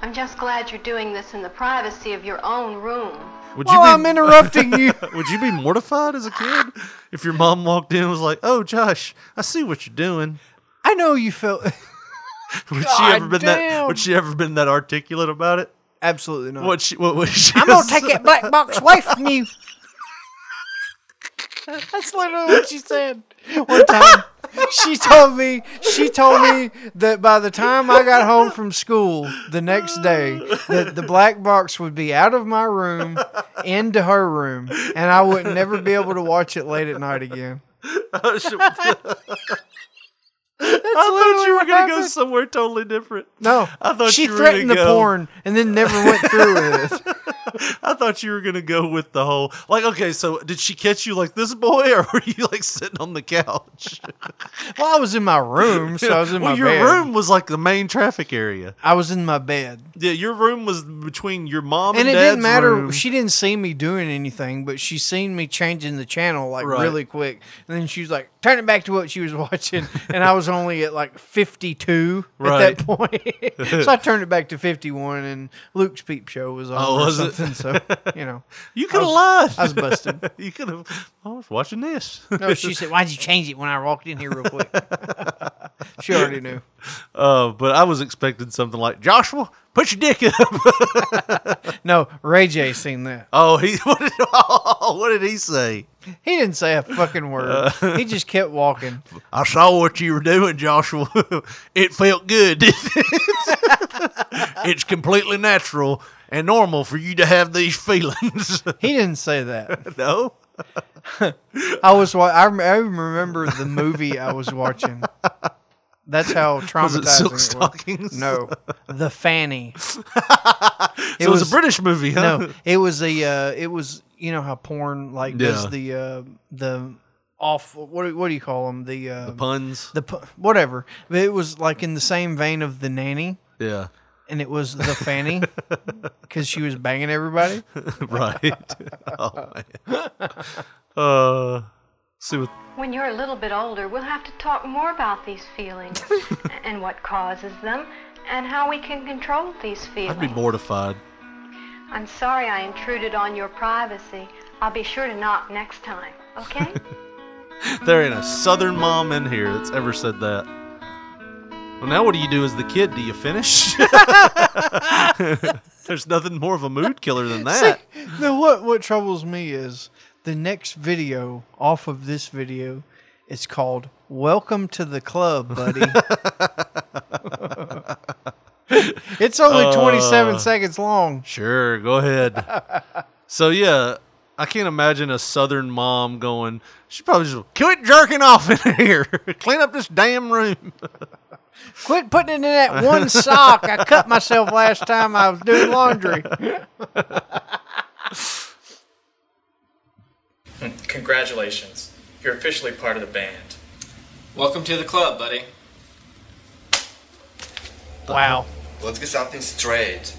Speaker 6: I'm just glad you're doing this in the privacy of your own room.
Speaker 5: Would
Speaker 6: Well,
Speaker 5: you be,
Speaker 6: I'm interrupting
Speaker 5: you. [laughs] would you be mortified as a kid if your mom walked in and was like, "Oh, Josh, I see what you're doing." [laughs]
Speaker 7: I know you felt. [laughs]
Speaker 5: would she
Speaker 7: God
Speaker 5: ever been that?
Speaker 7: damn.
Speaker 5: Would she ever been that articulate about it?
Speaker 7: Absolutely not.
Speaker 5: What she? What was she?
Speaker 7: I'm gonna take that black box away from you. That's literally what she said. One time, she
Speaker 5: [laughs]
Speaker 7: told me she told me that by the time I got home from school the next day, that the black box would be out of my room into her room, and I would never be able to watch it late at night again.
Speaker 5: I thought you were going to go somewhere totally different.
Speaker 7: No,
Speaker 5: I thought
Speaker 7: she
Speaker 5: you were
Speaker 7: threatened
Speaker 5: gonna
Speaker 7: the
Speaker 5: go-
Speaker 7: porn and then never went through with it.
Speaker 5: I thought you were gonna go with the whole like. Okay, so did she catch you like this boy, [laughs] or were you like sitting on the couch?
Speaker 7: [laughs] well, I was in my room, so I was in
Speaker 5: [laughs] well,
Speaker 7: my
Speaker 5: your
Speaker 7: bed.
Speaker 5: room was like the main traffic area.
Speaker 7: I was in my bed.
Speaker 5: Yeah, your room was between your mom and,
Speaker 7: and it
Speaker 5: dad's
Speaker 7: didn't matter.
Speaker 5: room.
Speaker 7: She didn't see me doing anything, but she seen me changing the channel like
Speaker 5: Right.
Speaker 7: really quick. And then she was like, turn it back to what she was [laughs] watching. And I was only at like 52 at
Speaker 5: Right.
Speaker 7: that point. [laughs] so I turned it back to 51, and Luke's Peep Show was on.
Speaker 5: Oh,
Speaker 7: or
Speaker 5: was it?
Speaker 7: something, So, you know.
Speaker 5: You
Speaker 7: I
Speaker 5: coulda
Speaker 7: was-
Speaker 5: lied.
Speaker 7: I was busted.
Speaker 5: [laughs] you could have. I was watching this. [laughs]
Speaker 7: No, she said, why'd you change it when I walked in here real quick? [laughs] she already knew.
Speaker 5: Uh, but I was expecting something like Joshua, put your dick up.
Speaker 7: no, Ray J seen that.
Speaker 5: [laughs] Oh, he [laughs] what did, oh, what did he say?
Speaker 7: He didn't say a fucking word.
Speaker 5: Uh,
Speaker 7: he just kept walking.
Speaker 5: I saw what you were doing, Joshua. [laughs] it felt good. [laughs] it's completely natural and normal for you to have these feelings. [laughs]
Speaker 7: He didn't say that.
Speaker 5: no.
Speaker 7: I was. wa- I, rem- I remember the movie I was watching. That's how traumatizing
Speaker 5: Was it Silk
Speaker 7: was.
Speaker 5: Stockings?
Speaker 7: No, the
Speaker 5: [laughs]
Speaker 7: Fanny. it,
Speaker 5: it was a British movie, huh?
Speaker 7: No, it was a. Uh, it was you know how porn like
Speaker 5: Yeah.
Speaker 7: does the uh, the off what do- what do you call them the uh, the
Speaker 5: [laughs] puns
Speaker 7: the pu- whatever. But it was like in the same vein of the nanny. [laughs]
Speaker 5: Yeah.
Speaker 7: and it was the
Speaker 5: [laughs]
Speaker 7: Fanny because she was banging everybody. [laughs]
Speaker 5: right. [laughs] Oh, man. Uh, see what.
Speaker 6: When you're a little bit older, we'll have to talk more about these feelings and what causes them and how we can control these
Speaker 5: I'd be
Speaker 6: feelings.
Speaker 5: mortified.
Speaker 6: I'm sorry I intruded on your privacy. I'll be sure to knock next time, okay?
Speaker 5: There ain't a Southern mom in here that's ever said that. Well, now what do you do as the kid? Do you finish? [laughs] There's nothing more of a mood killer than that.
Speaker 7: See, now what what troubles me is the next video off of this video it's called welcome to the club
Speaker 5: [laughs]
Speaker 7: buddy it's only 27
Speaker 5: Uh,
Speaker 7: seconds long
Speaker 5: Sure, go ahead. so yeah, I can't imagine a Southern mom going. She probably just quit jerking off in here. [laughs] Clean up this damn room.
Speaker 7: quit putting it in that one sock i cut myself last time i was doing laundry
Speaker 23: Congratulations. You're officially part of the band. Welcome to the club, buddy.
Speaker 7: Wow.
Speaker 11: Let's get something straight.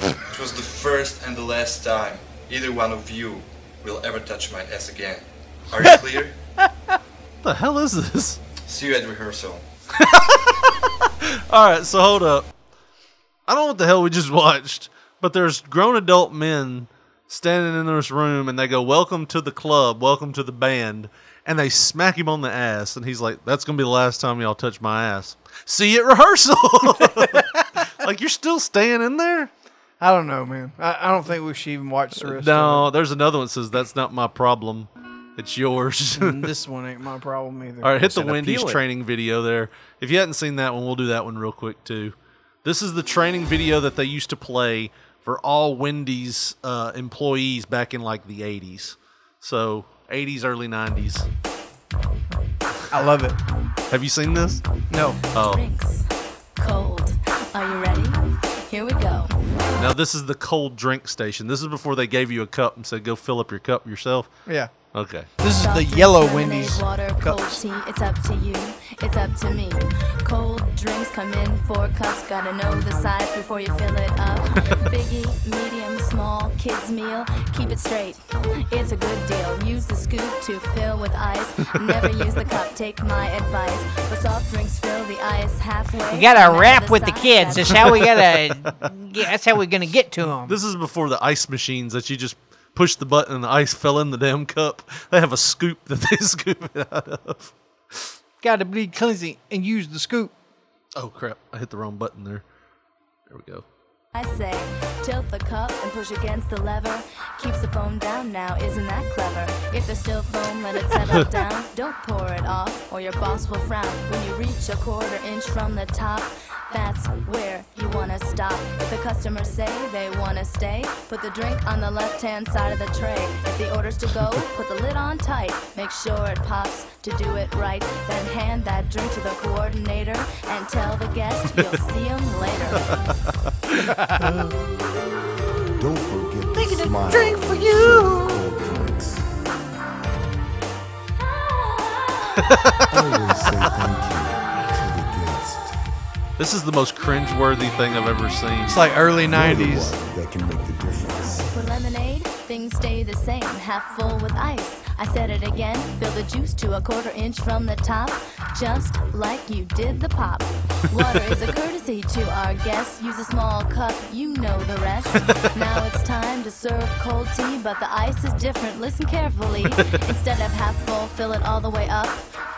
Speaker 11: it was the first and the last time either one of you will ever touch my ass again. Are
Speaker 5: [laughs]
Speaker 11: you clear?
Speaker 5: the hell is this?
Speaker 11: See you at rehearsal.
Speaker 5: All right, so hold up. I don't know what the hell we just [laughs] watched, but there's grown adult men standing in this room and they go, Welcome to the club, welcome to the band. And they smack him on the ass, and he's like, That's going to be the last time y'all touch my ass. See you at rehearsal. [laughs] like, you're still staying in there?
Speaker 7: i don't know man i, I don't think we should even watch the rest of
Speaker 5: No, there's another one that says, That's not my problem. It's yours. [laughs]
Speaker 7: it Mm, this one ain't my problem either
Speaker 5: All right, hit the
Speaker 7: Said
Speaker 5: Wendy's
Speaker 7: appeal it.
Speaker 5: training video there. If you hadn't seen that one, we'll do that one real quick too. This is the training video that they used to play for all Wendy's uh, employees back in like the 80s. So, 80s, early 90s.
Speaker 7: I love it.
Speaker 5: Have you seen this?
Speaker 7: No.
Speaker 5: Oh.
Speaker 13: [laughs] Cold. Are you ready? Here we go.
Speaker 5: Now, this is the cold drink station. This is before they gave you a cup and said, go fill up your cup yourself.
Speaker 13: Yeah.
Speaker 5: Okay.
Speaker 7: This is the
Speaker 13: Soft drinks,
Speaker 7: yellow
Speaker 13: lemonade,
Speaker 7: Wendy's
Speaker 13: Water,
Speaker 7: cups.
Speaker 13: cold tea, it's up to you, it's up to me. Cold drinks come in four cups, gotta know the size before you fill
Speaker 7: [laughs]
Speaker 13: it up. Biggie, medium, small, kids meal, keep it straight. It's a good deal. Use the scoop to fill with ice.
Speaker 7: [laughs]
Speaker 13: Never use the cup, take my advice. For soft drinks, fill the ice halfway.
Speaker 7: We [laughs] gotta
Speaker 8: [laughs]
Speaker 13: Remember
Speaker 7: rap with the
Speaker 13: size,
Speaker 7: kids. That's how we gotta. Yeah, that's how we're gonna get to them.
Speaker 5: This is before the ice machines that you just push the button and the ice [laughs] fell in the damn cup. They have a scoop that [laughs] they scoop it out of.
Speaker 7: Gotta be cleansing and use the scoop.
Speaker 5: Oh crap! I hit the wrong button there. There we go.
Speaker 13: I say, tilt the cup and push against the lever. Keeps the foam down now, isn't that clever? If there's still foam, let it settle down. Don't pour it off, or your boss will frown. When you reach a quarter inch from the top, that's where you wanna stop. If the customers say they wanna stay, put the drink on the left hand side of the tray. If the order's to go, put the lid on tight. Make sure it pops to do it right. Then hand that drink to the coordinator and tell the guest you'll see 'em later.
Speaker 1: Don't forget
Speaker 13: Making
Speaker 1: to
Speaker 13: a
Speaker 1: smile.
Speaker 13: drink for you.
Speaker 1: Serve cold drinks. Always say thank you to the guest.
Speaker 5: This is the most cringeworthy thing I've ever seen. It's
Speaker 7: like early
Speaker 1: You're the
Speaker 7: 90s.
Speaker 1: one That can make the difference.
Speaker 13: For lemonade, things stay the same, half full with ice. I said it again, fill the juice to a quarter inch from the top, just like you did the pop. Water is a courtesy to our guests, use a small cup, you know the rest. Now it's time to serve cold tea, but the ice is different, listen carefully. Instead of half full, fill it all the way up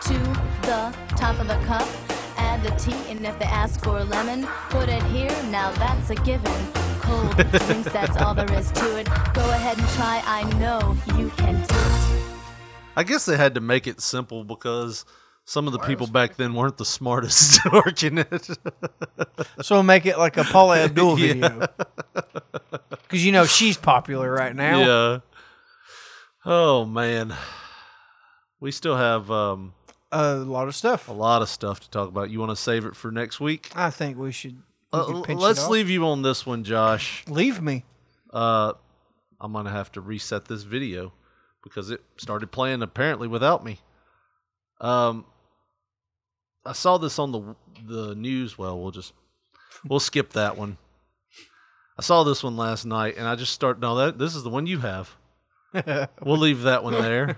Speaker 13: to the top of the cup. Add the tea, and if they ask for a lemon, put it here, now that's a given. Cold drinks, that's all there is to it. Go ahead and try, I know you can do it.
Speaker 5: I guess they had to make it simple because some of the people back then weren't the smartest [laughs] working it.
Speaker 7: So make it like a Paula Abdul
Speaker 5: [laughs] Yeah.
Speaker 7: video. Because you know she's popular right now.
Speaker 5: Yeah. Oh man. We still have um
Speaker 7: a lot of stuff.
Speaker 5: A lot of stuff to talk about. You want to save it for next week?
Speaker 7: I think we should. we
Speaker 5: Uh,
Speaker 7: could
Speaker 5: l-
Speaker 7: pinch it
Speaker 5: let's
Speaker 7: off.
Speaker 5: leave you on this one, Josh.
Speaker 7: Leave me.
Speaker 5: Uh I'm going to have to reset this video because it started playing apparently without me. Um I saw this on the the news. Well, we'll just we'll skip that one. I saw this one last night, and I just start. No, that this is the one
Speaker 7: [laughs]
Speaker 5: you have. we'll leave that one there.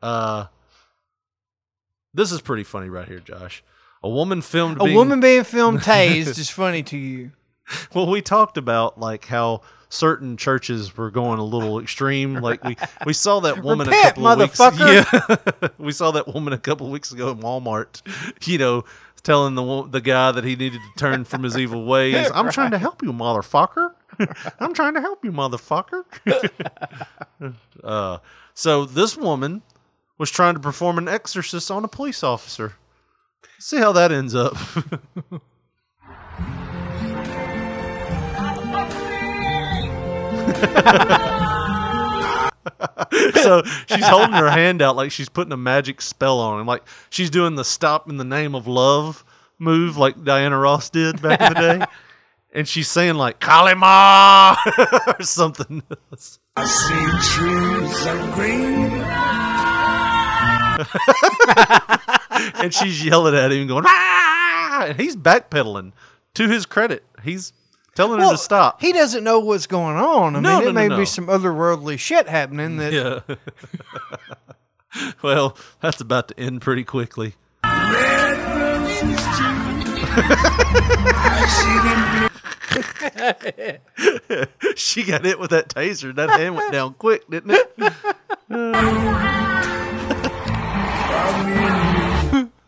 Speaker 5: Uh, this is pretty funny right here, Josh. A woman filmed
Speaker 7: A
Speaker 5: being-
Speaker 7: woman being
Speaker 5: [laughs]
Speaker 7: filmed tased is funny to you.
Speaker 5: well, we talked about like how certain churches were going a little extreme. Like we we saw that woman a
Speaker 7: Repent,
Speaker 5: couple of weeks.
Speaker 7: motherfucker!
Speaker 5: Yeah, [laughs] we saw that woman a couple of weeks ago in Walmart. You know, telling the wo- the guy that he needed to turn from
Speaker 7: [laughs]
Speaker 5: his evil ways. I'm trying to help you, motherfucker. [laughs] I'm trying to help you, motherfucker. [laughs] uh, so this woman was trying to perform an exorcist on a police officer. See how that ends up. [laughs] so she's holding her hand out like she's putting a magic spell on him. Like she's doing the stop in the name of love move like Diana Ross did back in the day. And she's saying like Kalima [laughs] or something.
Speaker 24: I see trees of green.
Speaker 5: [laughs] and she's yelling at him going, ah! And he's backpedaling. To his credit, he's telling her
Speaker 7: Well,
Speaker 5: to stop.
Speaker 7: He doesn't know what's going on. I
Speaker 5: No,
Speaker 7: mean,
Speaker 5: no,
Speaker 7: it
Speaker 5: no,
Speaker 7: may
Speaker 5: no.
Speaker 7: be some otherworldly shit happening that [laughs]
Speaker 5: Yeah. well, that's about to end pretty quickly. [laughs] she got hit with that taser. That hand went down quick, didn't it? [laughs]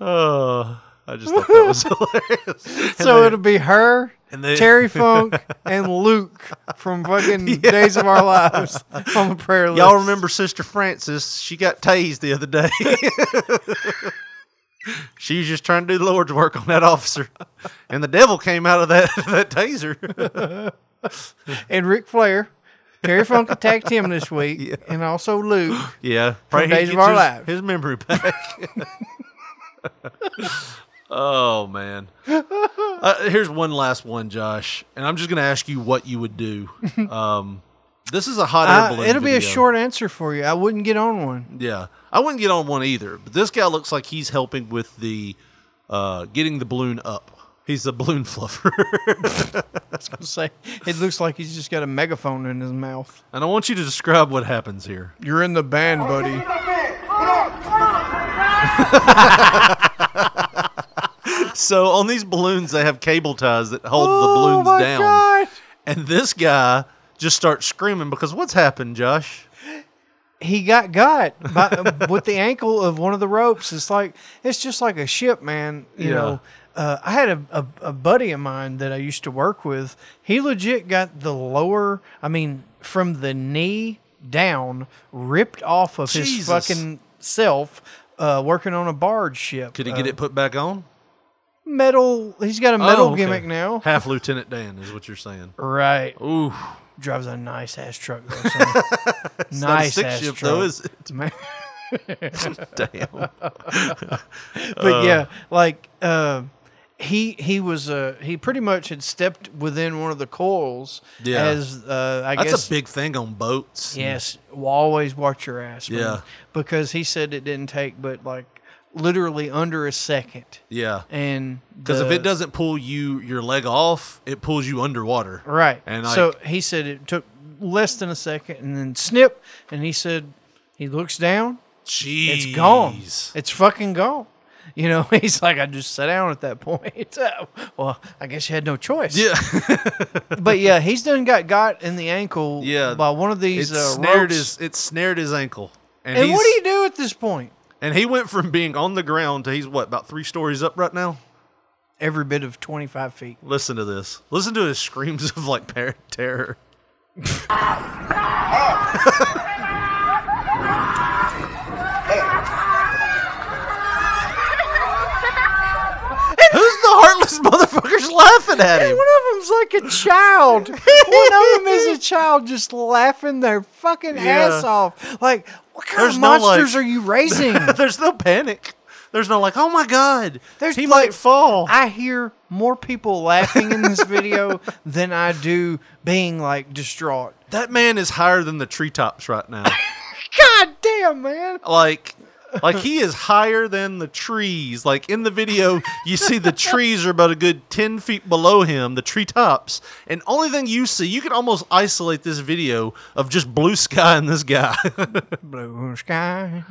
Speaker 5: oh, I just thought that was hilarious.
Speaker 7: so it'll be her,
Speaker 5: and they-
Speaker 7: Terry
Speaker 5: [laughs]
Speaker 7: Funk, and Luke from fucking Days of Our
Speaker 5: [laughs]
Speaker 7: Lives on the prayer list.
Speaker 5: Y'all remember Sister Frances? She got tased the other day. [laughs] she was just trying to do the Lord's work on that officer, and the devil came out of that [laughs] that taser.
Speaker 7: and Ric Flair. Terry Funk attacked him
Speaker 5: [laughs]
Speaker 7: this week, and also Luke.
Speaker 5: yeah,
Speaker 7: From
Speaker 5: he
Speaker 7: Days of
Speaker 5: gets
Speaker 7: Our
Speaker 5: his-
Speaker 7: Lives.
Speaker 5: His memory back. [laughs] oh man. Uh, here's one last one, Josh, and I'm just gonna ask you what you
Speaker 7: [laughs]
Speaker 5: would do. Um, this is a hot air
Speaker 7: Uh,
Speaker 5: balloon.
Speaker 7: it'll be a
Speaker 5: video.
Speaker 7: short answer for you. I wouldn't get on one. [laughs]
Speaker 5: Yeah, I wouldn't get on one either. But this guy looks like he's helping with the uh, getting the balloon up. He's a balloon [laughs] fluffer.
Speaker 7: I was gonna say it looks like he's just got a megaphone in his mouth.
Speaker 5: and I want you to describe what happens here.
Speaker 7: You're in the band, buddy.
Speaker 5: so on these balloons, they have cable ties that hold the balloons
Speaker 7: Oh my
Speaker 5: down.
Speaker 7: God.
Speaker 5: And this guy just starts screaming because what's happened, Josh?
Speaker 7: He got got [laughs] by, with the ankle of one of the ropes. It's like it's just like a ship, man. You
Speaker 5: Yeah.
Speaker 7: know, uh, I had a, a, a buddy of mine that I used to work with. He legit got the lower, I mean, from the knee down, ripped off of his
Speaker 5: Jesus.
Speaker 7: fucking self uh, working on a barge ship.
Speaker 5: Could he
Speaker 7: Uh,
Speaker 5: get it put back on?
Speaker 7: metal? He's got a metal
Speaker 5: Oh, okay.
Speaker 7: gimmick now.
Speaker 5: Half Lieutenant Dan is what you're saying.
Speaker 7: Right.
Speaker 5: Ooh.
Speaker 7: Drives a nice ass truck. Though, son.
Speaker 5: [laughs] It's not a
Speaker 7: nice
Speaker 5: stick
Speaker 7: ass
Speaker 5: shift,
Speaker 7: truck.
Speaker 5: though,
Speaker 7: [laughs]
Speaker 5: is it?
Speaker 7: Man.
Speaker 5: Damn.
Speaker 7: but
Speaker 5: Uh.
Speaker 7: yeah, like uh, he he was uh, he pretty much had stepped within one of the coils.
Speaker 5: Yeah.
Speaker 7: As uh, I
Speaker 5: That's
Speaker 7: guess
Speaker 5: a big thing on boats.
Speaker 7: Yes, well, always watch your ass. man.
Speaker 5: Yeah.
Speaker 7: Because he said it didn't take but like literally under a second.
Speaker 5: Yeah.
Speaker 7: And
Speaker 5: Because if
Speaker 7: the-
Speaker 5: it doesn't pull you your leg off, it pulls you underwater.
Speaker 7: Right.
Speaker 5: And like,
Speaker 7: so he said it took less than a second and then snip and he said he looks down. It's gone. It's fucking gone. You know, [laughs] he's like, I just sat down at that point. [laughs] well, I guess you had no choice.
Speaker 5: Yeah.
Speaker 7: [laughs] but yeah, he's done got got in the ankle
Speaker 5: yeah,
Speaker 7: by one of these
Speaker 5: It
Speaker 7: uh,
Speaker 5: snared
Speaker 7: ropes.
Speaker 5: his it snared his ankle. And,
Speaker 7: and what do
Speaker 5: he's-
Speaker 7: you do at this point?
Speaker 5: And he went from being on the ground to he's what about three stories up right now.
Speaker 7: Every bit of twenty five feet.
Speaker 5: Listen to this. Listen to his screams of like par- terror. Who's the heartless motherfuckers laughing at
Speaker 7: And
Speaker 5: him?
Speaker 7: one of them's like a
Speaker 5: [laughs]
Speaker 7: child. one of them is a child just laughing their fucking
Speaker 5: Yeah.
Speaker 7: ass off. Like, what kind
Speaker 5: There's
Speaker 7: of
Speaker 5: no, like-
Speaker 7: monsters are you
Speaker 5: [laughs]
Speaker 7: raising?
Speaker 5: There's no panic. There's no like, oh my god,
Speaker 7: There's
Speaker 5: he
Speaker 7: like-
Speaker 5: might fall.
Speaker 7: I hear more people laughing in this video [laughs] than I do being like distraught.
Speaker 5: that man is higher than the treetops right now.
Speaker 7: [laughs] God damn, man.
Speaker 5: like like he is higher than the trees like in the video you see
Speaker 7: [laughs]
Speaker 5: the trees are about a good 10 feet below him the treetops and only thing you see you can almost isolate this video of just blue sky and this guy [laughs]
Speaker 7: blue sky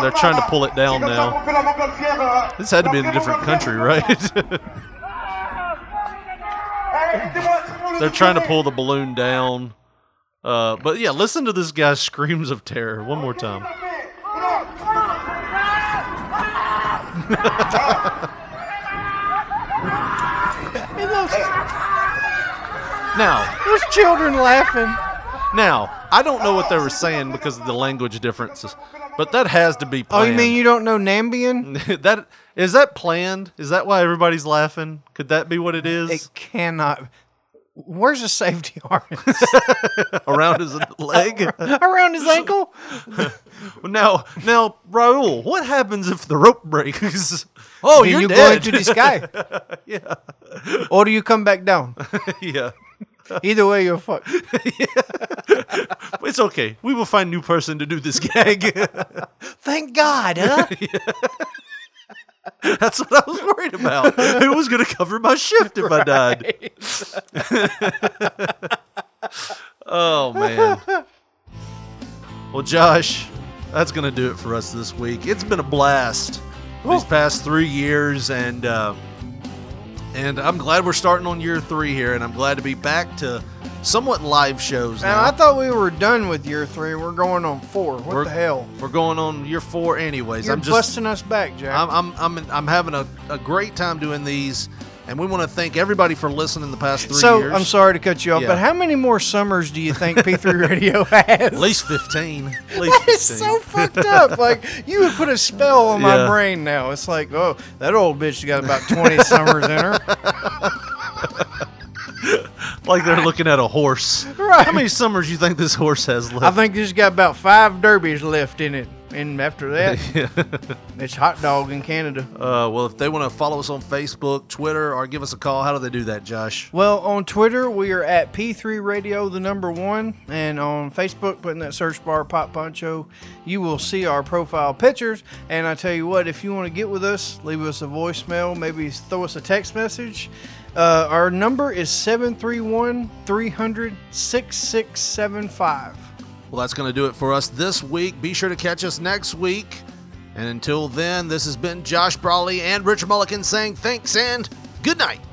Speaker 5: they're trying to pull it down now this had to be in a different country [laughs] right they're trying to pull the balloon down uh, but yeah listen to this guy's screams of terror one more time
Speaker 7: And those,
Speaker 5: now
Speaker 7: those children laughing.
Speaker 5: Oh, Now, I don't know what they were saying because of the language differences, but that has to be
Speaker 7: Oh,
Speaker 5: planned.
Speaker 7: you mean you don't know Nambian?
Speaker 5: [laughs] that is that planned? Is that why everybody's laughing? Could that be what it is?
Speaker 7: It [laughs] cannot. Where's the safety [laughs] harness?
Speaker 5: Around his leg? [laughs]
Speaker 7: Around his ankle?
Speaker 5: now, now, Raul, what happens if the rope breaks? [laughs] Oh,
Speaker 7: Then
Speaker 5: you're
Speaker 7: you
Speaker 5: dead.
Speaker 7: go into the
Speaker 5: [laughs]
Speaker 7: sky. yeah. Or do you come back down?
Speaker 5: yeah.
Speaker 7: Either way, you're fucked.
Speaker 5: [laughs] It's okay. We will find new person to do this gag.
Speaker 7: [laughs] Thank God,
Speaker 5: [laughs]
Speaker 7: huh?
Speaker 5: That's what I was worried about. Who was going to cover my shift
Speaker 7: [laughs]
Speaker 5: if I died? [laughs] oh man. Well, Josh, that's going to do it for us this week. It's been a blast these past three years, and uh, and I'm glad we're starting on year three here, and I'm glad to be back to somewhat live shows
Speaker 7: Man,
Speaker 5: now.
Speaker 7: I thought we were done with year three. We're going on four. What
Speaker 5: We're-
Speaker 7: the hell?
Speaker 5: We're going on year four, anyways.
Speaker 7: You're
Speaker 5: I'm just
Speaker 7: busting us back, Jack.
Speaker 5: I'm I'm I'm, I'm having a, a great time doing these, and we want to thank everybody for listening the past three
Speaker 7: so
Speaker 5: years.
Speaker 7: I'm sorry to cut you off,
Speaker 5: Yeah.
Speaker 7: but how many more summers do you think
Speaker 5: [laughs]
Speaker 7: P3 Radio has?
Speaker 5: At least fifteen. At least
Speaker 7: [laughs] That is so fucked up. Like you would put a spell on my
Speaker 5: Yeah.
Speaker 7: brain now. It's like, oh, that old bitch got about 20 [laughs] summers in her.
Speaker 5: like they're looking at a horse.
Speaker 7: Right.
Speaker 5: How many summers you think this horse has
Speaker 7: I
Speaker 5: left?
Speaker 7: think this got about five derbies left in it, and after
Speaker 5: [laughs]
Speaker 7: that, it's hot dog in Canada.
Speaker 5: Uh, well, if they want to follow us on Facebook, Twitter, or give us a call, how do they do that, Josh?
Speaker 7: Well, on Twitter, we are at P3 Radio, the number one. And on Facebook, put in that search bar Pop Poncho, you will see our profile pictures. And I tell you what, if you want to get with us, leave us a voicemail, maybe throw us a text message. Uh, our number is 731 300 6675.
Speaker 5: Well, that's going to do it for us this week. Be sure to catch us next week. And until then, this has been Josh Brawley and Richard Mulligan saying thanks and good night.